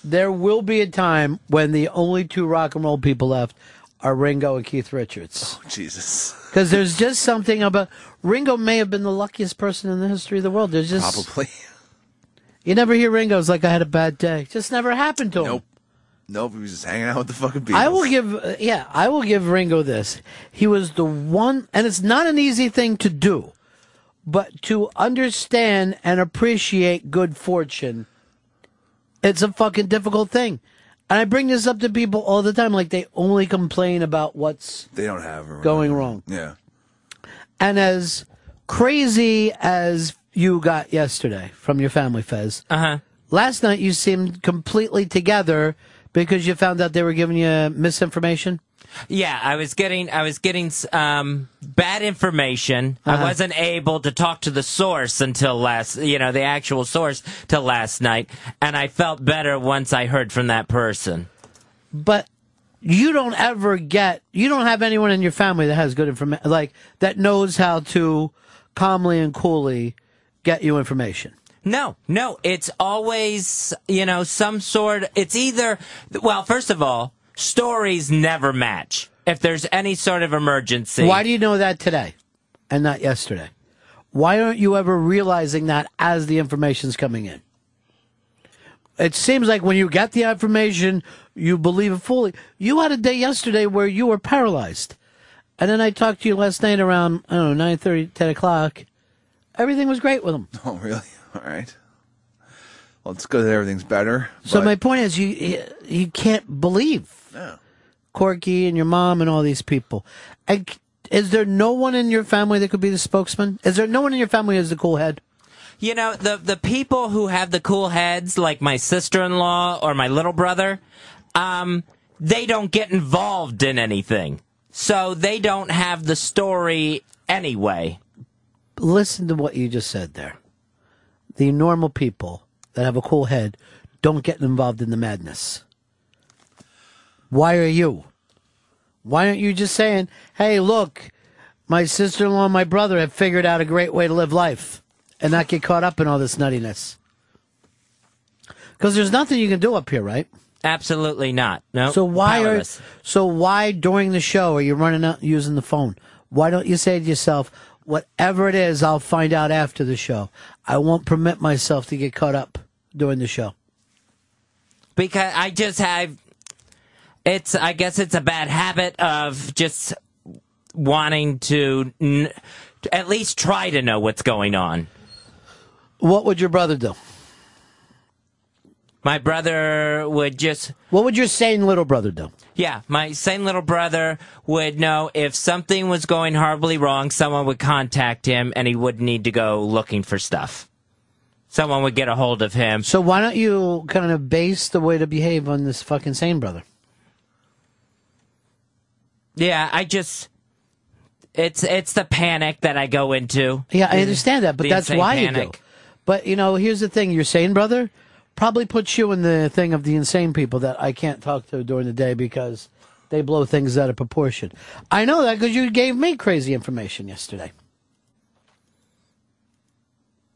there will be a time when the only two rock and roll people left are Ringo and Keith Richards.
Oh, Jesus.
Because there's just something about Ringo may have been the luckiest person in the history of the world. There's just
Probably. (laughs)
you never hear Ringo's like I had a bad day. Just never happened to him.
Nope, he was just hanging out with the fucking Beatles.
I will give, uh, yeah, I will give Ringo this. He was the one, and it's not an easy thing to do, but to understand and appreciate good fortune, it's a fucking difficult thing. And I bring this up to people all the time, like they only complain about what's
They don't have her.
going wrong.
Yeah. (laughs)
And as crazy as you got yesterday from your family, Fez,
uh-huh.
last night you seemed completely together because you found out they were giving you misinformation.
Yeah, I was getting I was getting um, bad information.
Uh-huh.
I wasn't able to talk to the source until last, you know, the actual source till last night, and I felt better once I heard from that person.
but you don't ever get you don't have anyone in your family that has good information like that knows how to calmly and coolly get you information
No, no, it's always, you know, some sort, it's either, well, first of all, stories never match. If there's any sort of emergency.
why do you know that today and not yesterday why aren't you ever realizing that as the information's coming in it seems like when you get the information you believe it fully you had a day yesterday where you were paralyzed and then i talked to you last night around i don't know 9 10 o'clock everything was great with them
(laughs) Oh, really? All right. Well, it's good that everything's better.
So my point is, you- you you can't believe
No.
Corky and your mom and all these people. And c- is there no one in your family that could be the spokesman? Is there no one in your family who's the cool head?
You know, the the people who have the cool heads, like my sister in law or my little brother, um, they don't get involved in anything. So they don't have the story anyway.
Listen to what you just said there. The normal people that have a cool head don't get involved in the madness. Why are you? Why aren't you just saying, "Hey, look, my sister-in-law and my brother have figured out a great way to live life and not get caught up in all this nuttiness." Because there's nothing you can do up here, right?
Absolutely not. No.
So why are
powerless.
so why during the show are you running out using the phone? Why don't you say to yourself, whatever it is, I'll find out after the show. I won't permit myself to get caught up during the show.
because I just have it's I guess it's a bad habit of just wanting to, n- to at least try to know what's going on.
What would your brother do?
My brother would just
What would your sane little brother do?
Yeah, my same little brother would know if something was going horribly wrong, someone would contact him and he would need to go looking for stuff. Someone would get a hold of him.
So why don't you kind of base the way to behave on this fucking sane brother?
Yeah, I just it's it's the panic that I go into.
Yeah, I understand that, but
The
that's
insane
why you do.
panic.
But you know, here's the thing: your sane brother probably puts you in the thing of the insane people that I can't talk to during the day because they blow things out of proportion. I know that because you gave me crazy information yesterday.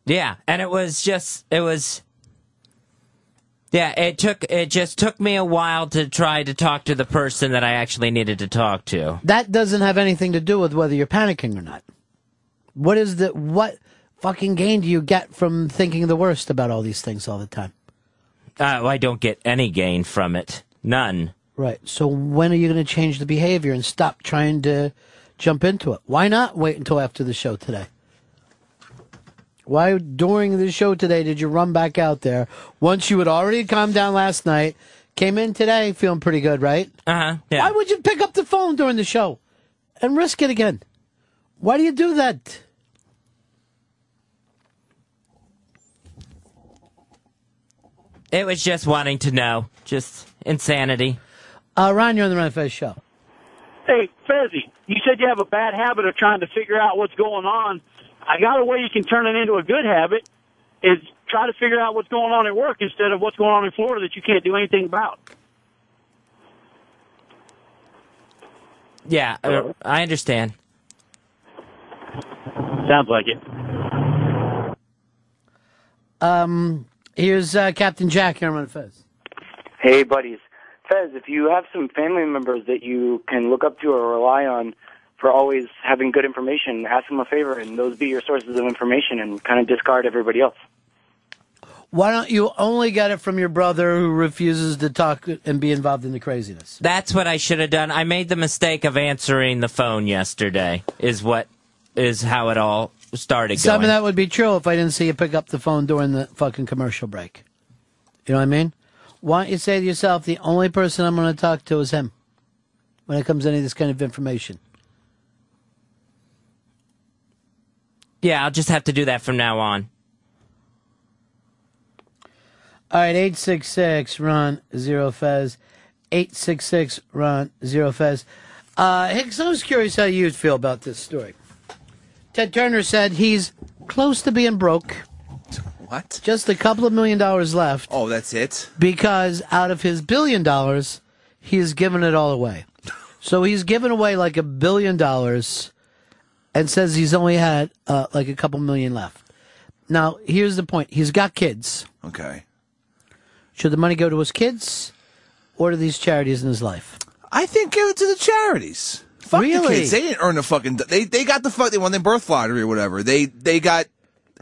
Yeah, and it was just it was Yeah, it took it just took me a while to try to talk to the person that I actually needed to talk to.
That doesn't have anything to do with whether you're panicking or not. What is the what fucking gain do you get from thinking the worst about all these things all the time?
Uh, I don't get any gain from it. None.
Right. So when are you going to change the behavior and stop trying to jump into it? Why not wait until after the show today? Why during the show today did you run back out there once you had already calmed down last night? Came in today feeling pretty good, right?
Uh huh. Yeah.
Why would you pick up the phone during the show and risk it again? Why do you do that?
It was just wanting to know. Just insanity.
Uh, Ron, you're on the Ron Fez show.
Hey, Fezzi, you said you have a bad habit of trying to figure out what's going on. I got a way you can turn it into a good habit is try to figure out what's going on at work instead of what's going on in Florida that you can't do anything about.
Yeah, uh, I understand.
Sounds like it.
Um, here's uh, Captain Jack here on Ron Fez.
Hey, buddies. Fez, if you have some family members that you can look up to or rely on for always having good information, ask them a favor, and those be your sources of information, and kind of discard everybody else.
Why don't you only get it from your brother who refuses to talk and be involved in the craziness?
That's what I should have done. I made the mistake of answering the phone yesterday. Is what is how it all started
Some
going.
of that would be true if I didn't see you pick up the phone during the fucking commercial break. You know what I mean? Why don't you say to yourself, the only person I'm going to talk to is him when it comes to any of this kind of information?
yeah, I'll just have to do that from now on.
All right, 866 Ron Zero Fez. 866 Ron Zero Fez. Uh, Hicks, I was curious how you'd feel about this story. Ted Turner said he's close to being broke.
What?
Just a couple of million dollars left.
Oh, that's it.
because out of his billion dollars, he has given it all
(laughs)
away. So he's given away like a billion dollars and says he's only had uh, like a couple million left. Now, here's the point he's got kids.
Okay.
Should the money go to his kids or to these charities in his life?
I think give it to the charities. Fuck the
Really?
kids. They didn't earn a fucking. They they got the fuck. They won their birth lottery or whatever. They they got.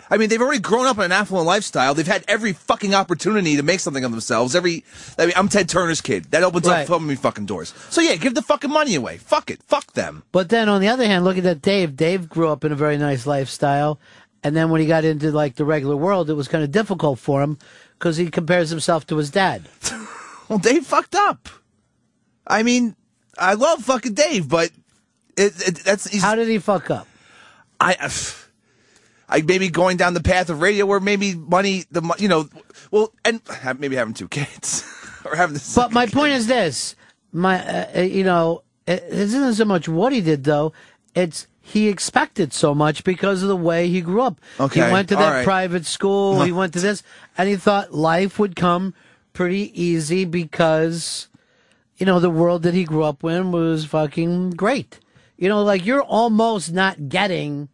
I mean, they've already grown up in an affluent lifestyle. They've had every fucking opportunity to make something of themselves. Every. I mean, I'm Ted Turner's kid. That opens
Right.
up so many fucking doors. So yeah, give the fucking money away. Fuck it. Fuck them.
But then on the other hand, look at that Dave. Dave grew up in a very nice lifestyle. And then when he got into like the regular world, it was kind of difficult for him because he compares himself to his dad.
(laughs) well, Dave fucked up. I mean, I love fucking Dave, but it, it, that's he's, how
did he fuck up?
I, I, I maybe going down the path of radio where maybe money, the mo- you know, well, and maybe having two kids (laughs) or having this.
But my point is this: my, uh, you know, it it isn't so much what he did though; it's he expected so much because of the way he grew up.
Okay,
he went to
all
that
right.
private school. he went to this, and he thought life would come pretty easy because, you know, the world that he grew up in was fucking great. You know, like you're almost not getting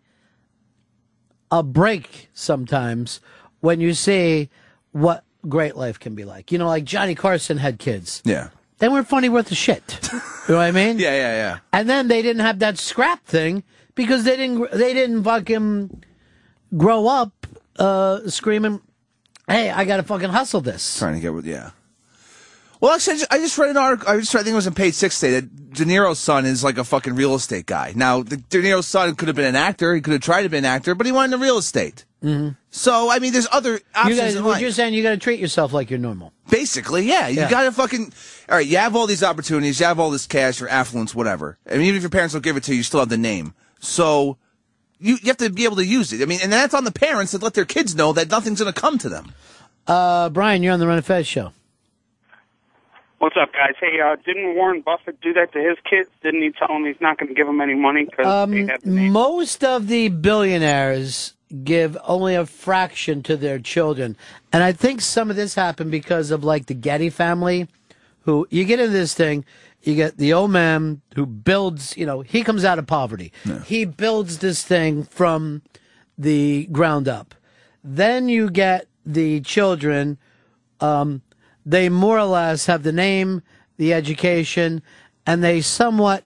a break sometimes when you see what great life can be like. You know, like Johnny Carson had kids.
Yeah.
They weren't funny worth a shit. You know what I mean?
(laughs) Yeah, yeah, yeah.
And then they didn't have that scrap thing because they didn't they didn't fucking grow up uh, screaming, "Hey, I got to fucking hustle this."
Trying to get with yeah. Well, actually, I just, I just read an article. I just read, I think it was in page six today that De Niro's son is like a fucking real estate guy. Now, the, De Niro's son could have been an actor. He could have tried to be an actor, but he wanted into real estate.
Mm-hmm.
So, I mean, there's other
You
options.
guys,
in
what
life.
you're saying, you got to treat yourself like you're normal.
Basically, yeah. You
Yeah.
gotta fucking, all right, you have all these opportunities, you have all this cash or affluence, whatever. I mean, even if your parents don't give it to you, you still have the name. So, you, you have to be able to use it. I mean, and that's on the parents to let their kids know that nothing's gonna come to them.
Uh, Brian, you're on the Run and Fez show.
What's up, guys? Hey, uh, didn't Warren Buffett do that to his kids? Didn't he tell them he's not going to give them any money? Cause
Um, most of the billionaires give only a fraction to their children, and I think some of this happened because of like the Getty family, who you get into this thing, you get the old man who builds, you know, he comes out of poverty, he builds this thing from the ground up. Then you get the children. Um, they more or less have the name, the education, and they somewhat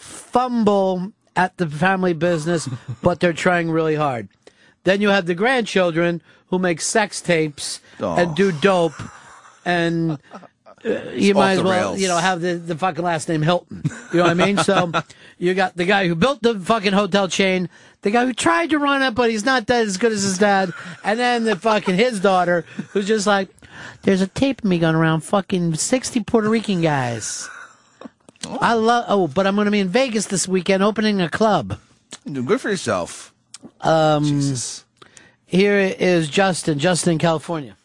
fumble at the family business, (laughs) but they're trying really hard. Then you have the grandchildren who make sex tapes and do dope, and uh, you
Oh. It's
might
off
as
the
well,
rails.
you know, have the, the fucking last name Hilton. You know what I mean? so you got the guy who built the fucking hotel chain, the guy who tried to run it, but he's not that as good as his dad, and then the fucking his daughter who's just like, there's a tape of me going around fucking 60 Puerto Rican guys. I love. Oh, but I'm going to be in Vegas this weekend, opening a club.
Do good for yourself.
Um, Here is Justin. Justin, in California.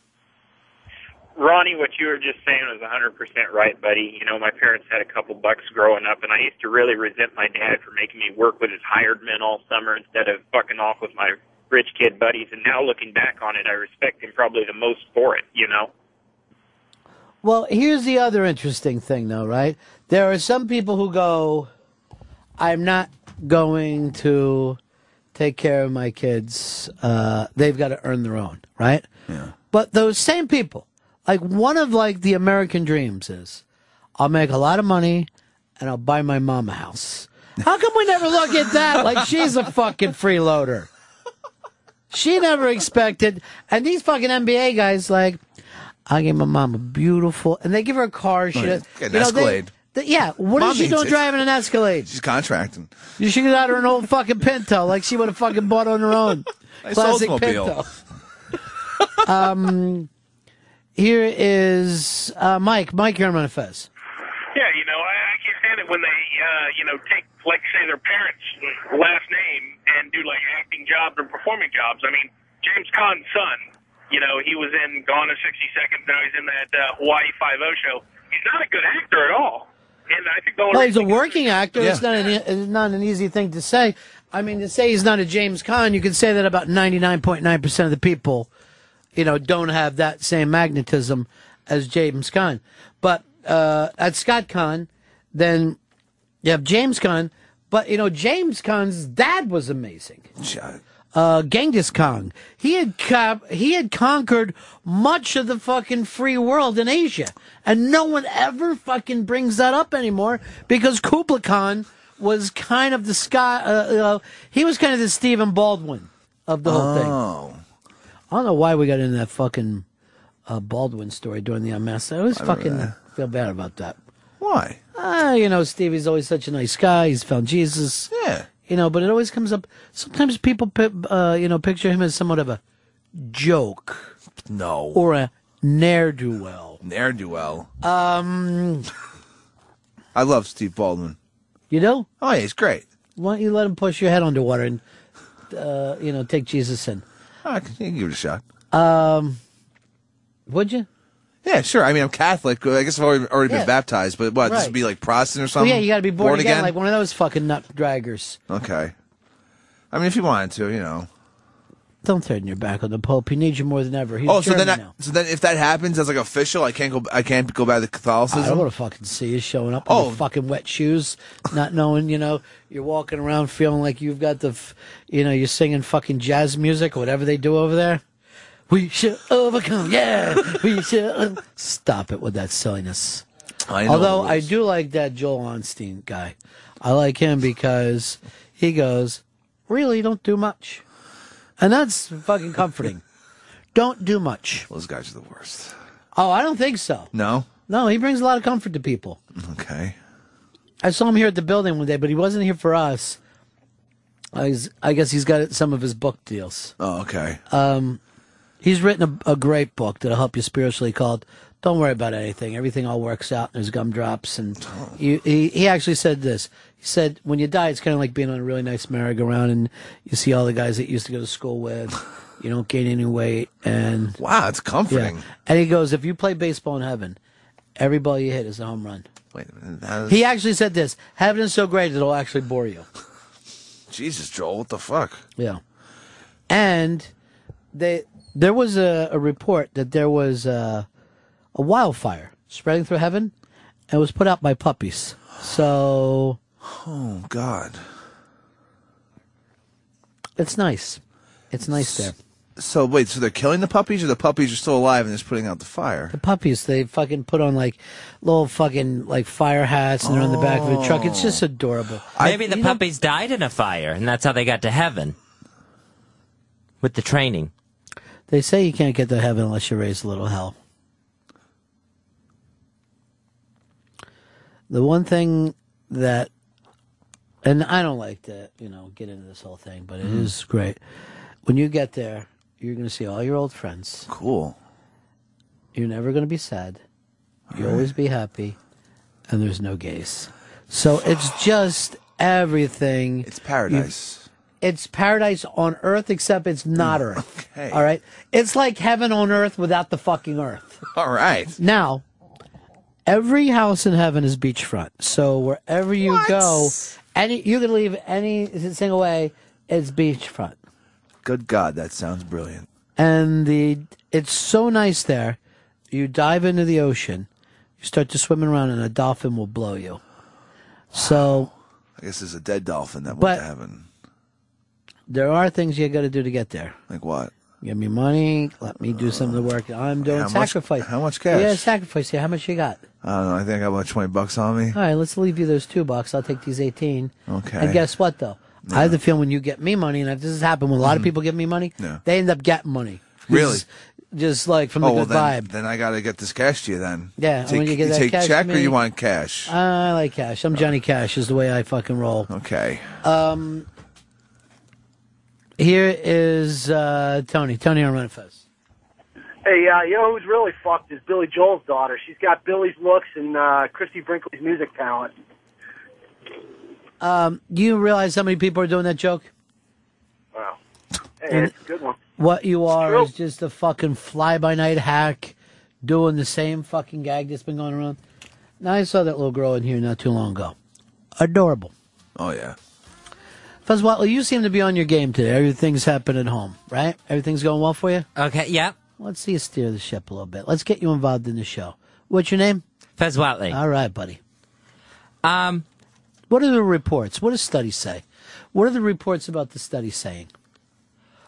Ronnie, what you were just saying was 100% right, buddy. You know, my parents had a couple bucks growing up, and I used to really resent my dad for making me work with his hired men all summer instead of fucking off with my rich kid buddies. And now looking back on it, I respect him probably the most for it, you know?
Well, here's the other interesting thing, though, right? There are some people who go, I'm not going to take care of my kids. Uh, they've got to earn their own, right? Yeah. But those same people, like one of like the American dreams is, I'll make a lot of money and I'll buy my mom a house. How come we never look at that? Like she's a fucking freeloader. She never expected, and these fucking NBA guys like, I gave my mom a beautiful, and they give her a car. She,
Oh, yeah. Get an
you know, they-
Escalade.
they- yeah, what
Mom
is she
needs
doing
it.
driving an Escalade?
She's contracting.
You should have got her an old fucking Pinto, like she would have fucking bought on her own.
(laughs) Nice
Classic
Oldsmobile.
Pinto. um, here is uh, Mike. Mike, you're on Run of Fez.
Yeah, you know, I, I can't stand it when they, uh, you know, take, like, say, their parents' last name and do, like, acting jobs or performing jobs. I mean, James Caan's son, you know, he was in Gone in 60 Seconds, now he's in that uh, Hawaii Five-O show. He's not a good actor at all. And I think the
Well,
only
he's a working actor. It's
Yeah.
not an e, it's not an easy thing to say. I mean, to say he's not a James Caan, you can say that about ninety nine point nine percent of the people, you know, don't have that same magnetism as James Caan. But uh, at Scott Caan, then you have James Caan. But you know, James Caan's dad was amazing. Uh, Genghis Khan. He had cap- he had conquered much of the fucking free world in Asia, and no one ever fucking brings that up anymore because Kublai Khan was kind of the sky. Uh, uh, he was kind of the Stephen Baldwin of the whole thing.
Oh.
I don't know why we got into that fucking uh, Baldwin story during the unmasked. I always
I remember
fucking
that.
feel bad about that.
Why?
Ah, you know, Stevie's always such a nice guy. He's found Jesus.
Yeah.
You know, but it always comes up. Sometimes people, pi- uh, you know, picture him as somewhat of a joke.
No.
Or a ne'er do well.
Ne'er do well.
Um,
I love Steve Baldwin.
you know?
Oh, yeah, he's great.
Why don't you let him push your head underwater and, uh, you know, take Jesus in?
I can, you can give it a shot.
Um, would you?
Yeah, sure. I mean, I'm Catholic. I guess I've already, already
Yeah.
been baptized, but what? This
Right.
would be like Protestant or
Well,
something?
yeah, you got to be born, again, like one of those fucking nut draggers.
okay. I mean, if you wanted to, you know.
Don't turn your back on the Pope. He needs you more than ever. He's
oh, so then,
German
I, so then, if that happens as like official, I can't go. I can't go back to
I
Catholicism.
don't want to fucking see you showing up
Oh.
in your fucking wet shoes, not knowing, you know, you're walking around feeling like you've got the, f- you know, you're singing fucking jazz music or whatever they do over there. We shall overcome, yeah. We shall. Stop it with that silliness.
I know
Although
the
I do like that Joel Onstein guy. I like him because he goes, really don't do much. And that's fucking
(laughs)
comforting. don't do much.
Those guys are the worst.
Oh, I don't think so.
No.
No, he brings a lot of comfort to people.
Okay.
I saw him here at the building one day, but he wasn't here for us. I, was- I guess he's got some of his book deals.
Oh, okay.
Um, he's written a, a great book that'll help you spiritually called "Don't Worry About Anything." Everything all works out. And there's gumdrops, and you, he he actually said this. He said, "When you die, it's kind of like being on a really nice merry-go-round, and you see all the guys that you used to go to school with. You don't gain any weight, and
(laughs) wow, it's comforting.
And he goes, "If you play baseball in heaven, every ball you hit is a home run."
Wait a minute. that is-
He actually said this: "Heaven is so great it'll actually bore you."
Jesus, Joel, what the fuck?
Yeah. And they there was a, a report that there was a, a wildfire spreading through heaven and it was put out by puppies. So
Oh God,
it's nice. It's nice there.
So wait, so they're killing the puppies, or the puppies are still alive and just putting out the fire?
The puppies, they fucking put on like little fucking like fire hats and they're on the back of a truck. It's just
Oh.
adorable.
Maybe the puppies died in a fire, and that's how they got to heaven. With the training.
They say you can't get to heaven unless you raise a little hell. The one thing that, and I don't like to, you know, get into this whole thing, but it is
Mhm.
great. When you get there, you're going to see all your old friends.
Cool.
You're never going to be sad. You
All right.
always be happy, and there's no gays. So it's just everything. It's
paradise. Mm.
It's paradise on earth, except it's not earth.
Okay.
All right. It's like heaven on earth without the fucking earth.
All right.
Now, every house in heaven is beachfront. So wherever you go, any you can leave any single way, it's beachfront.
Good God, that sounds brilliant.
And the it's so nice there. You dive into the ocean, you start to swim around, and a dolphin will blow you. So
I guess there's a dead dolphin that
But-
went to heaven.
there are things you got to do to get there.
Like what?
Give me money. Let me do some of the work. I'm doing
how much-
sacrifice.
how much cash?
Yeah, sacrifice. Yeah, how much you got?
I don't know. I think I got about twenty bucks on me.
All right, let's leave you those two bucks. I'll take these 18.
Okay.
And guess what, though? I have the feeling when you get me money, and if this has happened when a lot of
Mhm.
people give me money,
Yeah.
they end up getting money.
Really?
Just, just like from the
oh well,
good
then,
vibe.
then I gotta get this cash to you then.
Yeah, and
Take,
when you get that
take
cash to
check or
me-
you want cash?
I like cash. I'm Johnny Cash, is the way I fucking roll.
Uh. Okay.
Um, here is uh, Tony. Tony on Renfest.
Hey, uh, you know who's really fucked is Billy Joel's daughter. She's got Billy's looks and uh, Christy Brinkley's music talent.
Um, do you realize how many people are doing that joke?
Wow.
And
Hey, it's a good one.
What you are is just a fucking fly by night hack doing the same fucking gag that's been going around. Now, I saw that little girl in here not too long ago. Adorable.
Oh yeah.
Fuzz Watley, you seem to be on your game today. Everything's happened at home, right? Everything's going well for you?
Okay, yeah.
Let's see you steer the ship a little bit. Let's get you involved in the show. What's your name?
Fez Watley.
All right, buddy.
Um,
What are the reports? What does studies say? What are the reports about the study saying?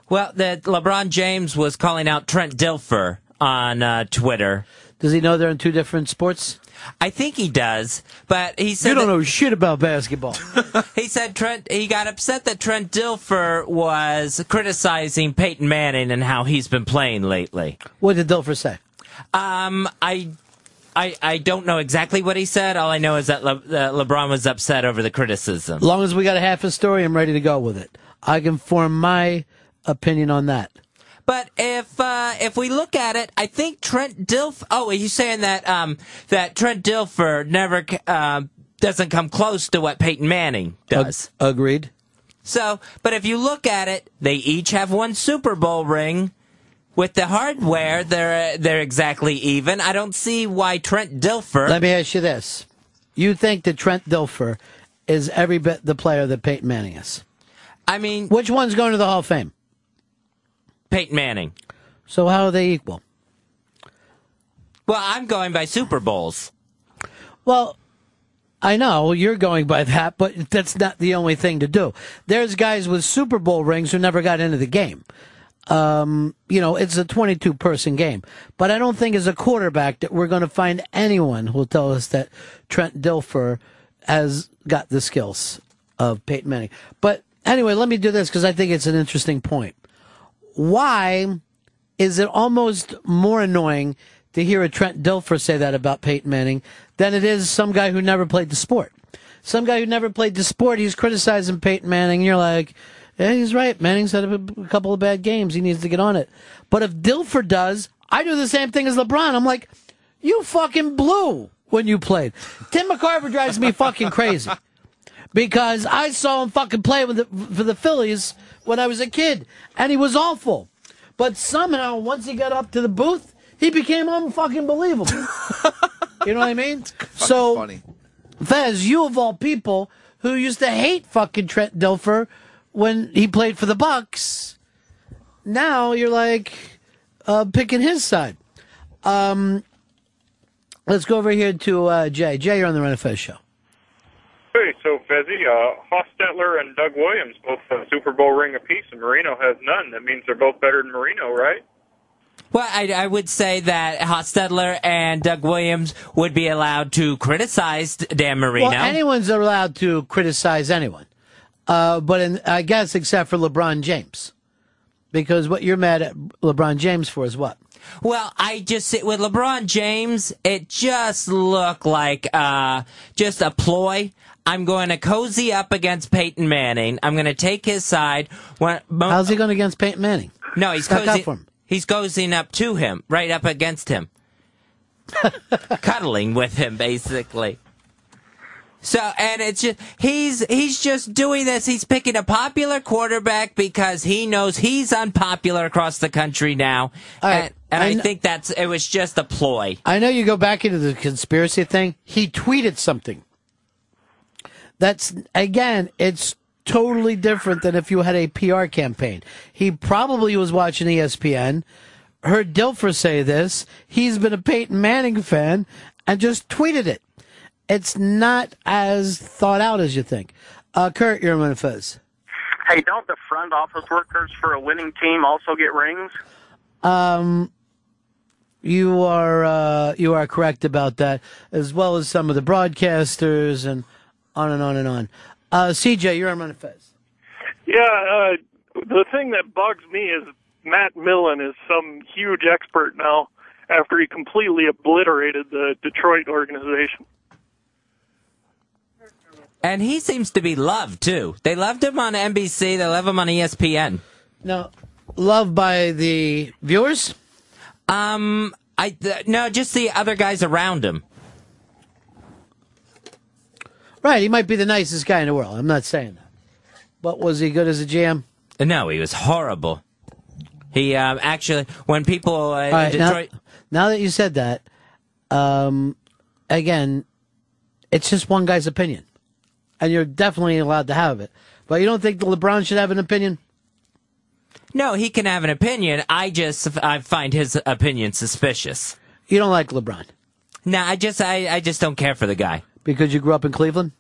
Well, that LeBron James was calling out Trent Dilfer on uh, Twitter.
Does he know they're in two different sports?
I think he does, but he said
You don't
that-
know shit about basketball.
(laughs) he said Trent. He got upset that Trent Dilfer was criticizing Peyton Manning and how he's been playing lately.
what did Dilfer say?
Um, I. I, I don't know exactly what he said. All I know is that Le, uh, LeBron was upset over the criticism.
long as we got a half a story, I'm ready to go with it. I can form my opinion on that.
But if uh, if we look at it, I think Trent Dilfer. Oh, he's saying that um, that Trent Dilfer never c- uh, doesn't come close to what Peyton Manning does.
agreed.
So, but if you look at it, they each have one Super Bowl ring. With the hardware, they're uh, they're exactly even. I don't see why Trent Dilfer.
Let me ask you this: You think that Trent Dilfer is every bit the player that Peyton Manning is?
I mean,
which one's going to the Hall of Fame?
Peyton Manning.
So how are they equal?
Well, I'm going by Super Bowls.
Well, I know you're going by that, but that's not the only thing to do. There's guys with Super Bowl rings who never got into the game. Um, you know, it's a 22 person game, but I don't think as a quarterback that we're going to find anyone who'll tell us that Trent Dilfer has got the skills of Peyton Manning. But anyway, let me do this because I think it's an interesting point. Why is it almost more annoying to hear a Trent Dilfer say that about Peyton Manning than it is some guy who never played the sport. Some guy who never played the sport, he's criticizing Peyton Manning, and you're like, yeah, he's right. Manning's had a, b- couple of bad games. He needs to get on it. But if Dilfer does, I do the same thing as LeBron. I'm like, you fucking blew when you played. Tim McCarver drives me fucking crazy because I saw him fucking play with the, for the Phillies when I was a kid, and he was awful. But somehow, once he got up to the booth, he became unfucking believable. you know what I mean? so, Fez, you of all people who used to hate fucking Trent Dilfer when he played for the Bucks, now you're like uh, picking his side. Um, let's go over here to uh, Jay. Jay, you're on the Run of Fez show.
Hey, so Fezzi, uh, Hostetler and Doug Williams both have a Super Bowl ring apiece, and Marino has none. That means they're both better than Marino, right?
Well, I, I would say that Hostetler and Doug Williams would be allowed to criticize Dan Marino.
Well, anyone's allowed to criticize anyone, uh, but in, I guess except for LeBron James, because what you're mad at LeBron James for is what?
Well, I just sit with LeBron James. It just looked like uh, just a ploy. I'm going to cozy up against Peyton Manning. I'm going to take his side. When, mo-
How's he going against Peyton Manning?
No, he's
Stuck up
cozy-
for him.
He's cozying up to him, right up against
(laughs)
him, cuddling with him, basically. So, and it's just he's he's just doing this. He's picking a popular quarterback because he knows he's unpopular across the country now, and, and I,
I kn-
think that's it was just a ploy.
I know you go back into the conspiracy thing. He tweeted something. That's again, it's totally different than if you had a PR campaign. He probably was watching E ESPN, heard Dilfer say this. He's been a Peyton Manning fan and just tweeted it. It's not as thought out as you think. Uh, Kurt, you're on Fez.
Hey, don't the front office workers for a winning team also get rings?
Um, you are uh, you are correct about that, as well as some of the broadcasters and on and on and on. Uh, CJ, you're on Run and Fez.
Yeah, uh, the thing that bugs me is Matt Millen is some huge expert now after he completely obliterated the Detroit organization.
And he seems to be loved too. They loved him on NBC. They love him on E ESPN.
No, loved by the viewers.
Um, I th- no, just the other guys around him.
Right, he might be the nicest guy in the world. I'm not saying that, but was he good as a GM?
No, he was horrible. He um, actually, when people uh, in
All right, now-
Detroit,
Now, that you said that, um, again, it's just one guy's opinion, and you're definitely allowed to have it. But you don't think the LeBron should have an opinion?
no, he can have an opinion. I just I find his opinion suspicious.
You don't like LeBron
No, I just I, I just don't care for the guy.
because you grew up in Cleveland.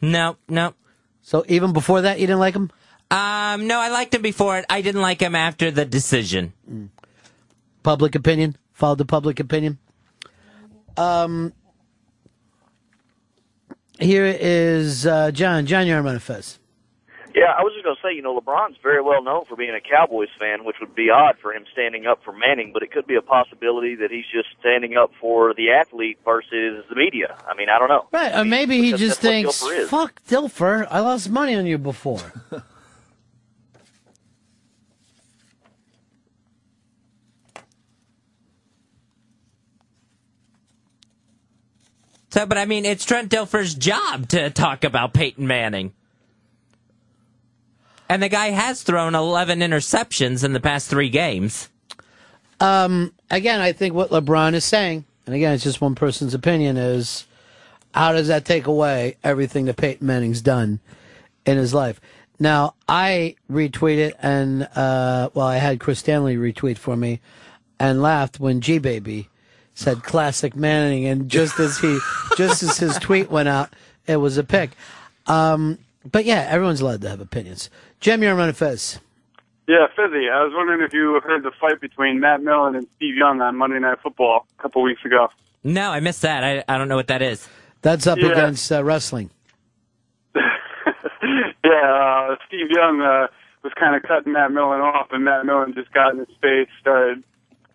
No, no.
So even before that, you didn't like him.
Um, no, I liked him before it. I didn't like him after the decision.
public opinion. Followed the public opinion. Um, here is uh, John. John, you're on Run and Fez.
Yeah, I was just going to say, you know, LeBron's very well known for being a Cowboys fan, which would be odd for him standing up for Manning, but it could be a possibility that he's just standing up for the athlete versus the media. I mean, I don't know.
Right, or maybe he
Because
just
that's what
thinks,
Dilfer is.
"Fuck Dilfer, I lost money on you before."
So, but I mean, it's Trent Dilfer's job to talk about Peyton Manning. And the guy has thrown 11 interceptions in the past three games.
Um, again, I think what LeBron is saying, and again, it's just one person's opinion, is how does that take away everything that Peyton Manning's done in his life? Now, I retweeted and, uh, well, I had Chris Stanley retweet for me and laughed when G Baby said classic Manning. And just as he, just as his tweet went out, it was a pick. Um, but yeah, everyone's allowed to have opinions. Jim, you're on Run and Fez.
Yeah, Fizzy, I was wondering if you heard the fight between Matt Millen and Steve Young on Monday Night Football a couple weeks ago.
No, I missed that. I, I don't know what that is.
That's up
Yeah.
against uh, wrestling.
(laughs)
Yeah, uh, Steve Young uh, was kind of cutting Matt Millen off, and Matt Millen just got in his face, started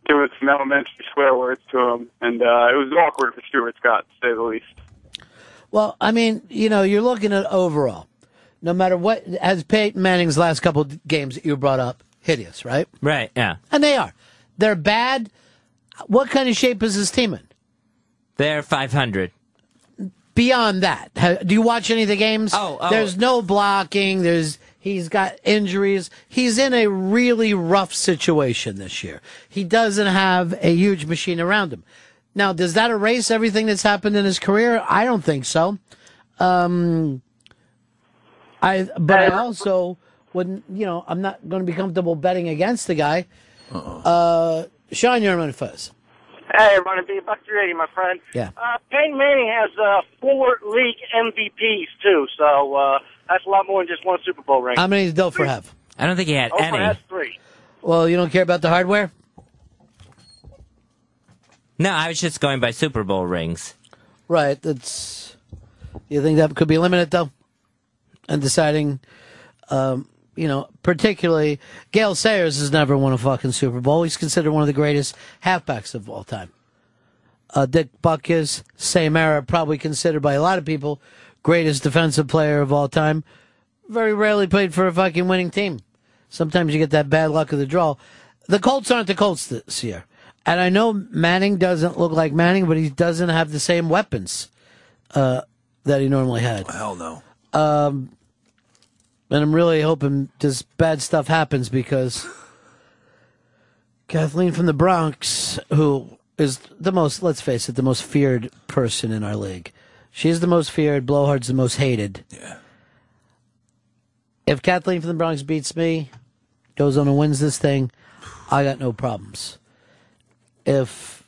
doing some elementary swear words to him, and uh, it was awkward for Stuart Scott, to say the least.
Well, I mean, you know, you're looking at overall. No matter what, as Peyton Manning's last couple of games that you brought up, hideous, right?
Right, yeah.
And they are. They're bad. What kind of shape is this team in?
They're 500.
Beyond that, ha- do you watch any of the games?
Oh, oh.
there's no blocking. There's he's got injuries. He's in a really rough situation this year. He doesn't have a huge machine around him. Now, does that erase everything that's happened in his career? I don't think so. Um, I but I also wouldn't. You know, I'm not going to be comfortable betting against the guy. Uh, Sean, you're on first.
Hey, Ronnie B. Buck 380, my friend.
Yeah.
Uh, Peyton Manning has uh, four league MVPs, too, so uh, that's a lot more than just one Super Bowl ring.
How many does Dilfer have?
I don't think he had
Oprah has three.
Well, you don't care about the hardware.
No, I was just going by Super Bowl rings.
Right. That's. You think that could be limited though, and deciding, um, you know, particularly Gail Sayers has never won a fucking Super Bowl. He's considered one of the greatest halfbacks of all time. Uh, Dick Buck is same era, probably considered by a lot of people greatest defensive player of all time. Very rarely played for a fucking winning team. Sometimes you get that bad luck of the draw. The Colts aren't the Colts this year. And I know Manning doesn't look like Manning, but he doesn't have the same weapons uh, that he normally had.
Hell no.
Um, and I'm really hoping this bad stuff happens because Kathleen from the Bronx, who is the most, let's face it, the most feared person in our league. She's the most feared. Blowhard's the most hated. Yeah. If Kathleen from the Bronx beats me, goes on and wins this thing, I got no problems. If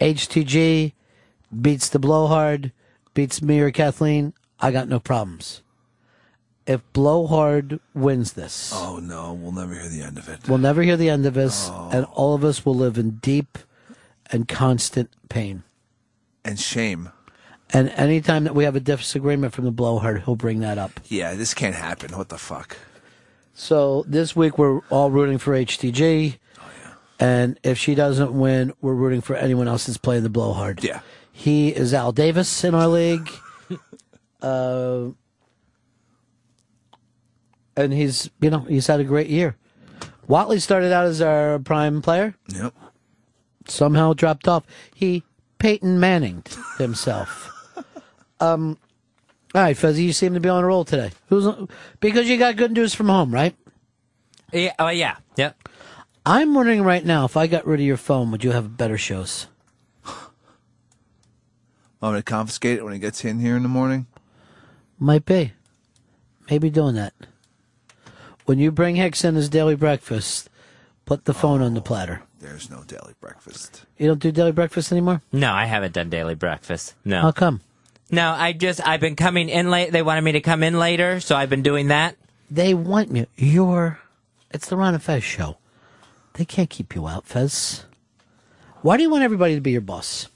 HTG beats the Blowhard, beats me or Kathleen, I got no problems. If Blowhard wins this,
Oh no, we'll never hear the end of it.
We'll never hear the end of this,
Oh.
and all of us will live in deep and constant pain
and shame.
And anytime that we have a disagreement from the blowhard, he'll bring that up.
Yeah, this can't happen. What the fuck?
So this week we're all rooting for HTG,
Oh,
and if she doesn't win, we're rooting for anyone else that's playing the blowhard.
Yeah.
he is Al Davis in our
(laughs)
league, uh, and he's you know he's had a great year. Watley started out as our prime player.
Yep.
Somehow dropped off. He Peyton Manninged himself. um, all right, Fuzzy, you seem to be on a roll today. Who's because you got good news from home, right?
Yeah, oh, yeah. Yep.
I'm wondering right now if I got rid of your phone, would you have better shows?
I'm gonna confiscate it when it gets in here in the morning.
Might be. Maybe doing that. When you bring Hicks in his daily breakfast, put the phone on the platter.
There's no daily breakfast.
You don't do daily breakfast anymore?
No, I haven't done daily breakfast. No.
How come?
No, I just, I've been coming in late. They wanted me to come in later, so I've been doing that.
They want you. You're. It's the Ron and Fez show. They can't keep you out, Fez. Why do you want everybody to be your boss?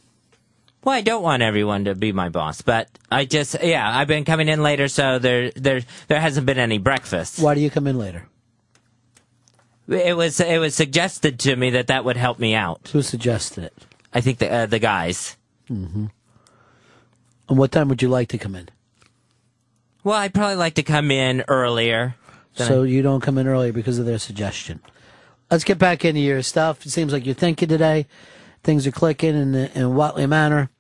Well, I don't want everyone to be my boss, but I just, yeah, I've been coming in later, so there, there, there hasn't been any breakfast.
Why do you come in later?
It was, it was suggested to me that that would help me out.
Who suggested it?
I think the, uh, the guys.
Mm-hmm. And what time would you like to come in?
Well, I'd probably like to come in earlier. than
so
I-
you don't come in early because of their suggestion. Let's get back into your stuff. It seems like you're thinking today. Things are clicking in, in Watley Manor.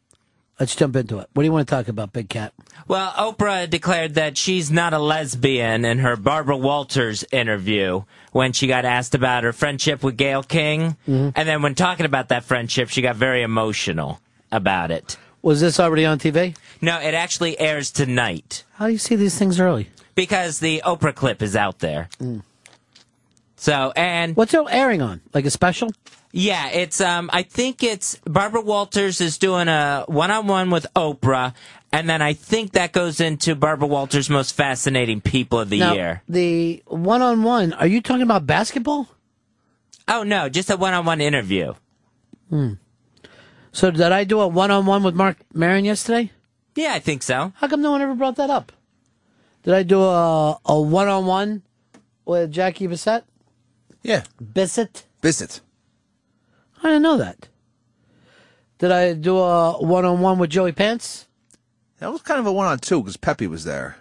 Let's jump into it. What do you want to talk about, Big Cat?
Well, Oprah declared that she's not a lesbian in her Barbara Walters interview when she got asked about her friendship with Gail King.
Mhm.
And then when talking about that friendship, she got very emotional about it.
Was this already on TV?
No, it actually airs tonight
How do you see these things early?
because the Oprah clip is out there.
Mm.
So, and
What's it airing on? Like a special?
Yeah, it's um I think it's Barbara Walters is doing a one-on-one with Oprah and then I think that goes into Barbara Walters most fascinating people of the
Now,
year.
The one on one. Are you talking about basketball?
Oh no, just a one-on-one interview.
Hmm. So did I do a one on one with Mark Marin yesterday?
Yeah, I think so.
How come no one ever brought that up? Did I do a a one on one with Jackie Bissett?
Yeah.
Bissett?
Bissett.
I didn't know that. Did I do a one on one with Joey Pants?
That was kind of a one on two because Pepe was there.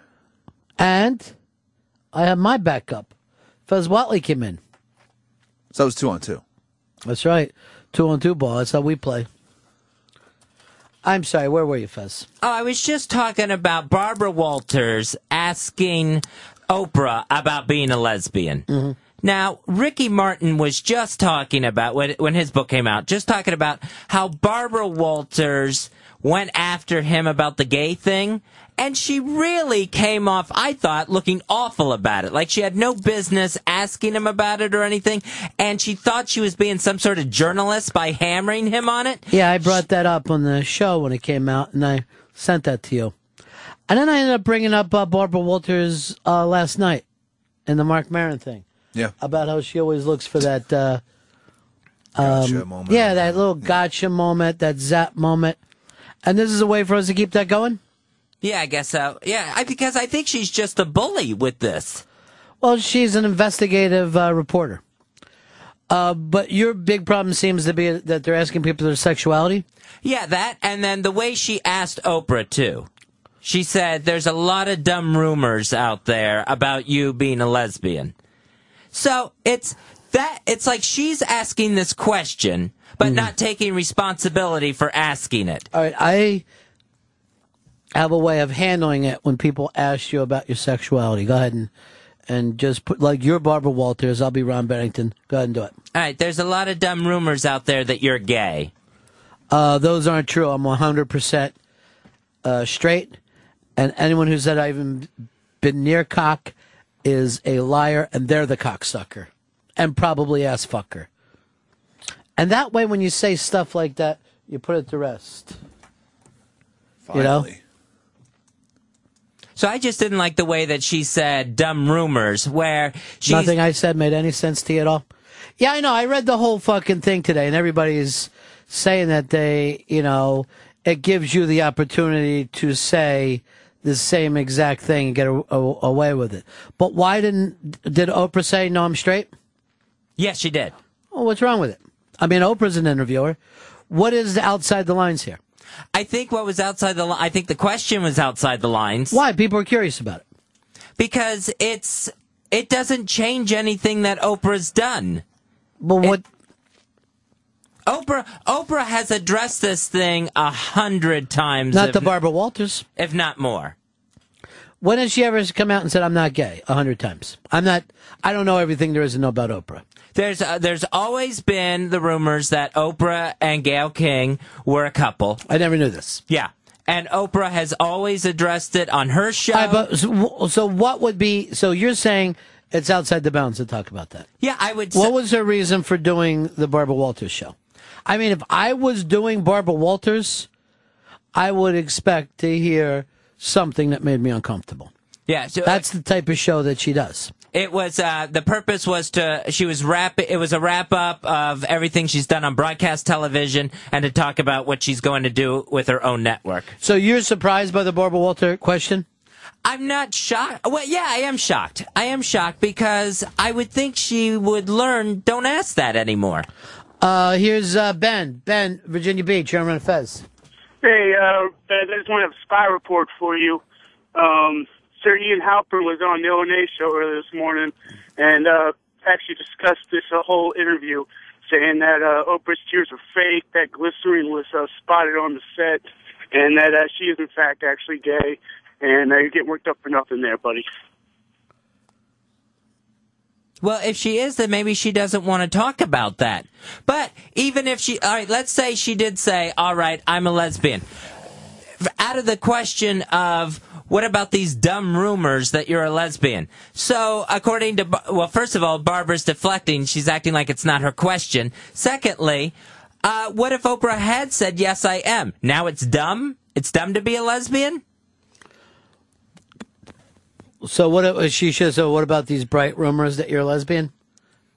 And I had my backup. Fez Watley came in.
So it was two on two.
That's right. Two on two ball. That's how we play. I'm sorry. Where were you, Fez?
Oh, I was just talking about Barbara Walters asking Oprah about being a lesbian. Now, Ricky Martin was just talking about when when his book came out, just talking about how Barbara Walters went after him about the gay thing, and she really came off, I thought, looking awful about it. Like she had no business asking him about it or anything, and she thought she was being some sort of journalist by hammering him on it.
Yeah, I brought that up on the show when it came out, and I sent that to you. And then I ended up bringing up uh, Barbara Walters uh, last night in the Mark Maron thing.
Yeah.
About how she always looks for that. Uh,
Gotcha
um,
moment.
Yeah, that little gotcha moment, that zap moment. And this is a way for us to keep that going?
Yeah, I guess so. Yeah, I, because I think she's just a bully with this.
Well, she's an investigative uh, reporter. Uh, but your big problem seems to be that they're asking people their sexuality.
Yeah, that, and then the way she asked Oprah, too. She said, There's a lot of dumb rumors out there about you being a lesbian. So it's that, it's like she's asking this question, but
Mm-hmm.
not taking responsibility for asking it.
All right, I have a way of handling it when people ask you about your sexuality. Go ahead and and just put like you're Barbara Walters, I'll be Ron Bennington. Go ahead and do it.
All right, there's a lot of dumb rumors out there that you're gay.
Uh, those aren't true. I'm 100% uh, straight. And anyone who said I've even been near cock is a liar, and they're the cocksucker. And probably ass fucker. And that way, when you say stuff like that, you put it to rest. You know?
So I just didn't like the way that she said dumb rumors, where she's.
Nothing I said made any sense to you at all. Yeah, I know. I read the whole fucking thing today, and everybody's saying that they, you know, it gives you the opportunity to say the same exact thing and get a, a- away with it. But why didn't did Oprah say no? I'm straight.
Yes, she did.
Well, what's wrong with it? I mean, Oprah's an interviewer. What is outside the lines here?
I think what was outside the li- I think the question was outside the lines.
Why people are curious about it?
Because it's it doesn't change anything that Oprah's done.
But what
Oprah Oprah has addressed this thing a hundred times.
Not
if,
the Barbara Walters.
if not more.
When has she ever come out and said I'm not gay? A hundred times. I'm not. I don't know everything there is to know about Oprah.
There's uh, there's always been the rumors that Oprah and Gail King were a couple.
I never knew this.
Yeah, and Oprah has always addressed it on her show.
All right, but so, wh- so what would be? So you're saying it's outside the bounds to talk about that.
yeah, I would.
What was her reason for doing the Barbara Walters show? I mean, if I was doing Barbara Walters, I would expect to hear something that made me uncomfortable.
Yeah, so
That's the type of show that she does.
It was uh, the purpose was to she was wrap it was a wrap up of everything she's done on broadcast television and to talk about what she's going to do with her own network.
So you're surprised by the Barbara Walters question?
I'm not shocked. Well, yeah, I am shocked. I am shocked because I would think she would learn. Don't ask that anymore.
Uh, here's uh, Ben. Ben, Virginia Beach, Chairman of Fez.
Hey, uh, Fez, I just want to have a spy report for you. Um, Sir Ian Halpern was on the ONA show earlier this morning and uh, actually discussed this uh, whole interview, saying that uh, Oprah's tears were fake, that glycerine was uh, spotted on the set, and that uh, she is, in fact, actually gay. And uh, you're getting worked up for nothing there, buddy.
Well, if she is, then maybe she doesn't want to talk about that. But even if she, all right, let's say she did say, all right, I'm a lesbian. Out of the question of what about these dumb rumors that you're a lesbian? So, according to, Bar- well, first of all, Barbara's deflecting. She's acting like it's not her question. Secondly, uh, what if Oprah had said, yes, I am? Now it's dumb? It's dumb to be a lesbian?
So what? uh, She should. So what about these bright rumors that you're a lesbian?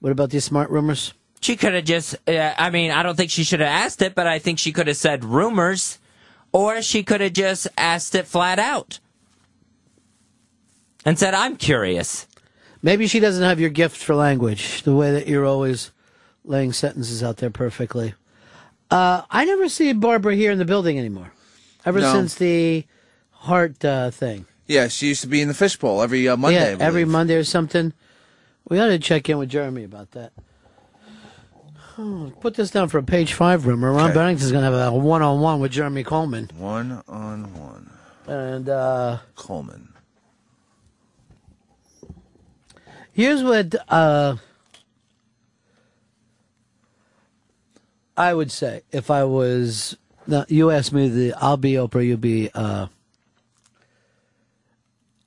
What about these smart rumors?
She could have just, uh, I mean, I don't think she should have asked it, but I think she could have said rumors, or she could have just asked it flat out and said, I'm curious.
Maybe she doesn't have your gift for language, the way that you're always laying sentences out there perfectly. Uh, I never see Barbara here in the building anymore. Ever
No.
since the heart uh, thing.
Yeah, she used to be in the fishbowl every uh, Monday. I
yeah,
believe.
every Monday or something. We ought to check in with Jeremy about that.
(laughs)
Oh, put this down for a page five rumor. Ron
Okay.
Barrington's going to have a one on one with Jeremy Coleman.
One on one.
And uh,
Coleman.
Here's what uh, I would say if I was. Now, you asked me the I'll be Oprah, you be. Uh,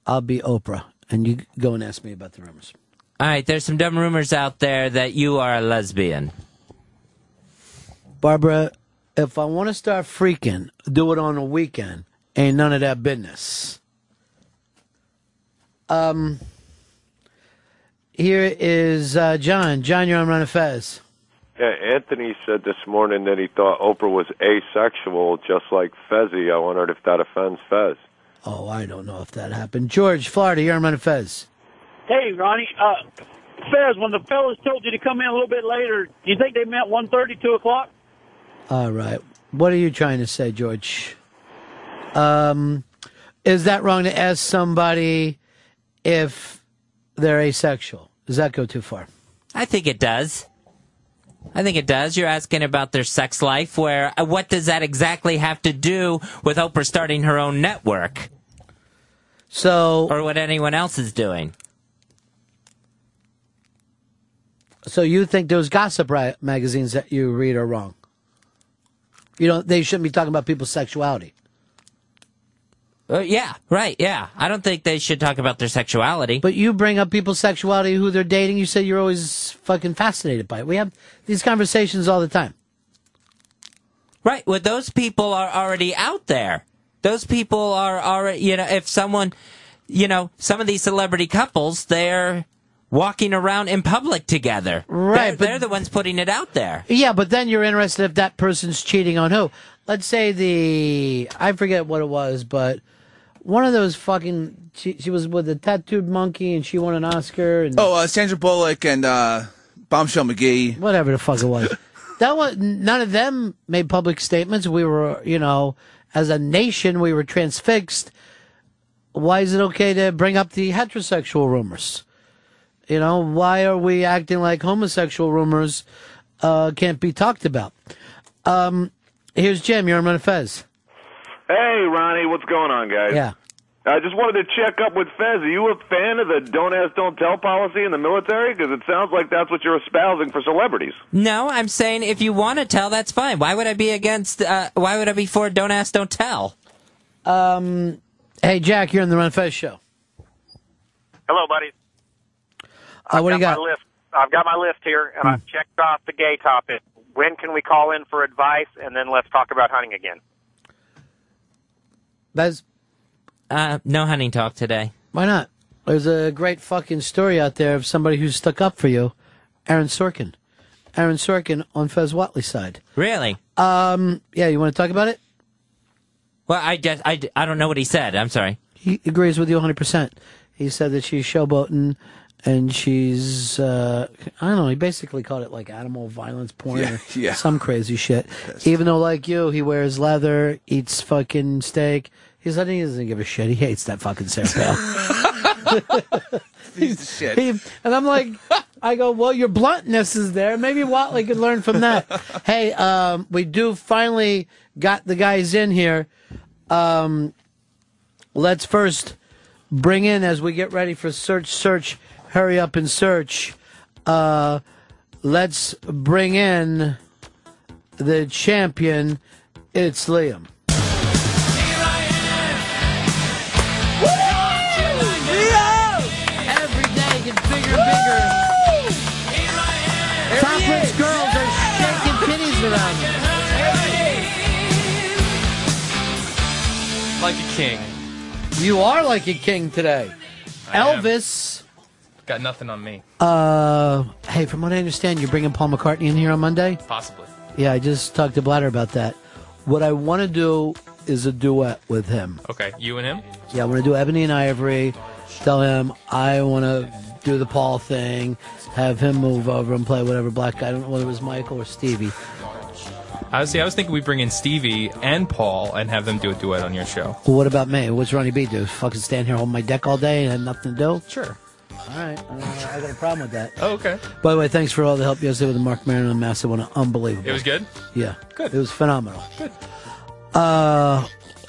I'll be Oprah. And you go and ask me about the rumors.
All right, there's some dumb rumors out there that you are a lesbian.
Barbara, if I want to start freaking, do it on a weekend. Ain't none of that business. Um, here is uh, John. John, you're on Run of Fez.
Yeah, Anthony said this morning that he thought Oprah was asexual, just like Fezzi. I wondered if that offends Fez.
Oh, I don't know if that happened. George, Florida, you're on Run of Fez.
Hey, Ronnie. Uh, Fez, when the fellas told you to come in a little bit later, do you think they meant one thirty, two o'clock?
All right. What are you trying to say, George? Um, is that wrong to ask somebody if they're asexual? Does that go too far?
I think it does. I think it does. You're asking about their sex life, where uh, what does that exactly have to do with Oprah starting her own network?
So,
or what anyone else is doing?
So you think those gossip ri- magazines that you read are wrong? You know, they shouldn't be talking about people's sexuality.
Uh, yeah, right. Yeah, I don't think they should talk about their sexuality.
But you bring up people's sexuality, who they're dating. You say you're always fucking fascinated by it. We have these conversations all the time.
Right. Well, those people are already out there. Those people are already, you know, if someone, you know, some of these celebrity couples, they're walking around in public together.
Right,
They're, they're the ones putting it out there.
Yeah, but then you're interested if that person's cheating on who. Let's say the I forget what it was, but one of those fucking she, she was with a tattooed monkey and she won an Oscar and
Oh, uh, Sandra Bullock and uh, Bombshell McGee.
Whatever the fuck it was. that was none of them made public statements. We were, you know, as a nation, we were transfixed. Why is it okay to bring up the heterosexual rumors? You know, why are we acting like homosexual rumors uh, can't be talked about? Um, here's Jim. You're on Run of Fez.
Hey, Ronnie, what's going on, guys?
Yeah.
I just wanted to check up with Fez. Are you a fan of the "don't ask, don't tell" policy in the military? Because it sounds like that's what you're espousing for celebrities.
No, I'm saying if you want to tell, that's fine. Why would I be against? Uh, why would I be for don't ask, don't tell?
Um, hey, Jack. You're on the Run of Fez show.
Hello, buddies.
Uh, what do you
got
got? Hmm.
my list. I've got my list here, and I've checked off the gay topic. When can we call in for advice, and then let's talk about hunting again?
Bez.
Uh, no hunting talk today.
Why not? There's a great fucking story out there of somebody who stuck up for you, Aaron Sorkin. Aaron Sorkin on Fez Watley's side.
Really?
Um, yeah, you want to talk about it?
Well, I just I, I don't know what he said. I'm sorry.
He agrees with you 100%. He said that she's showboating and she's, uh, I don't know, he basically called it like animal violence porn or
(laughs) yeah.
some crazy shit. Even though, like you, he wears leather, eats fucking steak. He said he doesn't give a shit. He hates that fucking Sarah Palin.
Piece of shit.
He- and I'm
(laughs)
like, I go, well, your bluntness is there. Maybe Watley could learn from that. hey, um, we do finally got the guys in here. Um, let's first bring in as we get ready for search, search, hurry up and search. Uh, let's bring in the champion. It's Liam. Every day gets bigger and bigger. Topless girls are shaking titties around.
Like a king.
You are like a king today. Elvis.
Got nothing on me.
Uh, hey, from what I understand, you're bringing Paul McCartney in here on Monday.
Possibly.
Yeah, I just talked to Blatter about that. What I want to do is a duet with him.
Okay, you and him?
Yeah, I want to do Ebony and Ivory. Tell him I want to do the Paul thing, have him move over and play whatever black guy. I don't know whether it was Michael or Stevie.
I was, see, I was thinking we bring in Stevie and Paul and have them do a duet on your show.
Well, what about me? What's Ronnie B do? Fucking stand here hold my deck all day and have nothing to do?
Sure.
All right. uh, I got a problem with that.
Oh, okay.
By the way, thanks for all the help yesterday with the Mark Maron and Massive one. Unbelievable.
It was good?
Yeah.
Good.
It was phenomenal.
Good.
Uh,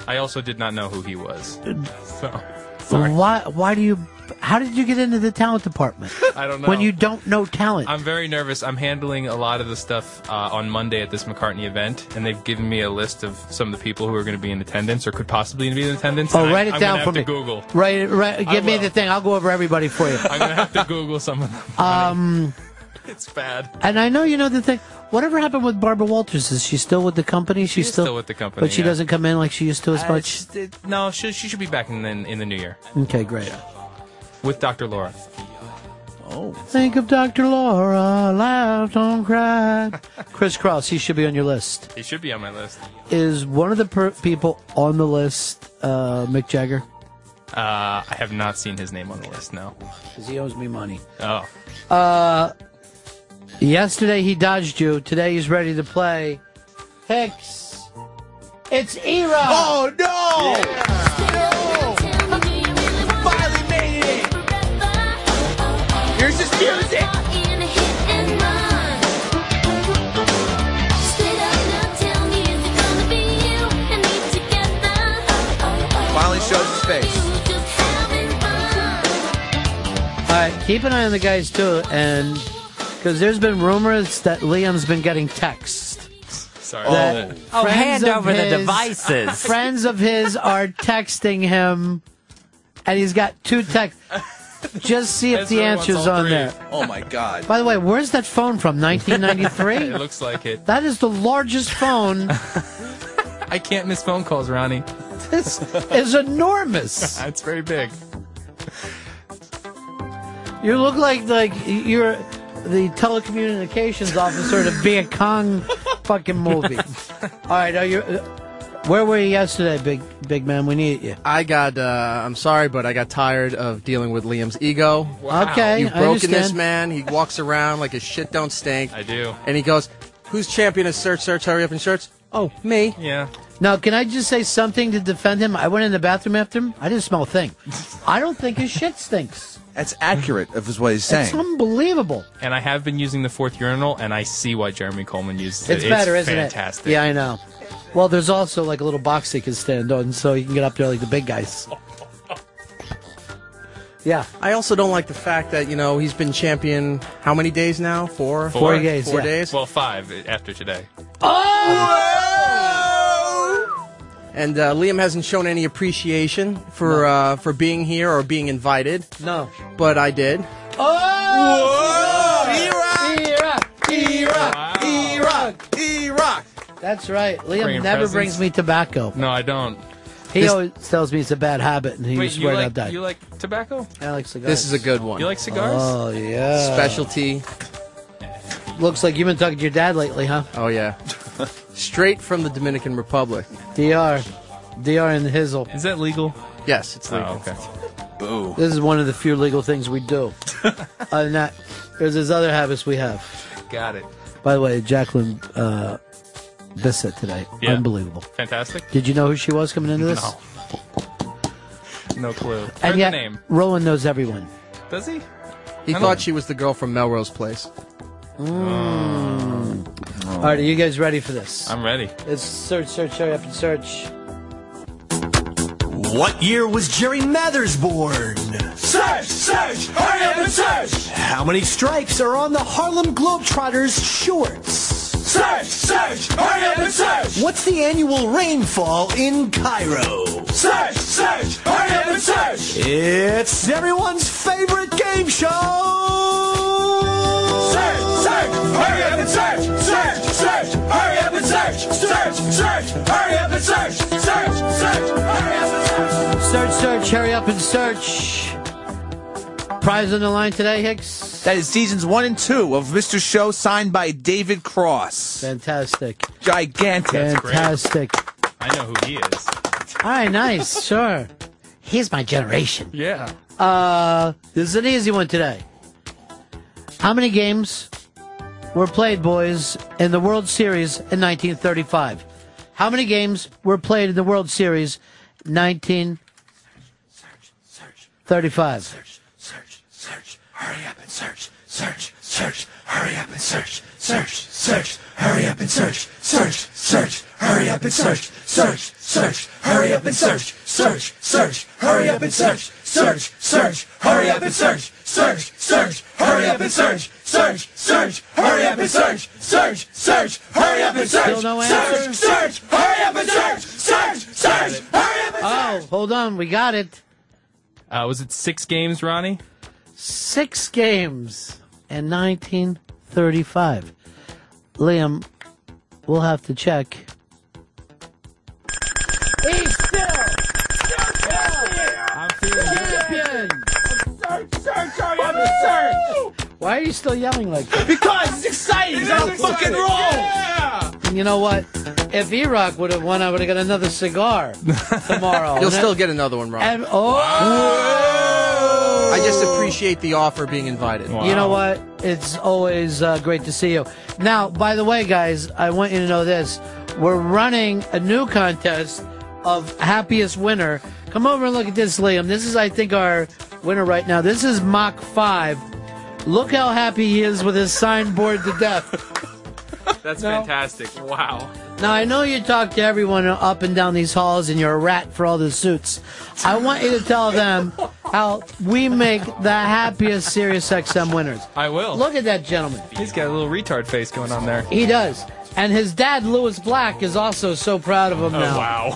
I also did not know who he was. So,
why? Why do you? How did you get into the talent department?
(laughs) I don't know.
When you don't know talent.
I'm very nervous. I'm handling a lot of the stuff uh, on Monday at this McCartney event, and they've given me a list of some of the people who are going to be in attendance or could possibly be in attendance.
oh,
and I-
write it
I'm gonna
down
have
for
to
me.
Google.
Write it. Write,
I
give me
will.
the thing. I'll go over everybody
(laughs)
for you.
I'm going to have to Google some of them.
um,
It's bad.
and I know you know the thing. Whatever happened with Barbara Walters? Is she still with the company? She's,
still with the company,
but she
yeah.
doesn't come in like she used to as
Uh,
much.
it's- it- no, she, she should be back in the, in the new year
Okay, great.
with Dr. Laura.
Think of Dr. Laura, laugh,
(laughs)
don't cry. Chris Cross, he should be on your list.
He should be on my list.
Is one of the per- people on the list uh, Mick Jagger?
Uh, I have not seen his name on the list. No.
Because he owes me money.
Oh,
Uh, yesterday he dodged you. Today he's ready to play. Hicks. It's Era.
Oh no!
Finally made it. Here's his music.
Finally shows his face.
All right, keep an eye on the guys too, and because there's been rumors that Liam's been getting texts.
sorry.
That
Oh,
friends
hand
of
over the
his-
devices.
(laughs) friends of his are texting him, and he's got two texts. Just see if the
Ezra wants
answer's
all
on
three.
there.
Oh my god.
By the way, where's that phone from?
(laughs)
1993?
it looks like it.
That is the largest phone.
I can't miss phone calls, Ronnie.
(laughs) This is enormous.
(laughs) It's very big.
You look like like you're the telecommunications officer in a Viet Cong fucking movie. All right, are you? Where were you yesterday, big big man? We need you.
I got. Uh, I'm sorry, but I got tired of dealing with Liam's ego.
Wow. Okay,
you've
I
broken this
understand.
man. He walks around like his shit don't stink.
I do.
And he goes, "Who's champion of search, search, hurry up and search?" Oh, me.
Yeah.
Now, can I just say something to defend him? I went in the bathroom after him. I didn't smell a thing. I don't think his shit stinks.
That's accurate of what he's
It's unbelievable.
And I have been using the fourth urinal, and I see why Jeremy Coleman uses it.
It's better, isn't
fantastic.
it? Yeah, I know. Well, there's also like a little box he can stand on, so you can get up there like the big guys. Yeah.
I also don't like the fact that you know he's been champion how many days now? Four. Four days.
Well, five after today.
And uh, Liam hasn't shown any appreciation for uh, for being here or being invited.
No.
But I did.
Oh! Iraq!
Iraq!
Iraq!
Iraq!
That's right. Liam
Bringing
never
presents.
brings me tobacco.
No, I don't.
He
This-
always tells me it's a bad habit, and he
Wait,
was
you
swearing
like
I'd die.
you like tobacco?
I like cigars.
This is a good one.
You like cigars?
Oh yeah.
Specialty.
Looks like you've been talking to your dad lately, huh?
Oh yeah. (laughs) Straight from the Dominican Republic.
Dr. Dr. and Hizzle.
Is that legal? Oh,
Yes, it's
Oh,
legal.
okay.
Boo.
This is one of the few legal things
(laughs)
we do. Other than that, there's these other habits we have.
Got it.
By the way, Jacqueline uh, Bissett today.
Yeah.
Unbelievable.
Fantastic.
Did you know who she was coming into this?
No. No clue. Heard
And yet,
the name.
Rowan knows everyone.
Does he?
He
I don't-
thought she was the girl from Melrose Place.
Mm. All right, are you guys ready for this?
Oh. I'm ready.
It's search, search, hurry up and search.
What year was Jerry Mathers born?
Search, search, hurry up and search.
How many stripes are on the Harlem Globetrotters shorts? Search, search,
hurry up and search.
What's the annual rainfall in Cairo?
Search, search, hurry up and search.
It's everyone's favorite game
Search,
show.
search, hurry up and search. Search, search, hurry up and search. Search, search, hurry up and search. Search, search, hurry up and search.
Search, search, hurry up and search. Prize on the line today, Hicks.
That is seasons one and two of Mr. Show, signed by David Cross.
Fantastic.
Gigantic.
Fantastic.
I know who he is.
All right, nice, sure. He's my generation.
Yeah.
Uh, this is an easy one today. How many games were played, boys, in the World Series in 1935? How many games were played in the World Series 1935?
Hurry up and search, search, search. Hurry up and search, search, search. Hurry up and search, search, search. Hurry up and search, search, search. Hurry up and search, search, search. Hurry up and search, search, search. Hurry up and search, search, search. Hurry up and search, search, search. Hurry up and search, search, search. Hurry up and search,
Still no answer?
search, search. Hurry up and search, search, search. Hurry up and
Oh, hold on. We got it.
Uh, was it six games, Ronnie?
Six games in 1935. Liam, we'll have to check.
He's still champion. Search, search, hurry up and search.
Why are you still yelling like that?
Because it's exciting. It's on fucking roll. Yeah.
And you know what? If Iraq would have won, I would have got another
(laughs)
cigar tomorrow.
You'll still get another one, Ron.
And- oh,
I just appreciate the offer being invited.
You know what? It's always uh, great to see you. Now, by the way, guys, I want you to know this. We're running a new contest of happiest winner. Come over and look at this, Liam. This is, I think, our winner right now. This is Mach 5. Look how happy he is with his sign bored to death.
(laughs) That's fantastic. Wow.
Now, I know you talk to everyone up and down these halls and you're a rat for all the suits. I want you to tell them how we make the happiest Sirius XM winners.
I will.
Look at that gentleman.
He's got a little retard face going on there.
He does. And his dad, Lewis Black, is also so proud of him
Oh,
now. (laughs)
wow.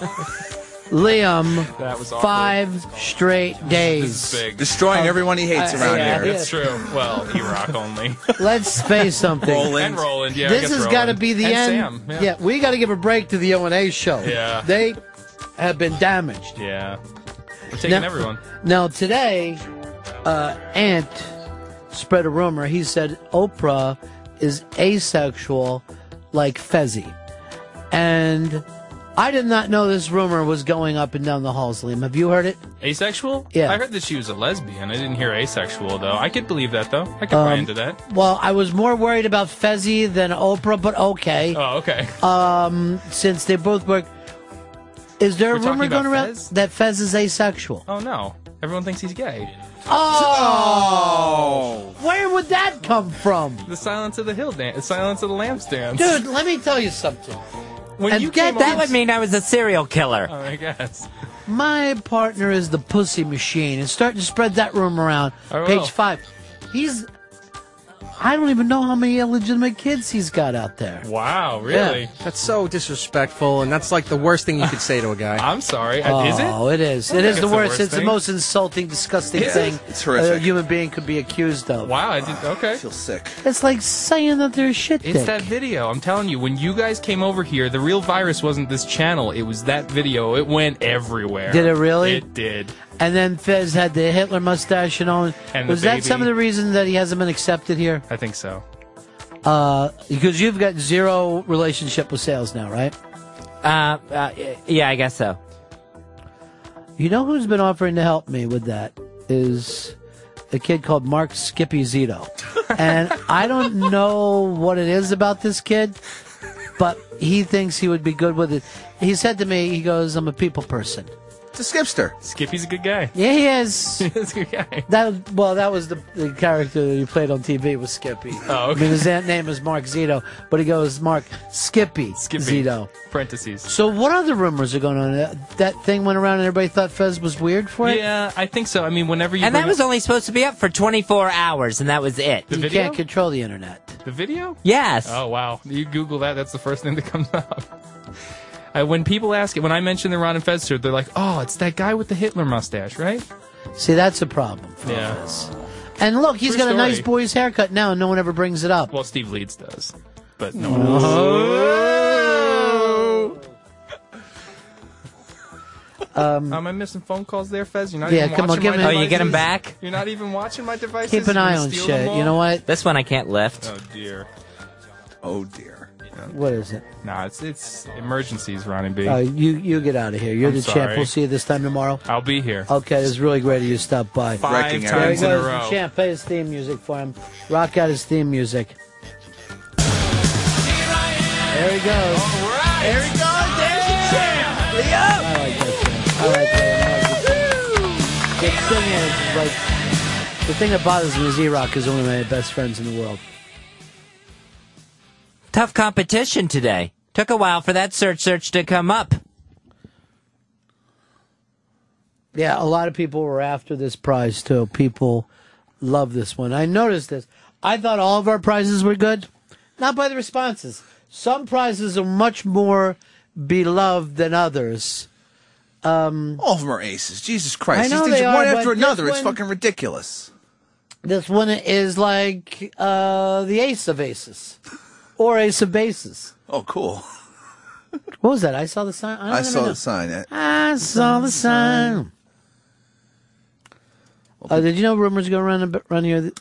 Liam,
That was awkward.
five straight
(laughs)
days.
This is big.
Destroying everyone he hates
Uh,
around
yeah,
here.
yeah.
That's true. Well, Iraq only.
(laughs) Let's face something.
And Roland, yeah. I
this
guess
has
Roland.
got to be the
And
end.
Sam, yeah.
we got to give a break to the O and A show.
Yeah.
they have been damaged.
Yeah. We're taking
Now-
everyone.
Now today, uh, Ant spread a rumor. He said Oprah is asexual, like Fezzi, and I did not know this rumor was going up and down the halls. Liam, have you heard it?
Asexual?
Yeah.
I heard that she was a lesbian. I didn't hear asexual, though. I could believe that, though. I could buy
Um,
into that.
Well, I was more worried about Fezzi than Oprah, but okay.
Oh, okay.
Um, since they both work. Is there
We're
a
talking
rumor going
about
around
Fez?
that Fez is asexual?
Oh, no. Everyone thinks he's gay.
Oh! Where would that come from?
The Silence of the Hill dance. The Silence of the Lambs dance.
Dude, let me tell you something.
When
and
you
get
came
that
That would mean I was a serial killer.
Oh, I guess.
My partner is the pussy machine. It's starting to spread that room around.
I will.
Page five. He's. I don't even know how many illegitimate kids he's got out there.
Wow,
really?
that's so disrespectful, and that's like the worst thing you could say to a guy.
I'm sorry.
Oh, it is.
Uh, I
It
think
is the
it's the
worst.
worst
it's the
thing.
most insulting, disgusting
Is it?
thing
It's
a
horrific.
human being could be accused of.
Wow, I did. Okay. I
feel sick.
It's like saying that they're shit
It's
dick.
that video. I'm telling you, when you guys came over here, the real virus wasn't this channel. It was that video. It went everywhere.
Did it really?
It did.
and then Fez had the Hitler mustache and all.
And the
Was that
baby.
some of the reason that he hasn't been accepted here?
I think so.
Uh, because you've got zero relationship with sales now, right?
Uh, uh, yeah, I guess so.
You know who's been offering to help me with that is a kid called Mark Skippy Zito.
(laughs)
and I don't know what it is about this kid, but he thinks he would be good with it. He said to me, he goes, I'm a people person.
It's a skipster.
Skippy's a good guy.
Yeah, he
(laughs)
is.
He's a good guy.
That well, that was the, the character that he played on TV was Skippy.
Oh,
I
okay.
mean, his aunt name is Mark Zito, but he goes Mark Skippy,
Skippy.
Zito.
Parentheses.
So, what other rumors are going on? That- That thing went around and everybody thought Fez was weird for it.
Yeah, I think so. I mean, whenever you
And that
bring
was
up
only supposed to be up for 24 hours, and that was it.
The
you
video?
can't control the internet.
the video.
Yes.
Oh wow! You Google that. That's the first thing that comes (laughs) up. Uh, when people ask it, when I mention the Ron and Fez tour, they're like, "Oh, it's that guy with the Hitler mustache, right?"
See, that's a problem.
Yeah.
And look, he's
True
got a
story.
nice boy's haircut now, and no one ever brings it up. Oh.
Well, Steve Leeds does, but no one
Uh-huh.
else.
Um,
Am I missing phone calls there, Fez? You're not
Yeah,
even
come on,
watching
give
my
him- Oh, you
devices?
get 'em back?
You're not even watching my devices.
keep an
You're
eye
gonna
on
steal
shit.
them all?
Uh, You know what?
This one I can't lift.
Oh dear.
Oh dear.
What is it?
Nah, it's it's emergencies, Ronnie B.
Uh, you you get out of here. You're
I'm
the champ.
sorry.
We'll see you this time tomorrow.
I'll be here.
Okay, it's really great of you to stop by.
Five Wrecking times
There he
in a
goes, the
row.
Champ, play his theme music for him. Rock out his theme music. There he goes. All right. There he goes. There's your champ. I like that champ. I like that. I like that. The thing is, like, the thing that bothers me is E-Rock is one of my best friends in the world.
Tough competition today. Took a while for that search search to come up.
Yeah, a lot of people were after this prize too. People love this one. I noticed this. I thought all of our prizes were good, not by the responses. Some prizes are much more beloved than others. Um,
All of them are aces. Jesus Christ.
I know
These things
they
one
are,
after
but this
another. It's
one-
fucking ridiculous.
this one is like uh, the ace of aces or ace of bases.
Oh, cool.
What was that? I saw the sign. I, don't
I
even
saw
know.
the sign. eh?
I saw the sign. Uh, did you know rumors go around ab- around here that,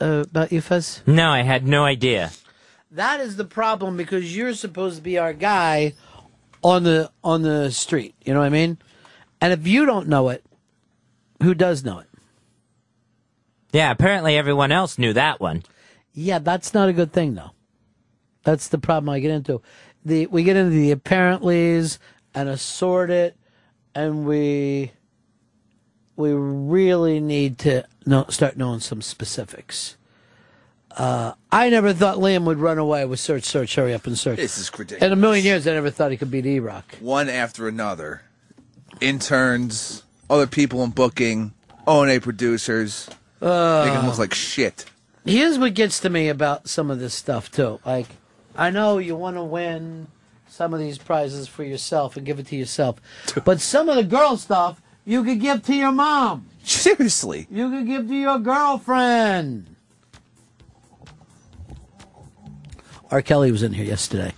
uh, about you, Fez?
No, I had no idea.
That is the problem because you're supposed to be our guy on the on the street. You know what I mean? And if you don't know it, who does know it?
Yeah, apparently everyone else knew that one.
Yeah, that's not a good thing though. That's the problem I get into. The we get into the apparentlys and assort it, and we we really need to know, start knowing some specifics. Uh, I never thought Liam would run away with search, search, hurry up and search.
This is ridiculous.
In a million years, I never thought he could beat E Rock.
One after another. Interns, other people in booking, O&A producers.
Uh,
Making them look like shit.
Here's what gets to me about some of this stuff too. Like, I know you want to win some of these prizes for yourself and give it to yourself, but some of the girl stuff you could give to your mom.
Seriously.
You could give to your girlfriend. R. Kelly was in here yesterday,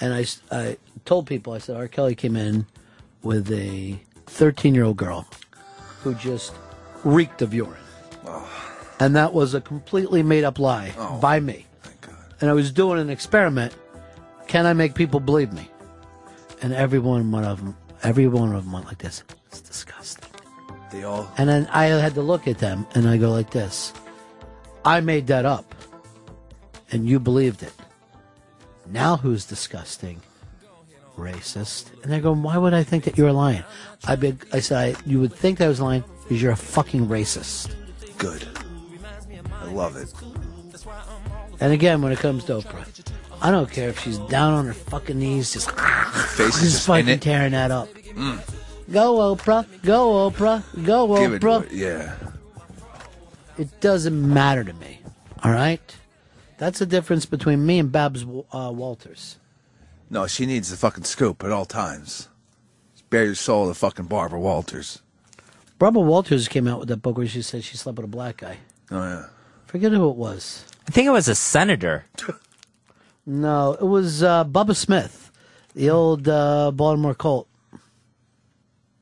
and I, s- I told people I said R. Kelly came in with a 13 year old girl who just reeked of urine, and that was a completely made up lie
Oh,
by me. And I was doing an experiment. Can I make people believe me? And every one of them, every one of them went like this. It's disgusting.
They all.
And then I had to look at them and I go like this. I made that up. And you believed it. Now who's disgusting? Racist. And they're going, why would I think that you're lying? I beg, I said, I, you would think that I was lying because you're a fucking racist.
Good. I love it.
And again, when it comes to Oprah, I don't care if she's down on her fucking knees, just,
Face is
(laughs) just
just in
fucking Oh,
it.
tearing that up.
Mm.
Go Oprah, go Oprah, go
Give it to
Oprah.
it. Yeah.
It doesn't matter to me. All right? That's the difference between me and Babs uh, Walters.
No, she needs the fucking scoop at all times. Spare your soul to fucking Barbara Walters.
Barbara Walters came out with that book where she said she slept with a black guy.
Oh, yeah.
Forget who it was.
I think it was a
(laughs)
senator.
No, it was uh, Bubba Smith, the old uh, Baltimore Colt,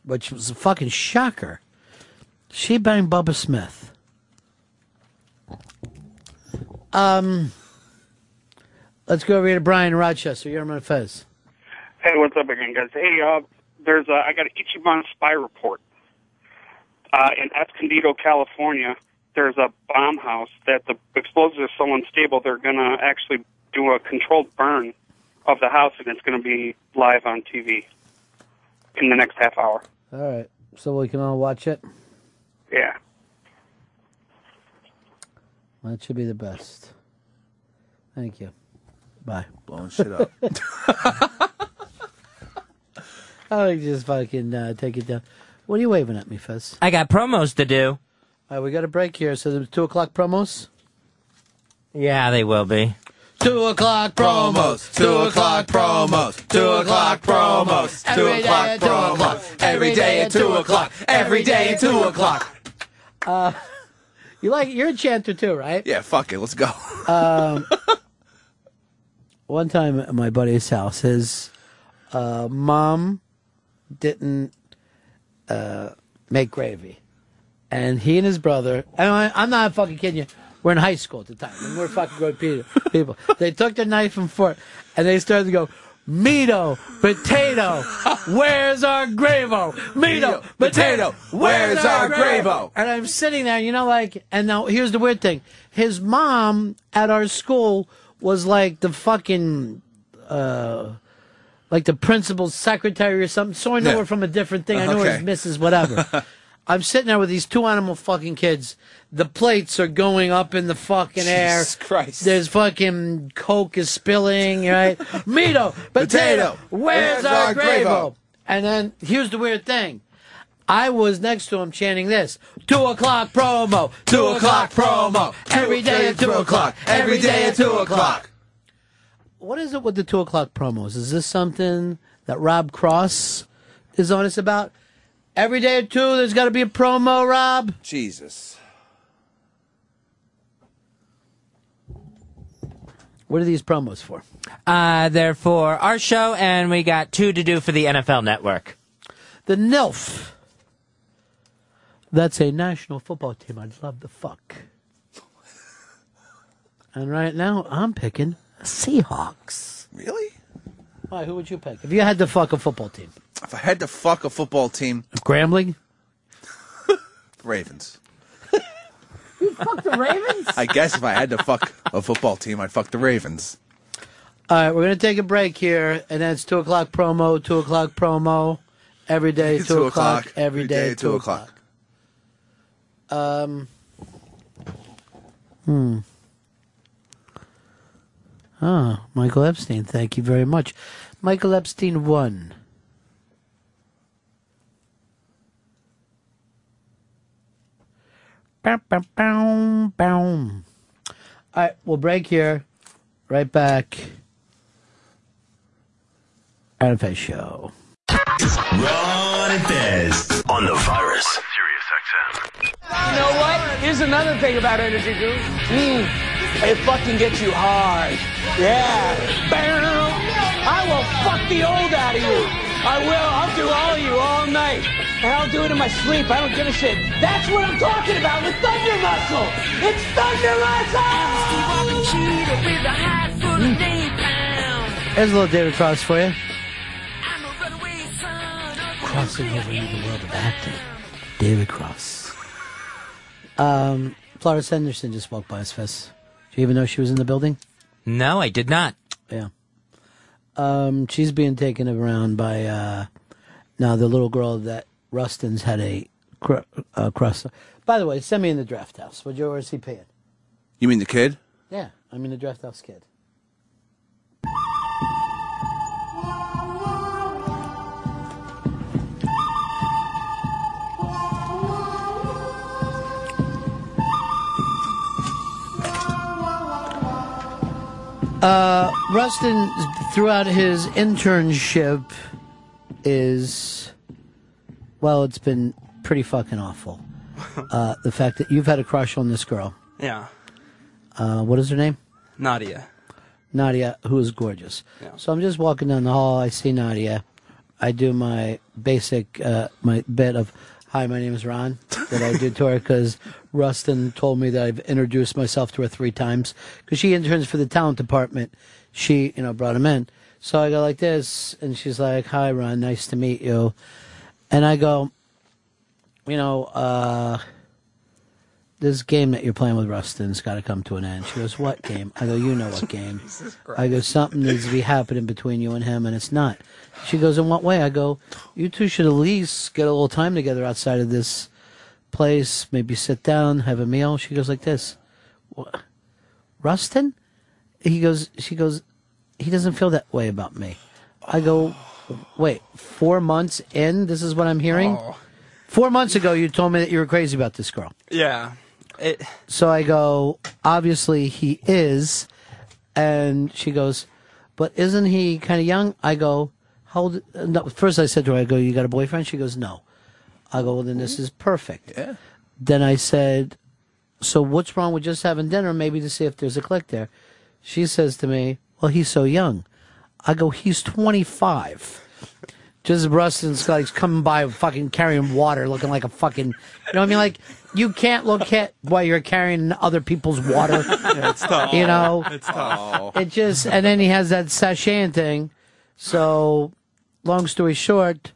which was a fucking shocker. She banged Bubba Smith. Um, let's go over here to Brian in Rochester. You're on Fez.
Hey, what's up again, guys? Hey, uh, there's a, I got an Ichiban spy report. Uh, in Escondido, California, there's a bomb house that the explosives are so unstable they're gonna actually do a controlled burn of the house, and it's gonna be live on TV in the next half hour.
All right, so we can all watch it.
Yeah.
That should be the best. Thank you. Bye.
Blowing shit up.
(laughs) I like to just fucking uh, take it down. What are you waving at me, Fez?
I got promos to do.
All right, Uh, we got a break here. So the two o'clock promos.
Yeah, they will be.
Two o'clock promos.
Two o'clock promos. Two o'clock promos. Two o'clock promos. Every day at two o'clock. Every day at two o'clock.
Uh, (laughs) you like you're a chanter too, right?
Yeah, fuck it. Let's go. (laughs)
Um, one time at my buddy's house, his uh, mom didn't uh, make gravy, and he and his brother. And I, I'm not fucking kidding you. We're in high school at the time, and we're fucking grown pe- people. They took the knife and fork, and they started to go, Mito, potato, where's our Gravo? Mito, potato, where's our Gravo? And I'm sitting there, you know, like, and now here's the weird thing. His mom at our school was like the fucking, uh, like the principal's secretary or something. So I know
Yeah.
her from a different thing. I know her
Okay.
as Mrs. Whatever.
(laughs)
I'm sitting there with these two animal fucking kids. The plates are going up in the fucking air.
Jesus Christ.
There's fucking Coke is
(laughs)
spilling, right? Mito, potato, where's our Gravo? And then here's the weird thing. I was next to him chanting this. Two o'clock promo, two o'clock promo, every day at two o'clock, every day at two o'clock. What is it with the two o'clock promos? Is this something that Rob Cross is on us about? Every day at two, there's got to be a promo, Rob.
Jesus.
What are these promos for?
Uh, they're for our show, and we got two to do for the NFL Network.
The NILF. That's a national football team. I'd love the fuck. And right now, I'm picking Seahawks.
Really?
Why? Who would you pick? If you had to fuck a football team,
If I had to fuck a football team,
Grambling.
Ravens.
Fuck the Ravens.
I guess if I had to fuck a football team, I'd fuck the Ravens.
All right, we're gonna take a break here, and that's two o'clock promo. Two o'clock promo. Every day, (laughs) two, o'clock. Every day, two, o'clock. Um. Hmm. Ah, Michael Epstein. Thank you very much. Michael Epstein won. Bow, bow, bow, bow. All right, we'll break here. Right back. NFA show.
Ron and Fez on the virus.
You know what? Here's another thing about energy goo. Mm, it fucking gets you hard. Yeah. Bam. I will fuck the old out of you. I will. I'll do all you all night. And I'll do it in my sleep. I don't give a shit. That's what I'm talking about with Thunder Muscle. It's Thunder Muscle.
There's a little David Cross for you. Crossing over into the world of acting. David Cross. Um, Flora Henderson just walked by us, Fess. Do you even know she was in the building?
No, I did not.
Yeah. Um, she's being taken around by uh, now the little girl that Rustin's had a cr- uh, cross. By the way, send me in the draft house. Would you or is he paying?
You mean the kid?
Yeah, I'm in the draft house kid. Uh, Rustin, throughout his internship, is well, it's been pretty fucking awful. Uh, the fact that you've had a crush on this girl.
Yeah.
Uh, what is her name?
Nadia.
Nadia, who is gorgeous. So I'm just walking down the hall. I see Nadia. I do my basic, uh, my bit of, hi, my name is Ron, that I do to her because Rustin told me that I've introduced myself to her three times because she interns for the talent department. She, you know, brought him in. So I go like this, and she's like, hi, Ron, nice to meet you. And I go, you know, uh, this game that you're playing with Rustin's got to come to an end. She goes, what game? I go, you know what game. I go, something needs to be happening between you and him, and it's not. She goes, in what way? I go, you two should at least get a little time together outside of this place. Maybe sit down, have a meal. She goes like this, "Wha- Rustin? He goes, she goes, he doesn't feel that way about me. I go, wait, four months in, this is what I'm hearing? Four months ago, you told me that you were crazy about this girl.
Yeah. It.
So I go, obviously he is. And she goes, but isn't he kind of young? I go, how old? uh, No, first I said to her, I go, you got a boyfriend? She goes, no. I go, well, then this is perfect.
Yeah.
Then I said, so what's wrong with just having dinner, maybe to see if there's a click there? She says to me, well, he's so young. I go, he's 25. Just as Rustin and Scotty's coming by fucking carrying water looking like a fucking, you know what I mean? Like, you can't look at why you're carrying other people's water.
Yeah, it's tough.
You know?
It's tough.
It just, and then he has that sashaying thing. So, long story short,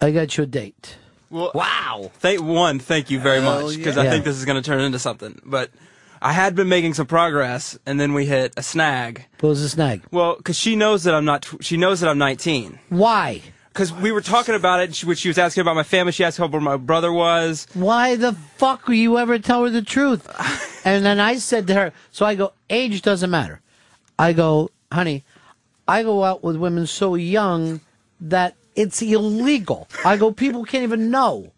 I got you a date.
wow. Thank one. Thank you very
Hell
much because
yeah.
I think this is going to turn into something. But I had been making some progress, and then we hit a snag.
What was the snag?
Well, because she knows that I'm not. tw- She knows that I'm 19.
Why?
Because we were talking about it. She, when she was asking about my family. She asked how old my brother was.
Why the fuck will you ever tell her the truth? And then I said to her, so I go, age doesn't matter. I go, honey, I go out with women so young that it's illegal. I go, people can't even know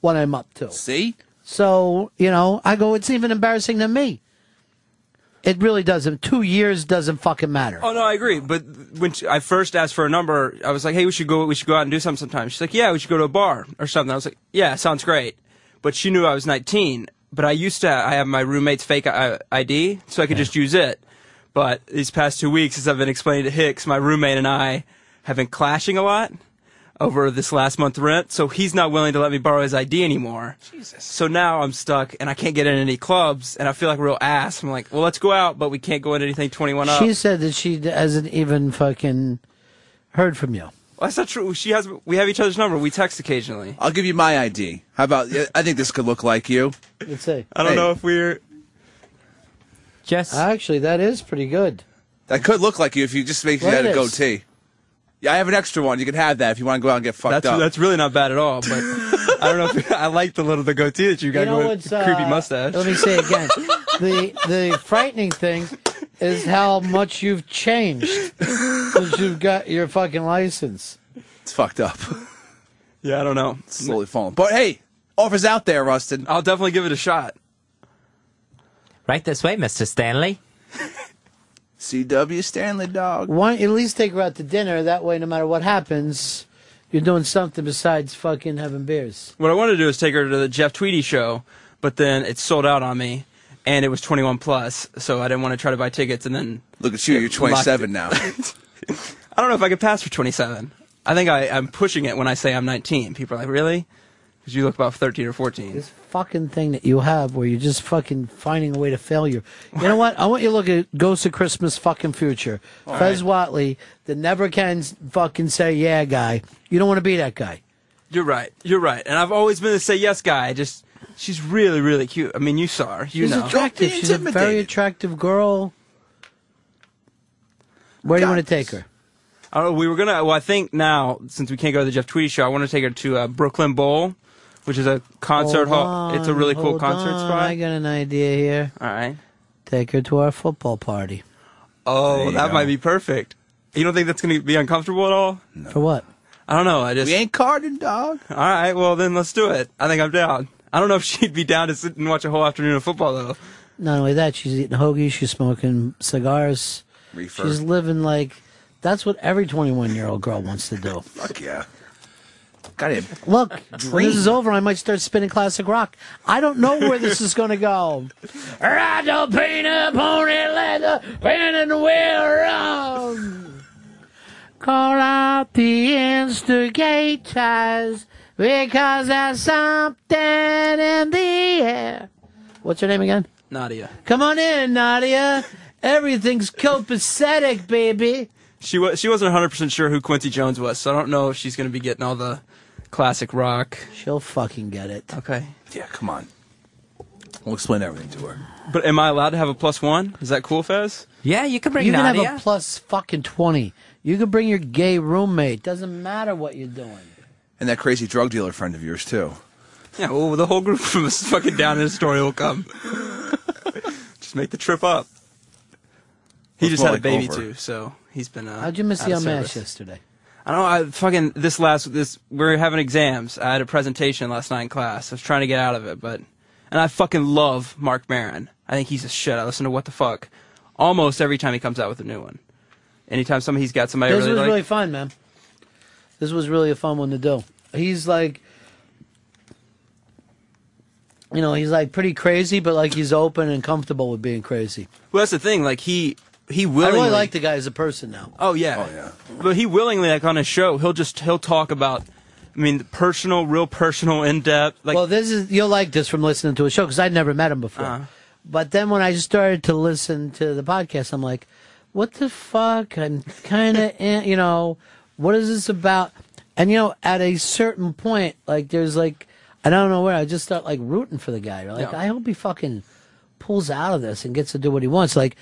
what I'm up to.
See?
So, you know, I go, it's even embarrassing to me. It really doesn't. Two years doesn't fucking matter.
Oh no, I agree. But when she, I first asked for a number, I was like, "Hey, we should go. We should go out and do something sometime." She's like, "Yeah, we should go to a bar or something." I was like, "Yeah, sounds great." But she knew I was 19. But I used to. I have my roommate's fake uh, I- ID, so I could just use it. But these past two weeks, as I've been explaining to Hicks, my roommate and I have been clashing a lot over this last month rent. So he's not willing to let me borrow his ID anymore. Jesus. So now I'm stuck and I can't get in any clubs, and I feel like a real ass. I'm like, "Well, let's go out, but we can't go into anything 21 up."
She said that she hasn't even fucking heard from you.
Well, That's not true. She has. We have each other's number. We text occasionally.
I'll give you my ID. How about? I think this could look like you.
Let's see.
I don't
Hey.
know if we're. Yes.
Actually, that is pretty good.
That could look like you if you just make you
Look
had
at
a
this.
goatee. Yeah, I have an extra one. You can have that if you want to go out and get fucked
That's
up.
that's really not bad at all. But I don't know. if (laughs) I like the little the goatee that you got
You know
going.
what's,
creepy
uh,
mustache.
Let me say
(laughs)
again. the the frightening thing is how much you've changed since you've got your fucking license.
It's fucked up.
(laughs) Yeah, I don't know.
slowly falling. But hey, offers out there, Rustin.
I'll definitely give it a shot.
Right this way, Mr. Stanley.
CW Stanley dog.
Why don't you at least take her out to dinner? That way, no matter what happens, you're doing something besides fucking having beers.
What I wanted to do is take her to the Jeff Tweedy show, but then it sold out on me, and it was 21 plus, so I didn't want to try to buy tickets. And then
look at you, you're 27 now.
(laughs) I don't know if I could pass for 27. I think I, I'm pushing it when I say I'm 19. People are like, really? Because you look about 13 or 14.
This fucking thing that you have where you're just fucking finding a way to failure. You know what? I want you to look at Ghost of Christmas fucking future.
All
Fez
right.
Watley, the never can fucking say yeah guy. You don't want to be that guy.
You're right. You're right. And I've always been the say yes guy. I just she's really really cute. I mean, you saw her. You
She's
know.
attractive. She's a very attractive girl. Where do you want to take her?
I don't know. Oh, We were gonna. Well, I think now since we can't go to the Jeff Tweedy show, I want to take her to uh, Brooklyn Bowl, which is a concert
Hold
hall. It's a
on,
really cool
hold
concert
on,
spot.
I got an idea here.
All right.
Take her to our football party. There
Oh,
you
that
go.
might be perfect. You don't think that's gonna be uncomfortable at all?
For what?
I don't know. I just
we ain't carding, dog.
All right. Well, then let's do it. I think I'm down. I don't know if she'd be down to sit and watch a whole afternoon of football though.
Not only that, she's eating hoagies, she's smoking cigars.
Reefer.
She's living like that's what every 21 year old girl wants to do.
Fuck yeah. Got him. (laughs)
Look, when
Dream.
this is over, I might start spinning classic rock. I don't know where this is going to go. Ride the peanut pony leather, spinning the wheel around. Call out the instigators because there's something in the air. What's her name again?
Nadia.
Come on in, Nadia. Everything's copacetic, baby.
She was she wasn't 100 percent sure who Quincy Jones was, so I don't know if she's going to be getting all the classic rock.
She'll fucking get it.
Okay.
Yeah, come on. We'll explain everything to her.
But am I allowed to have a plus one? Is that cool, Fez?
Yeah, you can
you can have a plus fucking 20. You can bring your gay roommate. Doesn't matter what you're doing.
And that crazy drug dealer friend of yours too.
yeah, well, the whole group from us fucking down in the story will come. (laughs) Just make the trip up. He
Well, it's
just
more
had
like
a baby
over.
too, so he's been. Uh,
How'd you miss
out
the
of
mash
service.
yesterday?
I don't know. I fucking this last this we're having exams. I had a presentation last night in class. I was trying to get out of it, but and I fucking love Mark Maron. I think he's a shit. I listen to what the fuck almost every time he comes out with a new one. Anytime somebody he's got somebody I
this
really
was
like.
really fun, man. This was really a fun one to do. He's like, you know, he's like pretty crazy, but like he's open and comfortable with being crazy.
well, that's the thing. Like he he
I
willingly
really like the guy as a person now.
Oh yeah. Oh yeah. But he willingly like on his show, he'll just he'll talk about I mean personal, real personal, in depth. Like
well, this is you'll like this from listening to a show because I'd never met him before. But then when I started to listen to the podcast, I'm like, what the fuck? I'm kind of, you know, what is this about? And you know, at a certain point, like there's like, I don't know where I just start like rooting for the guy. Like
Yeah.
I hope he fucking pulls out of this and gets to do what he wants. Like,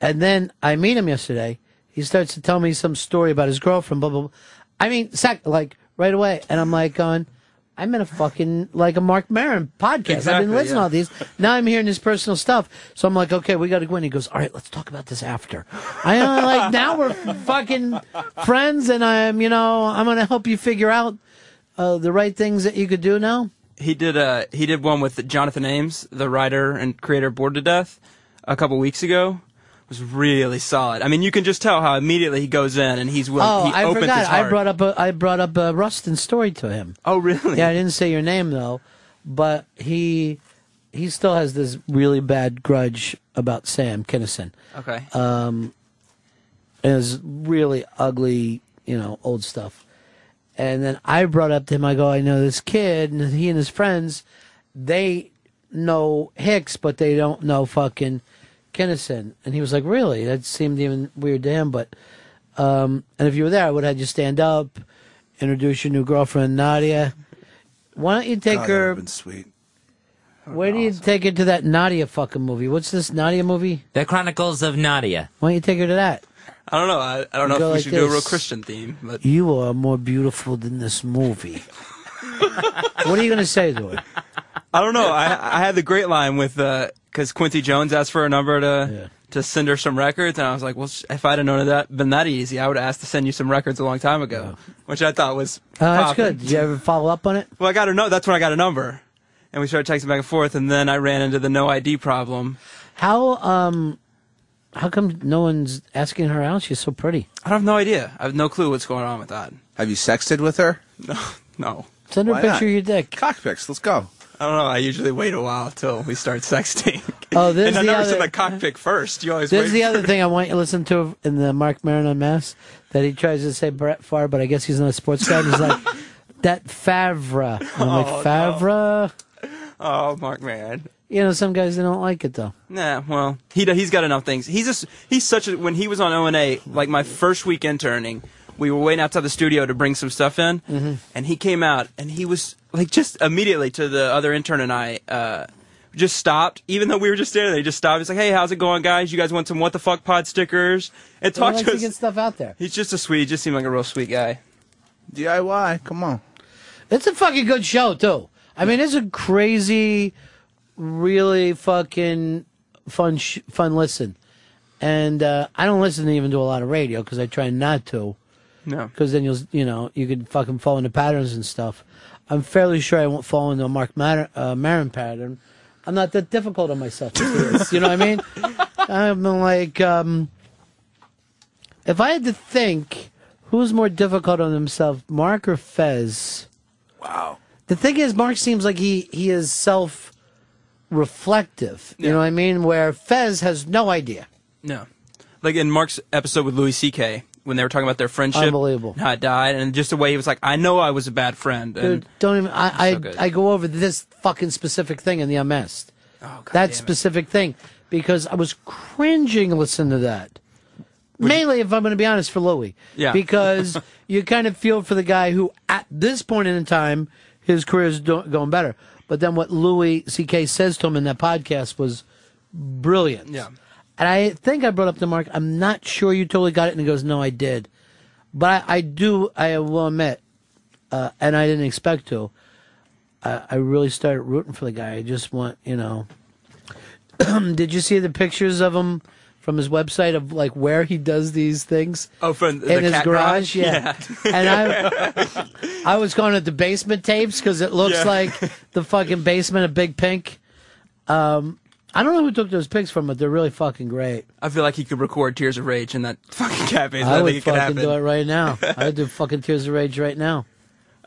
and then I meet him yesterday. He starts to tell me some story about his girlfriend. Blah blah. blah. I mean, sec, like right away, and I'm like going. I'm in a fucking like a Mark Maron podcast. I've
Exactly,
been listening to
yeah.
all these. Now I'm hearing his personal stuff. So I'm like, okay, we got to go in. He goes, all right, let's talk about (laughs) this after. I am like now we're fucking friends, and I'm you know I'm gonna help you figure out uh, the right things that you could do now.
he did uh he did one with Jonathan Ames, the writer and creator of Bored to Death, a couple weeks ago. It was really solid. I mean, you can just tell how immediately he goes in and he's willing.
oh,
he
I
opens His
forgot.
heart.
I
(laughs)
brought up a, I brought up a Rustin story to him.
Oh, really?
Yeah, I didn't say your name though, but he he still has this really bad grudge about Sam Kinnison.
Okay.
Um, and it was really ugly, you know, old stuff. And then I brought up to him, I go, I know this kid, and he and his friends, they know Hicks, but they don't know fucking Kinnison. And he was like, Really? That seemed even weird to him. But, um, and if you were there, I would have had you stand up, introduce your new girlfriend, Nadia. Why don't you take
God, that
her?
would've been sweet.
Where do you take her to that Nadia fucking movie? What's this Nadia movie?
The Chronicles of Nadia.
Why don't you take her to that?
I don't know. I, I don't know if
Go
we
like
should do a real
this.
Christian theme, but
You are more beautiful than this movie. what are you going to say Uh, to her?
I don't know. I I had the great line with because Quincy Jones asked for a number to to send her some records, and I was like, well, sh- if I'd have known that been that easy, I would have asked to send you some records a long time ago, which I thought was
Uh, that's
poppin'.
good. Did you ever follow up on it?
Well, I got her no. That's when I got a number, and we started texting back and forth, and then I ran into the no ID problem.
How um, how come no one's asking her out? She's so pretty.
I have no idea. I have no clue what's going on with that.
Have you sexted with her?
No, (laughs) no.
Send her a
Why
picture
not?
of your dick.
Cockpicks. Let's go.
I don't know. I usually wait a while till we start (laughs) sexting.
Oh, this
and
is
I
the
never
other-
send the cockpit first. You always
This is
wait
the other
for-
thing I want you to listen to in the Mark Maron on Mass that he tries to say Brett Favre, but I guess he's not a sports guy. And he's
(laughs)
like that Favre. And I'm
Oh, no.
like Favre.
(laughs) Oh, Mark Maron.
You know, some guys they don't like it though.
Nah, well, he do- he's got enough things. He's just he's such a when he was on O and A, like my first week interning, we were waiting outside the studio to bring some stuff in,
Mhm.
and he came out and he was like just immediately to the other intern and I uh, just stopped, even though we were just standing there. He just stopped. He's like, "Hey, how's it going, guys? You guys want some what the fuck pod stickers?" And
They
talked
like
to
to
us.
get stuff out there.
He's just a sweet. He just seemed like a real sweet guy.
DIY. Come on.
It's a fucking good show too. I mean, it's a crazy, really fucking fun, sh- fun listen. And uh, I don't listen to even do a lot of radio because I try not to.
No.
Because then you'll, you know, you could fucking fall into patterns and stuff. I'm fairly sure I won't fall into a Mark Matter, uh, Maron pattern. I'm not that difficult on myself. you know what I mean? (laughs) I'm like, um, if I had to think, who's more difficult on himself, Mark or Fez?
Wow.
The thing is, Mark seems like he he is self reflective. You know what I mean? Where Fez has no idea.
No. Like in Mark's episode with Louis C.K. when they were talking about their friendship,
Unbelievable.
and how it died, and just the way he was like, "I know I was a bad friend." And,
Dude, don't even. I
So good.
I, I go over this fucking specific thing in the MS.
Oh,
that specific thing because I was cringing listening to that. Mainly, if I'm going to be honest, for Louis.
Yeah.
(laughs)
Because you kind of feel for the guy who, at this point in time, his career is do- going better. But then what Louis C.K. says to him in that podcast was brilliant.
Yeah.
And I think I brought up to Mark, I'm not sure you totally got it. And he goes, No, I did. But I, I do, I will admit, uh, and I didn't expect to, I, I really started rooting for the guy. I just want, you know. (clears throat) did you see the pictures of him from his website of like where he does these things?
Oh, from
in
the
his
cat
garage, yeah.
(laughs) Yeah.
and I, I was going to the basement tapes because it looks
Yeah.
like the fucking basement of Big Pink. Um, I don't know who took those pics from, but they're really fucking great.
I feel like he could record Tears of Rage in that fucking cat face. I,
I
think
would
it could
fucking
happen.
do it right
(laughs)
now. I would do fucking Tears of Rage right now.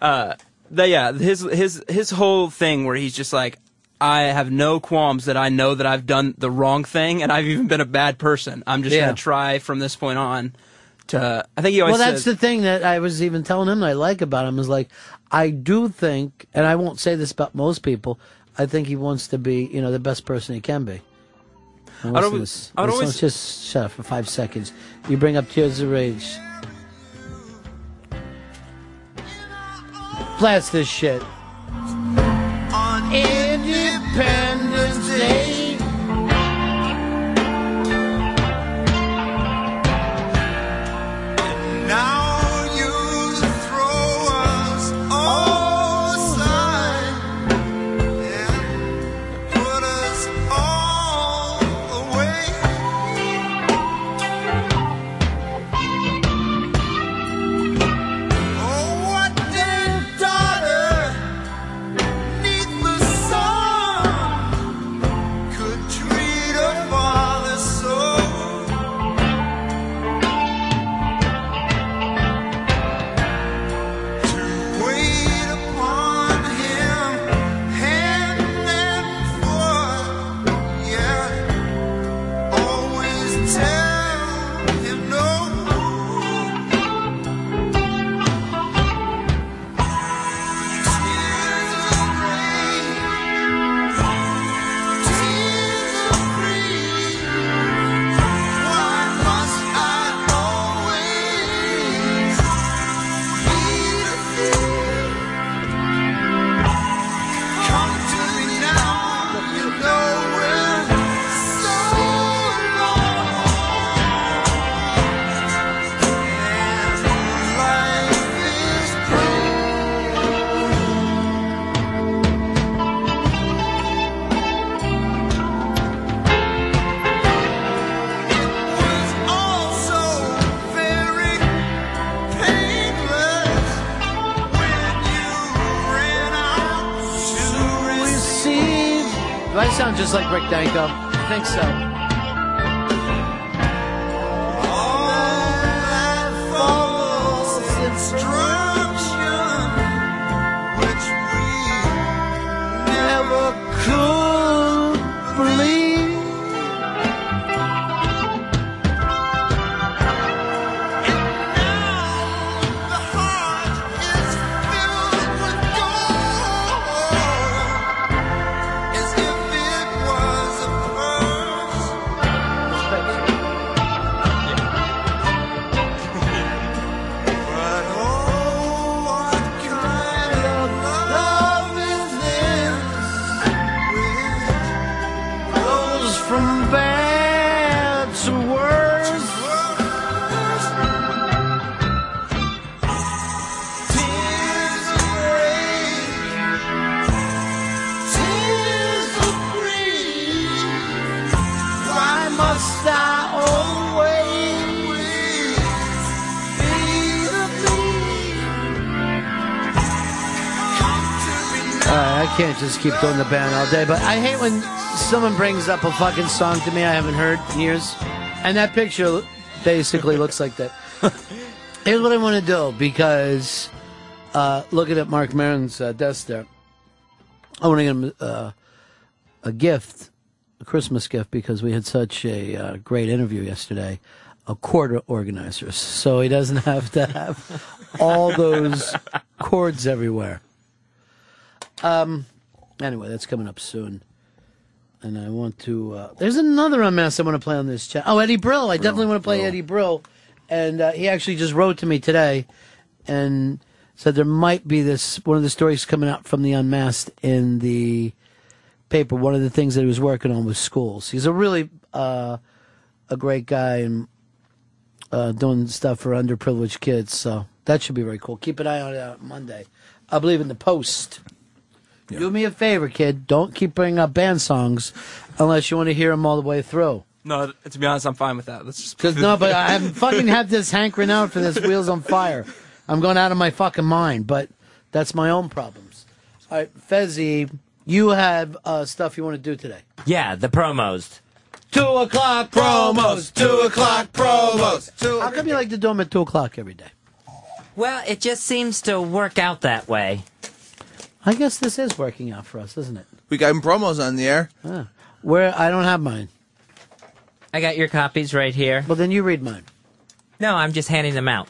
Uh, the, yeah, his his his whole thing where he's just like, I have no qualms that I know that I've done the wrong thing and I've even been a bad person. I'm just
Yeah.
going to try from this point on to. I think he
Well,
always
that's
says,
the thing that I was even telling him I like about him is like, I do think, and I won't say this about most people, I think he wants to be, you know, the best person he can be. Now,
I'd
listen to
always-
this.
I'd
Listen,
always-
Let's just shut up for five seconds. You bring up Tears of Rage. Blast this shit.
On Independence Day. And now you throw us all aside and put us all away. Oh, what did daughter? Neath the sun, could treat a father so. To wait upon him, hand and foot, yeah. Always tell him no.
Receive. Do I sound just like Rick Danko? I think so.
Goes from bad to worse. Tears of rage, tears of grief. Why must I always be the thief?
Uh, I can't just keep doing the band all day, but I hate when someone brings up a fucking song to me I haven't heard in years, and that picture basically looks like that. Here's what I want to do because uh, looking at Mark Maron's uh, desk there, I want to give him uh, a gift, a Christmas gift, because we had such a uh, great interview yesterday. A quarter organizers, so he doesn't (laughs) have to have all those cords everywhere. Um. Anyway, that's coming up soon, and I want to. Uh, there's another MS I want to play on this chat. Oh, Eddie Brill. I definitely want to play Eddie Brill, and uh, he actually just wrote to me today, and said there might be this one of the stories coming out from the Unmasked in the paper. One of the things that he was working on was schools. He's a really uh, a great guy and uh, doing stuff for underprivileged kids. So that should be very cool. Keep an eye on it uh, Monday. I believe in the post. Do me a favor, kid. Don't keep bringing up band songs unless you want to hear them all the way through.
no, to be honest, I'm fine with that. Let's just.
'Cause- no, but I have fucking had this hankering out for this Wheels on Fire. I'm going out of my fucking mind, but that's my own problems. All right, Fezzi, you have uh, stuff you want to do today.
Yeah, the promos.
Two o'clock
promos, two o'clock promos,
Two. How come you like to do them at two o'clock every day?
Well, it just seems to work out that way.
I guess this is working out for us, isn't it?
We got Brumos on the air.
Ah. Where I don't have mine.
I got your copies right here.
Well, then you read mine. Hmm.
No, I'm just handing them out.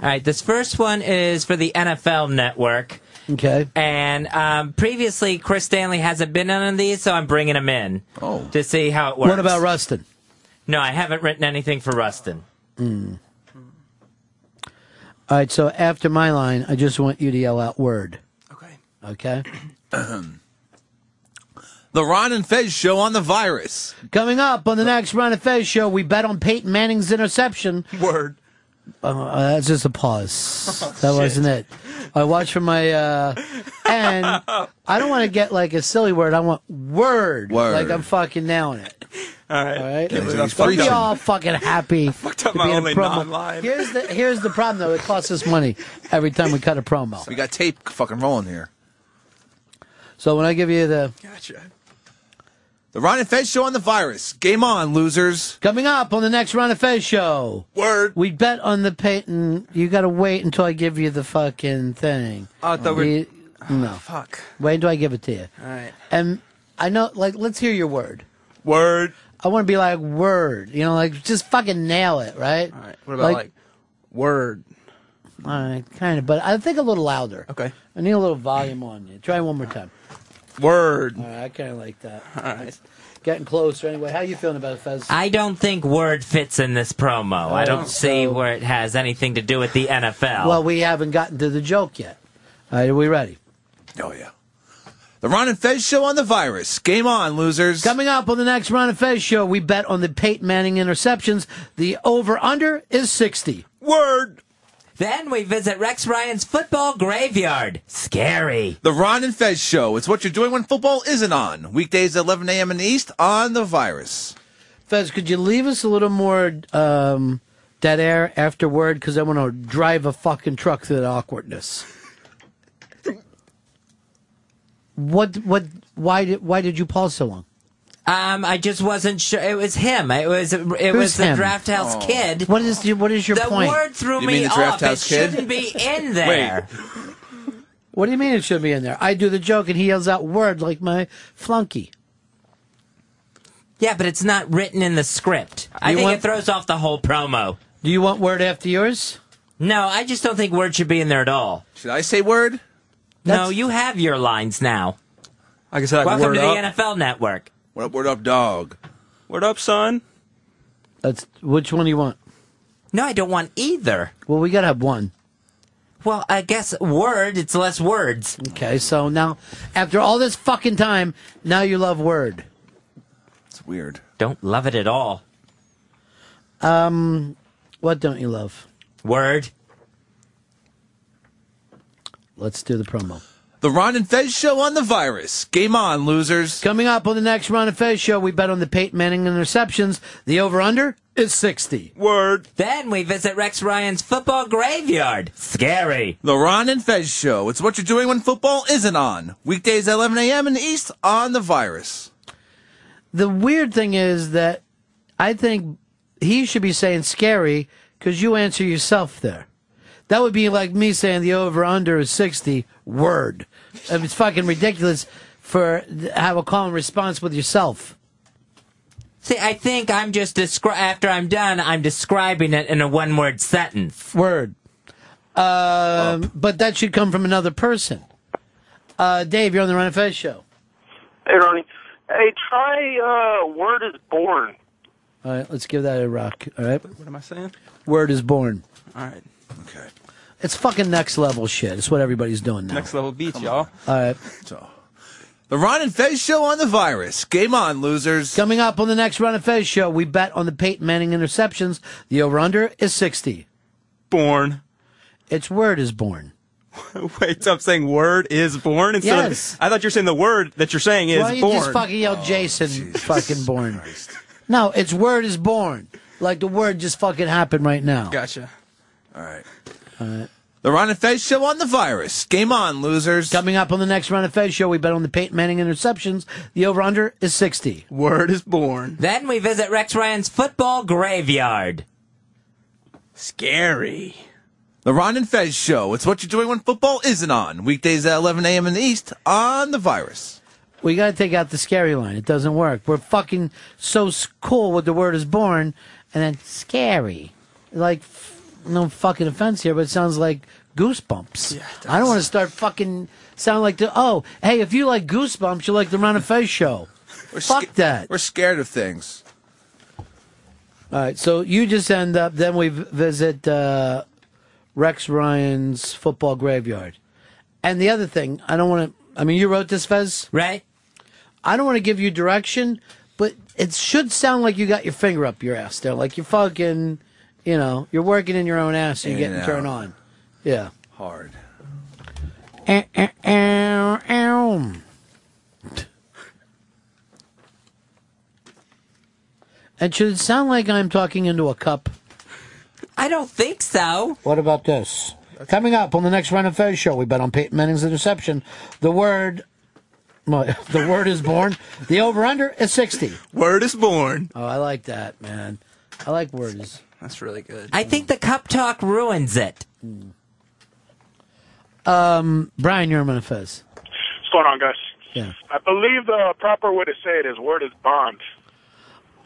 All right, this first one is for the NFL Network.
Okay.
And um, previously, Chris Stanley hasn't been on these, so I'm bringing him in. Oh. To see how it works.
What about Rustin?
No, I haven't written anything for Rustin.
Hmm. All right, so after my line, I just want you to yell out word. Okay. Okay?
(clears throat) The Ron and Fez show on the virus.
Coming up on the next Run of Fez show, we bet on Peyton Manning's interception.
Word.
Uh, that's just a pause. that wasn't it. I watched for my, uh, and I don't want to get like a silly word. I want word.
Word.
Like I'm fucking nailing it.
(laughs) All right. All right.
Can't believe I fucked We up. all fucking happy.
fucked up
to
my
be in a
only
promo.
non-line.
Here's the here's the problem though. It costs us money every time we cut a promo.
We got tape fucking rolling here.
So when I give you the
Gotcha. The Ron and Fez show on the virus. Game on, losers.
Coming up on the next Ron and Fez show.
Word.
We bet on the Peyton. You got to wait until I give you the fucking thing.
Oh, I thought we-
You- No.
fuck.
Wait until I give it to you.
All right.
And I know, like, let's hear your word.
Word.
I want to be like word. You know, like just fucking nail it, right? All right.
What about like, word?
All right, kind of, but I think a little louder. Okay. I need a little volume on you. Try one more time.
Word.
All right, I kind of like that. All right. Getting closer anyway. How you feeling about it, Fez?
I don't think word fits in this promo. I don't see where it has anything to do with the NFL.
Well, we haven't gotten to the joke yet. All right, are we ready?
Oh, yeah. The Ron and Fez show on the virus. Game on, losers.
Coming up on the next Ron and Fez show, we bet on the Peyton Manning interceptions. The over under is 60.
Word.
Then we visit Rex Ryan's football graveyard. Scary.
The Ron and Fez show. It's what you're doing when football isn't on. Weekdays at 11 a.m. in the East on the virus.
Fez, could you leave us a little more um, dead air afterward? Because I want to drive a fucking truck through that
(laughs)
awkwardness. what? What? Why did? Why did you pause so long?
Um, I just wasn't sure. It was him. It was it was the
him?
draft house kid.
What is? your- What is your
the
point?
word threw me off. it shouldn't be
(laughs)
in there.
What do you mean it should be in there? I do the joke and he yells out word like my flunky.
Yeah, but it's not written in the script. I
You
think
want-
it throws off the whole promo.
Do you want word after yours?
No, I just don't think word should be in there at all.
Should I say word?
no, you have your lines now.
Like I said,
welcome
word
to
up.
the NFL Network.
What up, word up, dog?
Word up, son?
That's which one do you want?
No, I don't want either.
Well, we gotta have one.
Well, I guess word. It's less words.
Okay, so now after all this fucking time, now you love word.
It's weird.
Don't love it at all.
Um, what don't you love?
Word.
Let's do the promo.
The Ron and Fez show on the virus. Game on, losers.
Coming up on the next Ron and Fez show, we bet on the Peyton Manning interceptions. The over under is 60.
Word.
Then we visit Rex Ryan's football graveyard. Scary.
The Ron and Fez show. It's what you're doing when football isn't on. Weekdays at 11 a.m. in the East on the virus.
The weird thing is that I think he should be saying scary because you answer yourself there. That would be like me saying the over under is 60 word. I mean, it's fucking ridiculous for th- have a call and response with yourself.
See, I think I'm just descri- after I'm done, I'm describing it in a one-word sentence.
Word. Um, but that should come from another person. Uh, Dave, you're on the Ron and Fez show.
Hey, Ronnie. Hey, try uh, Word is Born.
All right, let's give that a rock. All right.
What am I saying?
Word is born.
All right.
It's fucking next level shit. It's what everybody's doing now.
Next level beats, y'all.
All right.
The Ron and Fez show on the virus. Game on, losers.
Coming up on the next Run and Fez show, we bet on the Peyton Manning interceptions. The over under is 60.
Born.
Its word is born.
(laughs) Wait, so I'm saying word is born instead
Yes.
of. I thought you were saying the word that you're saying is
Why don't you
born.
just fucking yell Jason fucking born? No, its word is born. Like the word just fucking happened right now.
Gotcha.
All right.
All right.
The Ron and Fez show on the virus. Game on, losers.
Coming up on the next Run and Fez show, we bet on the Peyton Manning interceptions. The over under is 60.
Word is born.
Then we visit Rex Ryan's football graveyard.
Scary.
The The Ron and Fez Show. It's what you're doing when football isn't on. Weekdays at 11 a.m. in the East on the virus.
We got to take out the scary line. It doesn't work. We're fucking so s- cool with the word is born and then scary. Like, f- no fucking offense here, but it sounds like goosebumps. I don't want to start fucking sound like the, oh, hey, if you like goosebumps, you like the Ron and Fez show. Fuck that.
We're scared of things.
All right, so you just end up. Then we v- visit uh, Rex Ryan's football graveyard. And the other thing, I don't want to. I mean, you wrote this, Fez,
right?
I don't want to give you direction, but it should sound like you got your finger up your ass there, like you're fucking, you know, you're working in your own ass and you're
In
getting
and
turned
out.
on. Yeah.
Hard.
Eh, eh, eh, eh. And should it sound like I'm talking into a cup?
I don't think so.
What about this? Coming up on the next Run and Fez show, we bet on Peyton Manning's interception. The word, well, (laughs) the word is born. The over/under is sixty.
Word is born.
Oh, I like that, man. I like words.
That's really good.
I think the cup talk ruins it.
Um, Brian, you're on Run and Fez.
What's going on, guys?
Yeah.
I believe the proper way to say it is word is bond.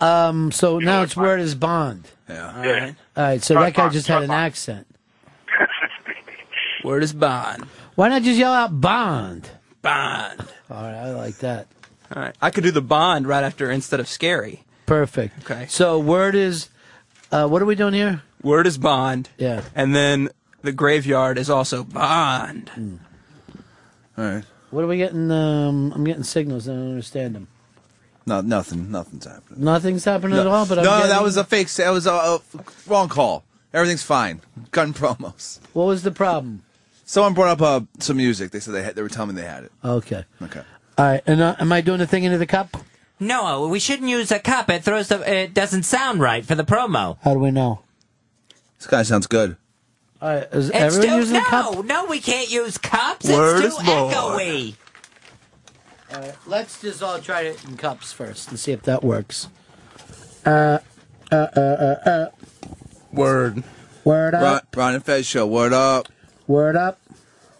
Um, so now it's word is bond.
Yeah.
All right. All right. So that guy just had an
(laughs)
accent.
Word is bond.
Why not just yell out bond?
Bond.
All right, I like that.
All right, I could do the bond right after instead of scary.
Perfect.
Okay.
So word is, uh, what are we doing here?
Word is bond.
Yeah.
And then the graveyard is also bond.
All right.
What are we getting? Um, I'm getting signals. I don't understand them.
No, nothing. Nothing's happening.
Nothing's happening at
no,
all. But I'm
no,
getting-
that was a fake. That was a, a wrong call. Everything's fine. Gun promos.
What was the problem?
Someone brought up uh, some music. They said they had, they were telling me they had it.
Okay.
Okay.
All right. And uh, am I doing the thing into the cup?
No, we shouldn't use a cup. It throws the. It doesn't sound right for the promo.
How do we know?
This guy sounds good.
All right. Uh, Is
It's
everyone
too,
using
no,
a cup?
no, we can't use cups.
Word
it's
is
too
born.
echoey.
Let's just all try it in cups first and see if that works. Uh, uh, uh, uh, uh.
Word.
Word up.
Ron, Ron and Fez show. Word up.
Word up.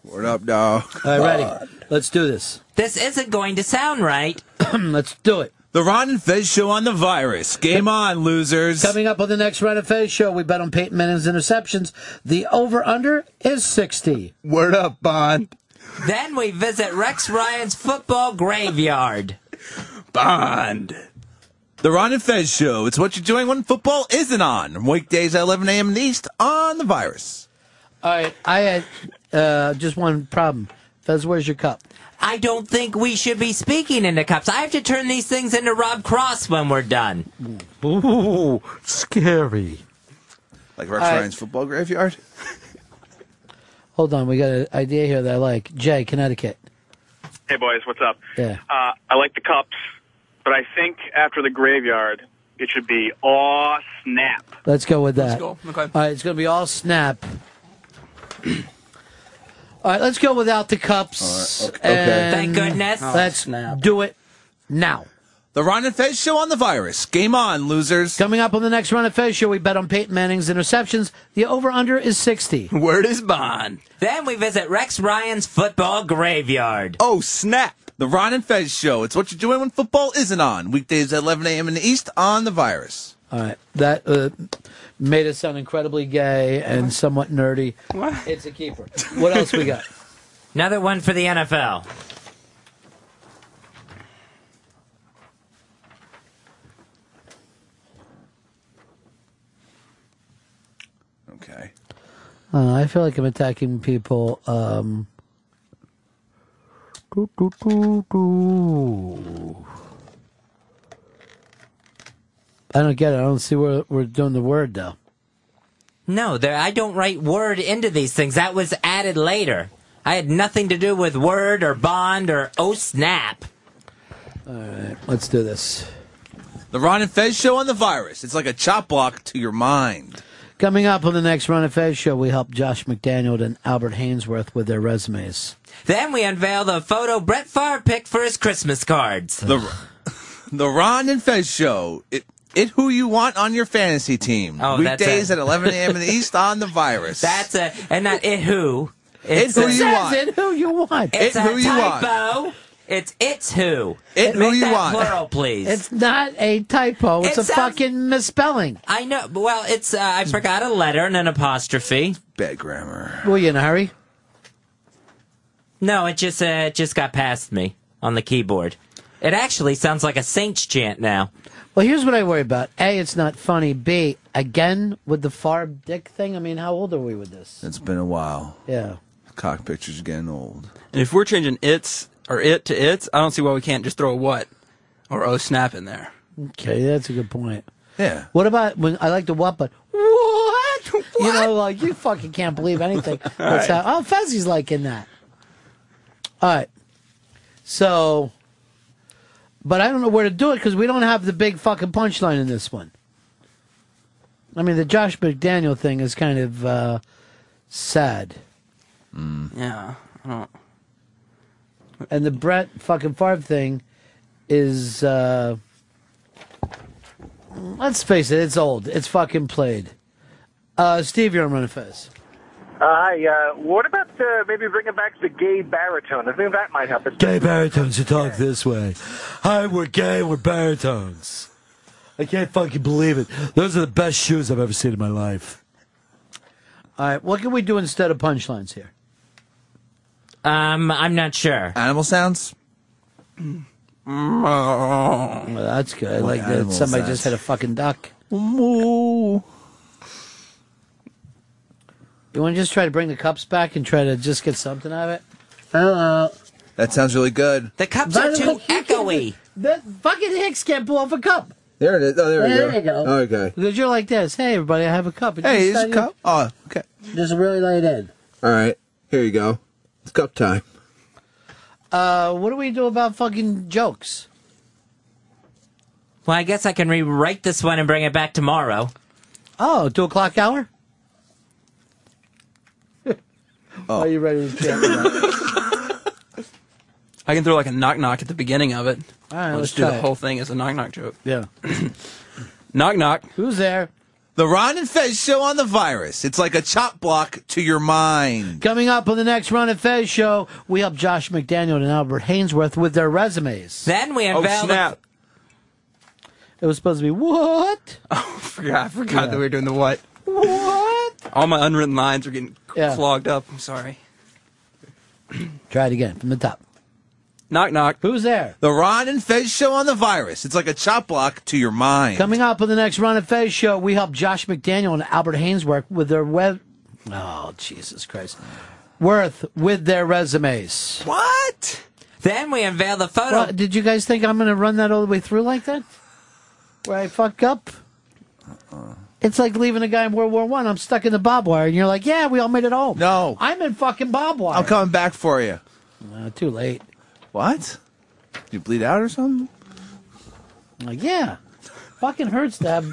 Word up, dog.
All right, ready. Let's do this.
This isn't going to sound right.
(clears throat) Let's do it.
The Ron and Fez show on the virus. Game on, losers.
Coming up on the next Run and Fez show, we bet on Peyton Manning's interceptions. The over under is 60.
Word up, Bond.
Then we visit Rex Ryan's football graveyard.
Bond. The Ron and Fez show. It's what you're doing when football isn't on. Weekdays at 11 a.m. in the East on the virus.
All right. I had uh, just one problem. Fez, where's your cup?
I don't think we should be speaking into cups. I have to turn these things into Rob Cross when we're done.
Ooh, scary.
Like Rex
All right.
Ryan's football graveyard.
Hold on. We got an idea here that I like. Jay, Connecticut.
Hey boys, what's up?
Yeah.
Uh, I like the cups, but I think after the graveyard, it should be aw snap.
Let's go with
Let's
that.
go. Okay.
All right, it's going to be all snap. (clears throat) all right, let's go without the cups.
All right, okay. Okay.
and
Thank goodness. Oh,
Let's
snap.
do it now.
The Ron and Fez show on the virus. Game on, losers.
Coming up on the next Run of Fez show, we bet on Peyton Manning's interceptions. The over-under is 60.
Word is bond. Then we visit Rex Ryan's football graveyard.
Oh, snap. The Ron and Fez show. It's what you're doing when football isn't on. Weekdays at 11 a.m. in the East on the virus.
All right, that uh, made us sound incredibly gay and somewhat nerdy. What? It's a keeper. What else we got?
(laughs) Another one for the NFL.
(laughs) Okay.
Uh, I feel like I'm attacking people. Um, doo, doo, doo, doo. I don't get it. I don't see where we're doing the word though.
No, there, I don't write word into these things. That was added later. I had nothing to do with word or bond or oh snap.
All right, let's do this.
The Ron and Fez show on the virus. It's like a chop block to your mind.
Coming up on the next Run of Fez show, we help Josh McDaniel and Albert Hainsworth with their resumes.
Then we unveil the photo Brett Favre picked for his Christmas cards.
The The Ron and Fez show. It, It who you want on your fantasy team.
Oh, that's
Weekdays
it.
at 11 a.m.
(laughs)
in the East on the virus. That's
it. And not it who.
It who you want.
It who you want.
It's
It
a
who you want.
typo. It's it's who.
It who
Make
you
that
want. (laughs)
Plural, please.
It's not a typo.
It
It's a
sounds-
fucking misspelling.
I know. but, Well, it's uh, I forgot a letter and an apostrophe.
Bad grammar.
Were you in a hurry?
No, it just uh, it just got past me on the keyboard. It actually sounds like a saint's chant now.
Well, here's what I worry about. A, it's not funny. B, again with the farb dick thing. I mean, how old are we with this?
It's been a while.
Yeah.
Cock pictures getting old.
And if we're changing its or it to its, I don't see why we can't just throw a what or oh snap in there.
Okay, that's a good point.
Yeah.
What about when I like the what, but what? You know, like you fucking can't believe anything. that's
right.
how, oh, Fezzi's liking that. All right. So, but I don't know where to do it because we don't have the big fucking punchline in this one. I mean, the Josh McDaniel thing is kind of uh, sad. Mm.
Yeah. I don't.
And the Brett fucking Favre thing is, uh, let's face it, it's old. It's fucking played. Uh, Steve, you're on Run of Fez.
Hi. Uh, what about uh, maybe bringing back the gay baritone? I think that might help. It's
Gay baritones who talk this way. Hi, we're gay, we're baritones. I can't fucking believe it. Those are the best shoes I've ever seen in my life.
All right, what can we do instead of punchlines here?
Um, I'm not sure.
Animal sounds.
Well, that's good. I
What
like that.
animal
Somebody
is
just
that?
had a fucking duck.
Moo.
You want to just try to bring the cups back and try to just get something out of it?
That sounds really good.
The cups
By the way, you can't- That fucking Hicks can't pull off a cup.
There it is. Oh, there, we
There
go.
you go.
Okay.
Because you're like this. Hey, everybody, I have a cup. And
Hey,
you
here's a
decide
cup. Oh, okay.
to Just really lay it in.
All right. Here you go. It's cup time.
Uh, what do we do about fucking jokes?
Well, I guess I can rewrite this one and bring it back tomorrow.
Oh, two o'clock hour?
Oh,
you ready to
(laughs)
chat?
I can throw like a knock knock at the beginning of it.
All right,
I'll
let's
just do the
try it.
whole thing as a knock knock joke. (clears throat)
Yeah.
knock knock.
Who's there?
The Ron and Fez show on the virus. It's like a chop block to your mind.
Coming up on the next Run and Fez show, we help Josh McDaniel and Albert Hainsworth with their resumes.
Then we
Oh
unveil the-
snap!
It was supposed to be what?
I forgot, I forgot
Yeah.
that we were doing the what.
What?
All my unwritten lines are getting
Yeah.
clogged up. I'm sorry.
Try it again from the top.
Knock knock.
Who's there?
The Ron and Fez show on the virus. It's like a chop block to your mind.
Coming up on the next Run and Fez show, we help Josh McDaniel and Albert Hainsworth with their web. Oh Jesus Christ! Worth with their resumes.
What?
Then we unveil the photo.
Well, did you guys think I'm going to run that all the way through like that? Where I fuck up? It's like leaving a guy in World War One. I'm stuck in the barbed wire, and you're like, "Yeah, we all made it home." No, I'm in fucking barbed wire.
I'm coming back for you.
Uh, too late.
What? Did you bleed out or something?
I'm like, yeah, fucking hurts to have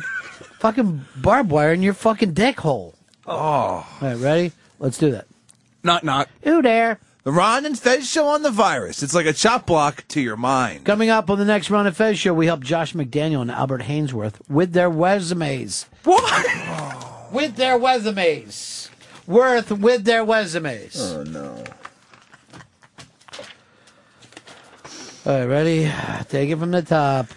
fucking barbed wire in your fucking dick hole.
Oh.
All right, ready? Let's do that.
Knock knock.
Who there?
The Ron and Fez show on the virus. It's like a chop block to your mind.
Coming up on the next Ron and Fez show, we help Josh McDaniel and Albert Hainsworth with their resumes.
What?
With their resumes. Worth with their resumes.
Oh no.
All right, ready? Take it from the top.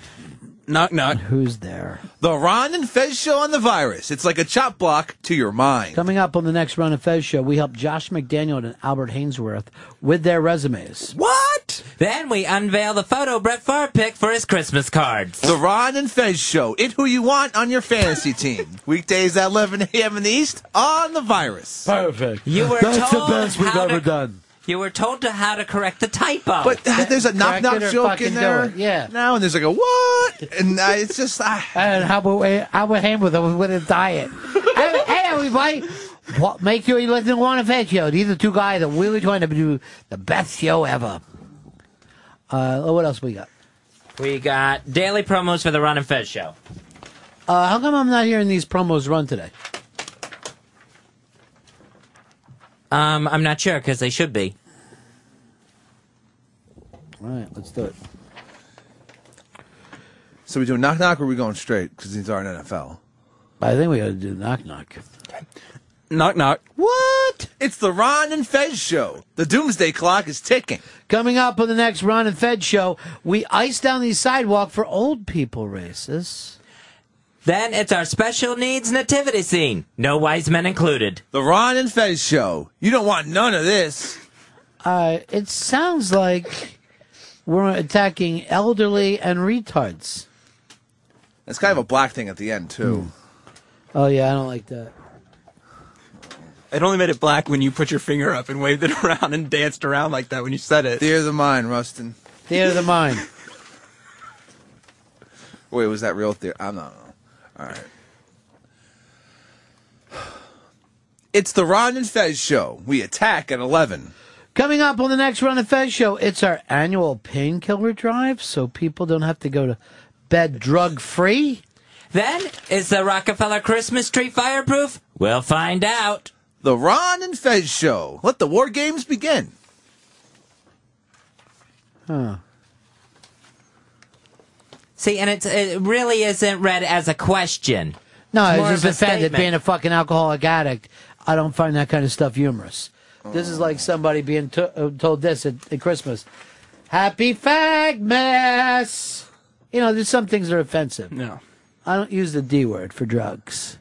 Knock knock.
Who's there?
The Ron and Fez show on the virus. It's like a chop block to your mind.
Coming up on the next Ron and Fez show, we help Josh McDaniel and Albert Hainsworth with their resumes.
What?
Then we unveil the photo Brett Favre picked for his Christmas cards.
The Ron and Fez show. It who you want on your
(laughs)
fantasy team. Weekdays at 11 a.m. in the East on the virus.
Perfect.
You were
That's
told
the best we've
how
ever
to-
done.
You were told to how to correct the typo.
But uh, there's a knock knock
it or
joke
fucking
in
do
there.
it, yeah.
Now and there's like a what? And I, it's just ah.
(laughs)
I,
And how about Albert Hainsworth with a
(laughs)
diet? hey, hey, everybody. What, make sure you listen to Ron and Fez show. These are two guys that are really trying to do the best show ever. Uh, what else we got?
we got daily promos for the Ron and Fez show.
Uh, how come I'm not hearing these promos run today?
Um, I'm not sure because they should be.
All right, let's do it.
So we doing knock knock, or are we going straight? Because these aren't NFL.
I think we got to do knock knock.
Knock knock.
What? It's the Ron and Fez show. The doomsday clock is ticking.
Coming up on the next Ron and Fed show, we ice down the sidewalk for old people races.
Then it's our special needs nativity scene. No wise men included.
The Ron and Fez show. You don't want none of this.
Uh, it sounds like we're attacking elderly and retards.
It's kind of a black thing at the end
Hmm.
too.
Oh yeah, I don't like that.
It only made it black when you put your finger up and waved it (laughs) around and danced around like that when you said it.
Theater of the mind, Rustin.
Theater of the mind.
Wait, was that real theater? I'm not. All right. It's the Ron and Fez show. We attack at eleven.
Coming up on the next Run of Fez show, it's our annual painkiller drive, so people don't have to go to bed drug free.
Then is the Rockefeller Christmas tree fireproof? We'll find out.
The Ron and Fez show. Let the war games begin.
Huh.
See, and it's, it really isn't read as a question.
No,
It's
I
more
was
of a
just offended.
statement.
Being a fucking alcoholic addict, I don't find that kind of stuff humorous. This is like somebody being to- uh, told this at, at Christmas. Happy fag mess. You know, there's some things that are offensive.
No.
I don't use the D word for drugs.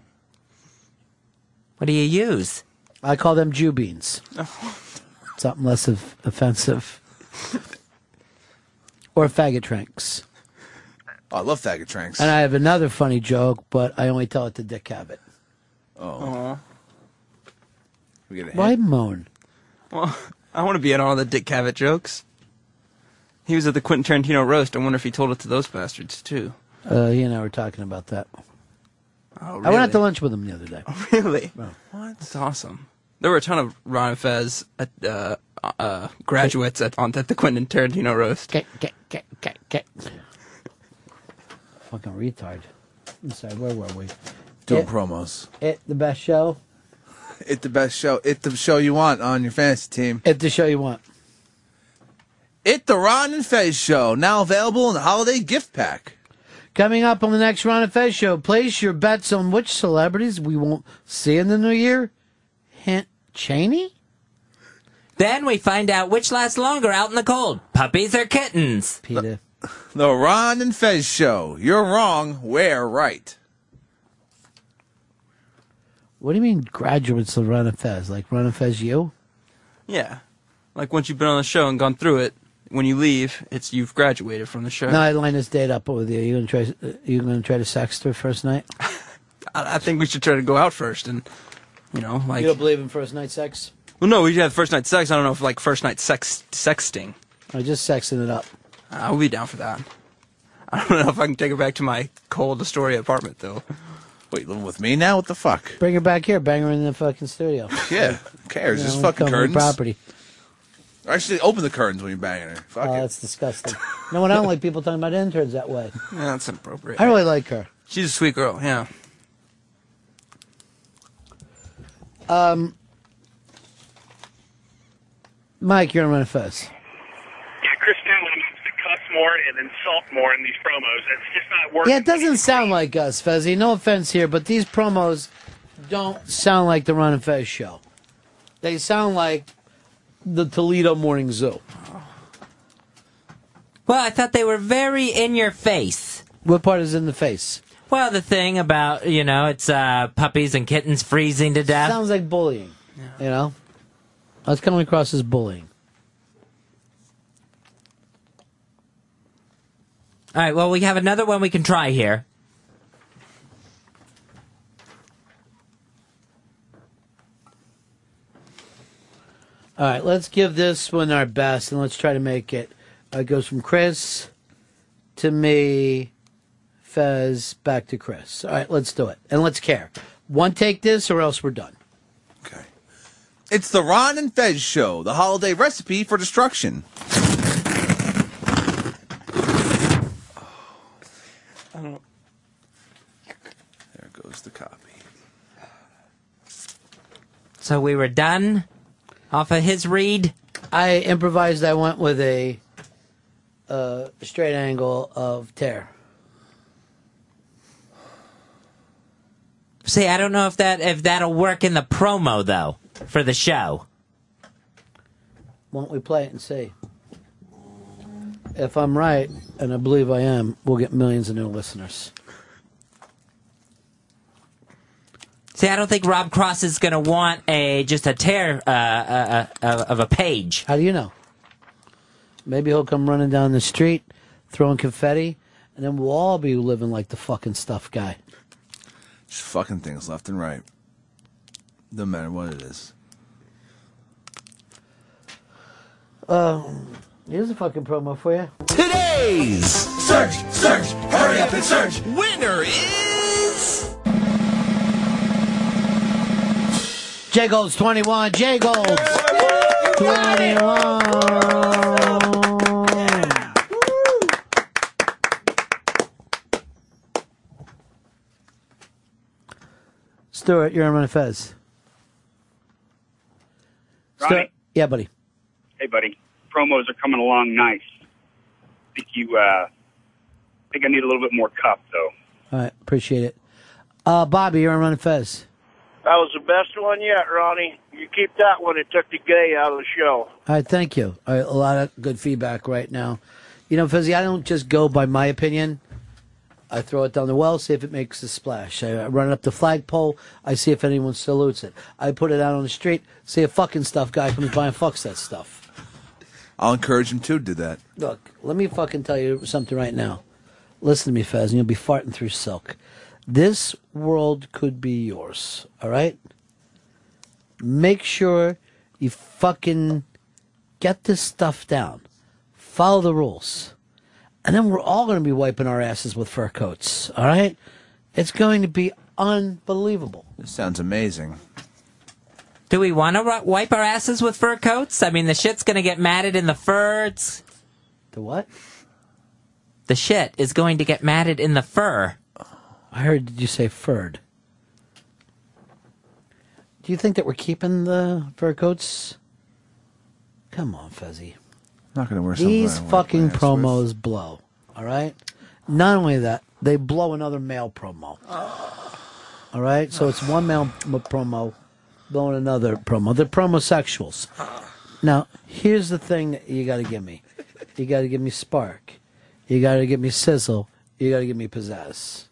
What do you use?
I call them
(laughs)
Jew beans. Something less of offensive. or faggot tranks.
Oh, I love faggot tranks.
And I have another funny joke, but I only tell it to Dick Cavett.
Uh-huh.
Oh. We get a hit.
Why moan?
Well, (laughs) I want to be in all the Dick Cavett jokes. He was at the Quentin Tarantino roast. I wonder if he told it to those bastards too.
Uh, he and I were talking about that.
Oh,
I went out to lunch with him the other day.
Really? What? That's awesome. There were a ton of Ron and Fez at, uh, uh, graduates at, on, at the Quentin Tarantino roast.
Okay, okay, okay, okay, okay. Fucking retard. I'm sorry, where were we?
Doing
It-
promos.
It the best show.
It the best show. It the show you want on your fantasy team.
It the show you want.
It the Ron and Fez show now available in the holiday gift pack.
Coming up on the next Ron and Fez show, place your bets on which celebrities we won't see in the new year. Hint Cheney?
Then we find out which lasts longer out in the cold puppies or kittens.
Peter.
The Ron and Fez show. You're wrong. We're right.
What do you mean graduates of Ron and Fez? Like Ron and Fez you?
Yeah. Like once you've been on the show and gone through it, when you leave, it's you've graduated from the show.
No, I line this date up with you. You gonna try? uh, You gonna try to sext her first night?
I, I think we should try to go out first and, you know, like.
you don't believe in first night sex?
Well, no, we should have first night sex. I don't know if like first night sex sexting.
I just sexing it up.
I'll be down for that. (laughs) I don't know if I can take her back to my cold Astoria apartment though.
Wait, living with me now? What the fuck?
Bring her back here. Bang her in the fucking
(laughs)
studio.
Yeah. Who cares?
You know,
Just
come
fucking
on
curtains.
Property.
Actually, open the curtains when you're banging her. Fuck
Oh,
it.
that's disgusting. no, and I don't like people talking about interns that way.
(laughs) Yeah, that's inappropriate.
I really like her.
She's a sweet girl. Yeah.
Um, Mike, you're on Run Fest.
Yeah, Chris Tomlin needs to cuss more and insult more in these promos. It's just not working.
Yeah, it doesn't sound like us, Fezzi. No offense here, but these promos don't sound like the Ron and Fez show. They sound like the Toledo Morning Zoo.
Well, I thought they were very in your face.
What part is in the face?
Well, the thing about, you know, it's uh, puppies and kittens freezing to death.
Sounds like bullying. You know, that's coming across as bullying.
All right, well, we have another one we can try here.
All right, let's give this one our best, and let's try to make it. Uh, it goes from Chris to me, Fez back to Chris. All right, let's do it, and let's care. One take this, or else we're done.
It's the Ron and Fez show. The holiday recipe for destruction.
I don't.
There goes the copy.
So we were done off of his read.
I improvised. I went with a uh, straight angle of tear.
See, I don't know if that if that'll work in the promo though for the show.
Why don't we play it and see? If I'm right, and I believe I am, we'll get millions of new listeners.
See, I don't think Rob Cross is going to want a just a tear uh, uh, uh, of a page.
How do you know? Maybe he'll come running down the street, throwing confetti, and then we'll all be living like the fucking stuff guy.
Just fucking things left and right. No matter what it is.
Um, here's a fucking promo for you.
Today's search, search, hurry up and search. Winner is
J Gold's 21. J Gold's 21. Stuart, you're on Run and Fez.
Ronnie,
Yeah, buddy.
hey buddy, promos are coming along nice. think you, uh, think I need a little bit more cup though.
All right, appreciate it. Uh, Bobby, you're on Run and Fez.
That was the best one yet, Ronnie. You keep that one. It took the gay out of the show.
All right, thank you. All right, a lot of good feedback right now. You know, Fizzy, I don't just go by my opinion. I throw it down the well, see if it makes a splash. I run it up the flagpole. I see if anyone salutes it. I put it out on the street. See a fucking stuff guy comes by and fucks that stuff.
I'll encourage him to do that.
Look, let me fucking tell you something right now. Listen to me, Fez, and you'll be farting through silk. This world could be yours, all right? Make sure you fucking get this stuff down. Follow the rules. And then we're all going to be wiping our asses with fur coats, all right? It's going to be unbelievable.
This sounds amazing.
Do we want to ru wipe our asses with fur coats? I mean, the shit's going to get matted in the fur. It's,
The what?
the shit is going to get matted in the fur.
I heard did you say furred. Do you think that we're keeping the fur coats? Come on, Fezzy.
Not gonna wear something
These
I wipe my
fucking
ass
promos blow. All right. Not only that, they blow another male promo. All right. So it's one male m- promo blowing another promo. They're promosexuals. Now, here's the thing that you got to give me. You got to give me spark. You got to give me sizzle. You got to give me pizzazz.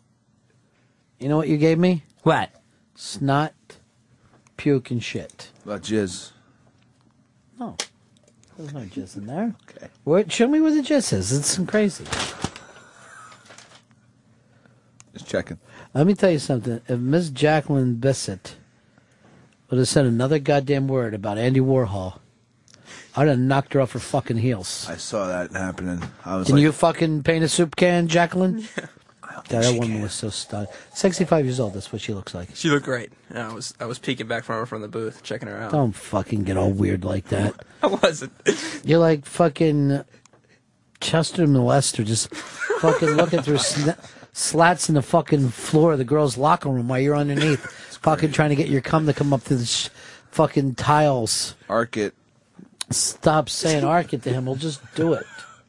You know what you gave me?
What?
Snot, puke, and shit.
About jizz.
No. There's no jizz in there. Okay. What, show me where the jizz is. It's some crazy.
Just checking.
Let me tell you something. If Miss Jacqueline Bissett would have said another goddamn word about Andy Warhol, I'd have knocked her off her fucking heels.
I saw that happening. I was
Can
like,
you fucking paint a soup can, Jacqueline? God, that woman was so stunned. 65 years old, that's what she looks like.
She looked great. And I was I was peeking back from her from the booth, checking her out.
Don't fucking get all weird like that.
(laughs) I wasn't.
You're like fucking Chester Molester, just fucking looking through sna- slats in the fucking floor of the girls' locker room while you're underneath, fucking trying to get your cum to come up through the sh- fucking tiles.
Arc it.
Stop saying arc it to him. We'll just do it.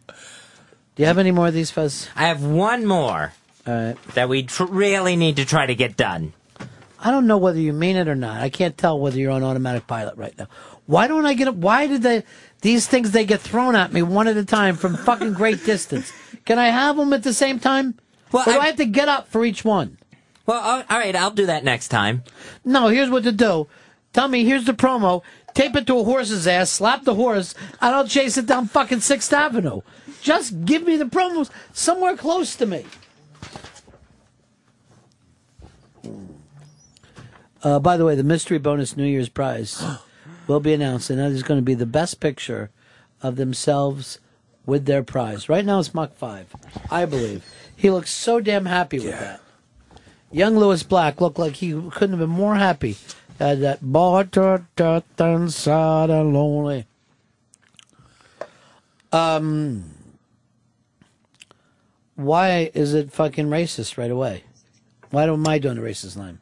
Do you have any more of these, Fez?
I have one more that we tr- really need to try to get done.
I don't know whether you mean it or not. I can't tell whether you're on automatic pilot right now. Why don't I get up? Why did they, these things, they get thrown at me one at a time from fucking great distance? Can I have them at the same time? Well, or do I, have to get up for each one?
Well, all- all right, I'll do that next time.
No, here's what to do. Tell me, here's the promo. Tape it to a horse's ass, slap the horse, and I'll chase it down fucking 6th Avenue. Just give me the promos somewhere close to me. Uh, by the way, the mystery bonus New
(gasps)
Year's prize will be announced, and that is going to be the best picture of themselves with their prize. Right now, it's Mach 5, I believe. He looks so damn happy with that. Young Lewis Black looked like he couldn't have been more happy. Had that border and sad and lonely. Um, why is it fucking racist right away? Why am I doing a racist line?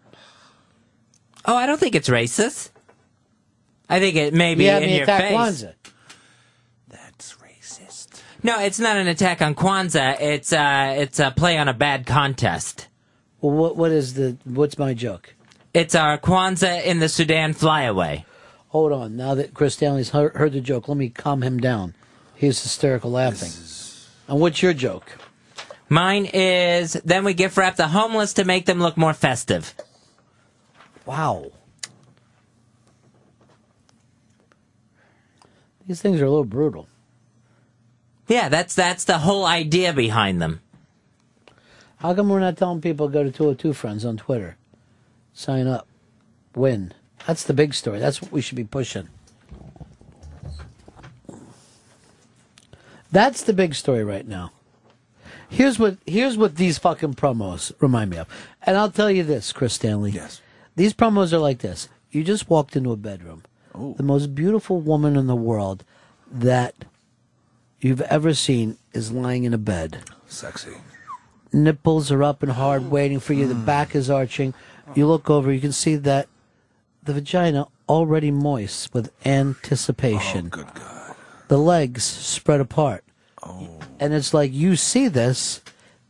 Oh, I don't think it's racist. I think it may be
Yeah, I
in
mean,
your
attack
face.
Kwanzaa.
No, it's not an attack on Kwanzaa. It's uh, it's a play on a bad contest.
Well, what what is the what's my joke?
It's our Kwanzaa in the Sudan flyaway.
Hold on. Now that Chris Stanley's heard, heard the joke, let me calm him down. He's hysterical laughing. And what's your joke?
Mine is then we gift wrap the homeless to make them look more festive.
Wow. These things are a little brutal.
Yeah, that's that's the whole idea behind them.
How come we're not telling people go to 202 Friends on Twitter? Sign up. Win. That's the big story. That's what we should be pushing. That's the big story right now. Here's what here's what these fucking promos remind me of. And I'll tell you this, Chris Stanley. Yes. These promos are like this. You just walked into a bedroom. The most beautiful woman in the world that you've ever seen is lying in a bed.
Sexy.
Nipples are up and hard, waiting for you. The back is arching. You look over, you can see that the vagina already moist with anticipation. Oh, good God. The legs spread apart. Oh. And it's like you see this,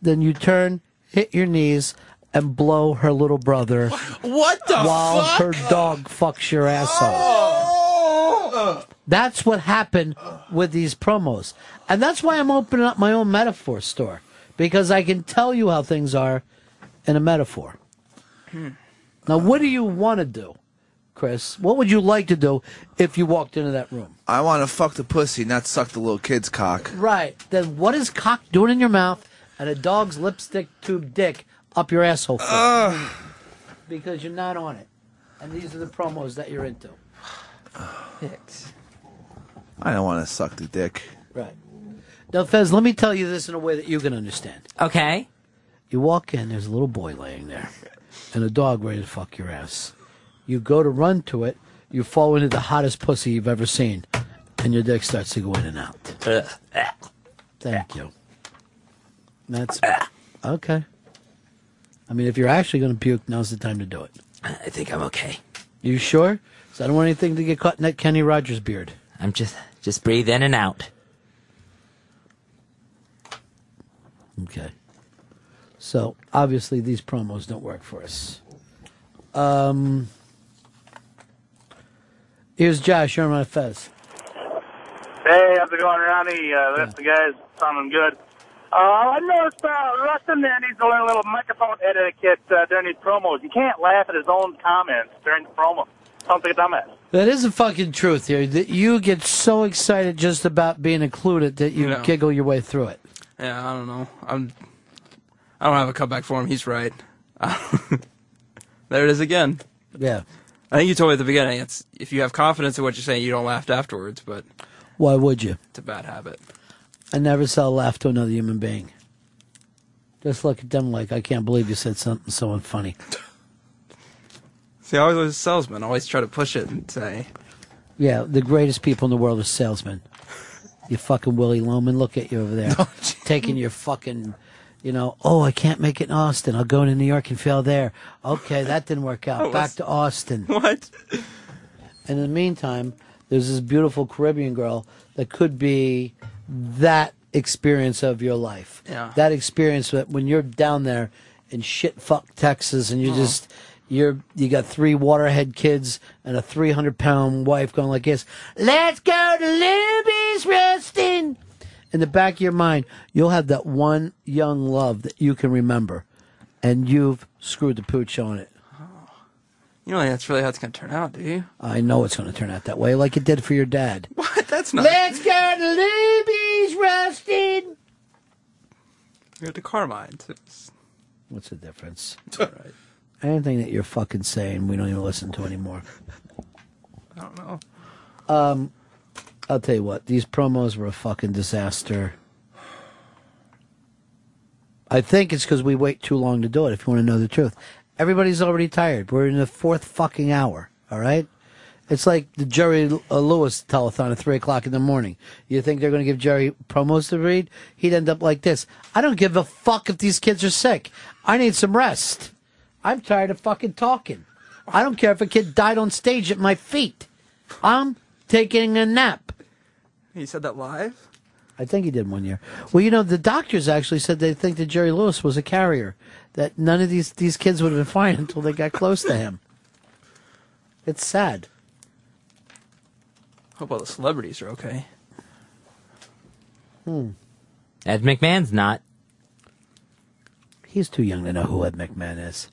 then you turn, hit your knees, and blow her little brother
What the
while
fuck?
her dog fucks your ass off. That's what happened with these promos. And that's why I'm opening up my own metaphor store because I can tell you how things are in a metaphor. Now, what do you want to do, Chris? What would you like to do if you walked into that room?
I want to fuck the pussy, not suck the little kid's cock.
Right. Then what is cock doing in your mouth and a dog's lipstick tube dick up your asshole for? because you're not on it. And these are the promos that you're into.
I don't want to suck the dick.
Right. Now, Fez, let me tell you this in a way that you can understand.
Okay.
You walk in, there's a little boy laying there, and a dog ready to fuck your ass. You go to run to it, you fall into the hottest pussy you've ever seen, and your dick starts to go in and out. Thank you. That's okay. I mean, if you're actually going to puke, now's the time to do it.
I think I'm okay.
You sure? 'Cause I don't want anything to get caught in that Kenny Rogers beard.
I'm just just breathe in and out.
Okay. So obviously these promos don't work for us. Um, here's Josh. You're on my Fez.
Hey, how's it going, Ronnie? Uh, that's the guys sounding good. Uh, I noticed uh, Rustin there needs to learn a little microphone etiquette uh, during these promos. You can't laugh at his own comments during the promo. Sounds like a dumbass.
That is the fucking truth here. That you get so excited just about being included that you
No.
giggle your way through it.
Yeah, I don't know. I'm. I don't have a comeback for him. He's right. (laughs) there it is again.
Yeah.
I think you told me at the beginning. It's if you have confidence in what you're saying, you don't laugh afterwards. But
Why would you?
it's a bad habit.
I never saw laugh to another human being. Just look at them like I can't believe you said something so unfunny.
See, I was always a salesman. I always try to push it and say,
Yeah, the greatest people in the world are salesmen. You fucking Willie Loman, look at you over (laughs) there. taking your fucking, you know, oh, I can't make it in Austin. I'll go to New York and fail there. Okay, that didn't work out.
(laughs) That
Back
was-
to Austin.
What?
And in the meantime, there's this beautiful Caribbean girl that could be that experience of your life.
Yeah.
That experience that when you're down there in shit fuck Texas and you just you're you got three waterhead kids and a three hundred pound wife going like this. Let's go to Luby's Rustin. In the back of your mind, you'll have that one young love that you can remember, and you've screwed the pooch on it.
"You know, that's really how it's going to turn out, do you?"
I know it's going to turn out that way, like it did for your dad.
that's not.
Let's
go to Luby's Rusted.
You're at the Carmine. It's,
What's the difference?
it's all right. (laughs)
Anything that you're fucking saying, we don't even listen to anymore.
I don't know.
Um, I'll tell you what, these promos were a fucking disaster. I think it's because we wait too long to do it, if you want to know the truth. Everybody's already tired. We're in the fourth fucking hour, all right? It's like the Jerry uh, Lewis telethon at 3 o'clock in the morning. You think they're going to give Jerry promos to read? He'd end up like this I don't give a fuck if these kids are sick. I need some rest. I'm tired of fucking talking. I don't care if a kid died on stage at my feet. I'm taking a nap.
You said that live.
I think he did one year. Well, you know, the doctors actually said they (laughs) think that Jerry Lewis was a carrier, that none of these, these kids would have been fine until they got close to him. It's sad.
Hope all the celebrities are okay.
Hmm.
Ed McMahon's not.
He's too young to know who Ed McMahon is.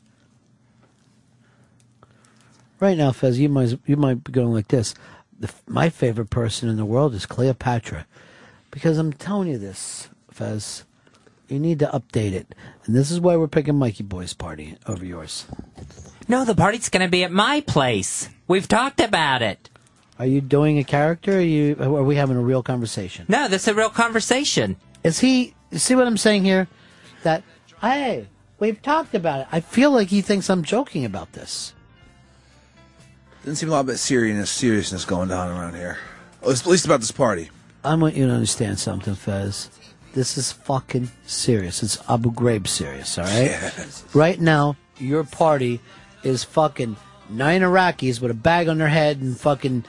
Right now, Fez, you might you might be going like this. The, f- my favorite person in the world is Cleopatra, because I'm telling you this, Fez. You need to update it, and this is why we're picking Mikey Boy's party over yours.
No, the party's going to be at my place. We've talked about it.
Are you doing a character? Or are you? Or are we having a real conversation?
No, this is a real conversation.
Is he? you See what I'm saying here? That hey, we've talked about it. I feel like he thinks I'm joking about this.
Doesn't seem a lot of seriousness, seriousness going on around here. At least at least about this party.
I want you to understand something, Fez. This is fucking serious. It's Abu Ghraib serious, all right? Right now, your party is fucking nine Iraqis with a bag on their head and fucking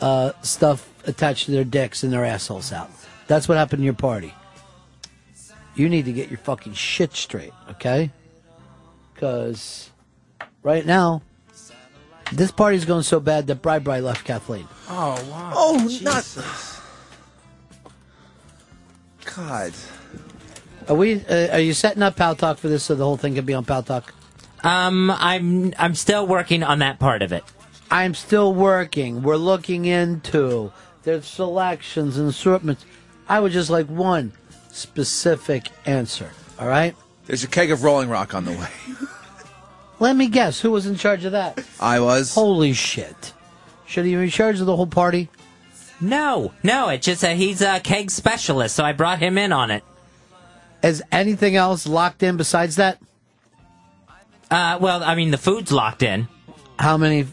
uh, stuff attached to their dicks and their assholes out. That's what happened to your party. You need to get your fucking shit straight, okay? Because right now, this party's going so bad that Bri Bri left Kathleen.
Oh wow.
Oh, not God.
Are we? Uh, are you setting up Pal Talk for this so the whole thing can be on Pal Talk?
Um, I'm I'm still working on that part of it.
I'm still working. We're looking into there's selections and assortments. I would just like one specific answer. All right.
There's a keg of Rolling Rock on the way.
Let me guess. Who was in charge of that?
I was.
Holy shit! Should he be in charge of the whole party?
No, no, it's just that he's a keg specialist, so I brought him in on it.
Is anything else locked in besides that?
Uh, well, I mean, the food's locked in.
How many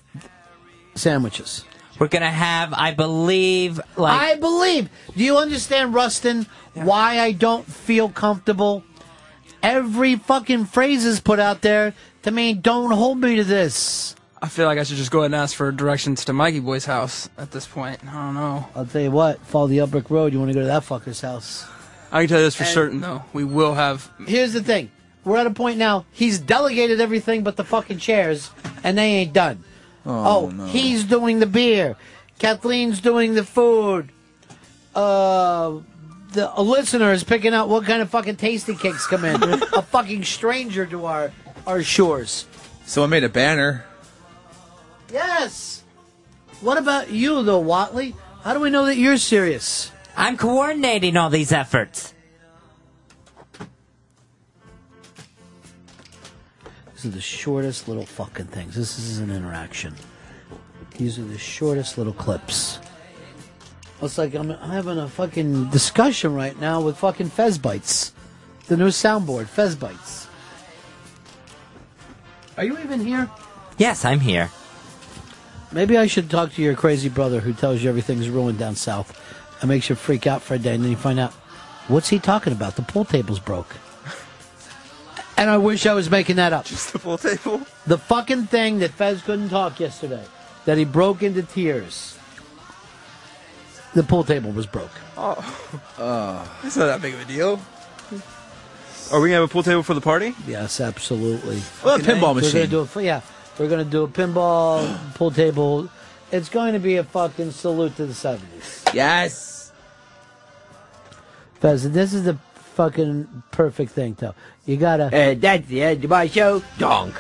sandwiches?
We're gonna have, I believe, like
I believe. Do you understand, Rustin, why I don't feel comfortable? Every fucking phrase is put out there to mean, don't hold me to this.
I feel like I should just go ahead and ask for directions to Mikey Boy's house at this point. I don't know.
I'll tell you what, follow the Elbrick Road. You want to go to that fucker's house.
I can tell you this for
And-
certain though. We will have
Here's the thing. We're at a point now, he's delegated everything but the fucking chairs, and they ain't done.
Oh,
oh
no.
he's doing the beer. Kathleen's doing the food. Uh, the a listener is picking out what kind of fucking tasty cakes come
(laughs)
in. a fucking stranger to our our shores.
So I made a banner.
Yes. What about you, though, Watley? How do we know that you're serious?
I'm coordinating all these efforts.
These are the shortest little fucking things. This is an interaction. These are the shortest little clips. It's like I'm having a fucking discussion right now with fucking Fez Bites. The new soundboard, Fez Bites. Are you even here?
Yes, I'm here.
Maybe I should talk to your crazy brother who tells you everything's ruined down south and makes you freak out for a day and then you find out, what's he talking about? The pool table's broke. (laughs) And I wish I was making that up. Just
the pool table?
The fucking thing that Fez couldn't talk yesterday, that he broke into tears. The pool table was broke.
Oh.
Uh.
Oh.
It's not that big of a deal. Are we gonna have a pool table for the party?
Yes, absolutely.
Well, a pinball
We're gonna
machine.
do a, fu- yeah, we're going to do a pinball pool table. It's going to be a fucking salute to the 70s.
Yes.
Fez, this is the fucking perfect thing, though. You gotta.
Uh, that's the end of my show. Donk.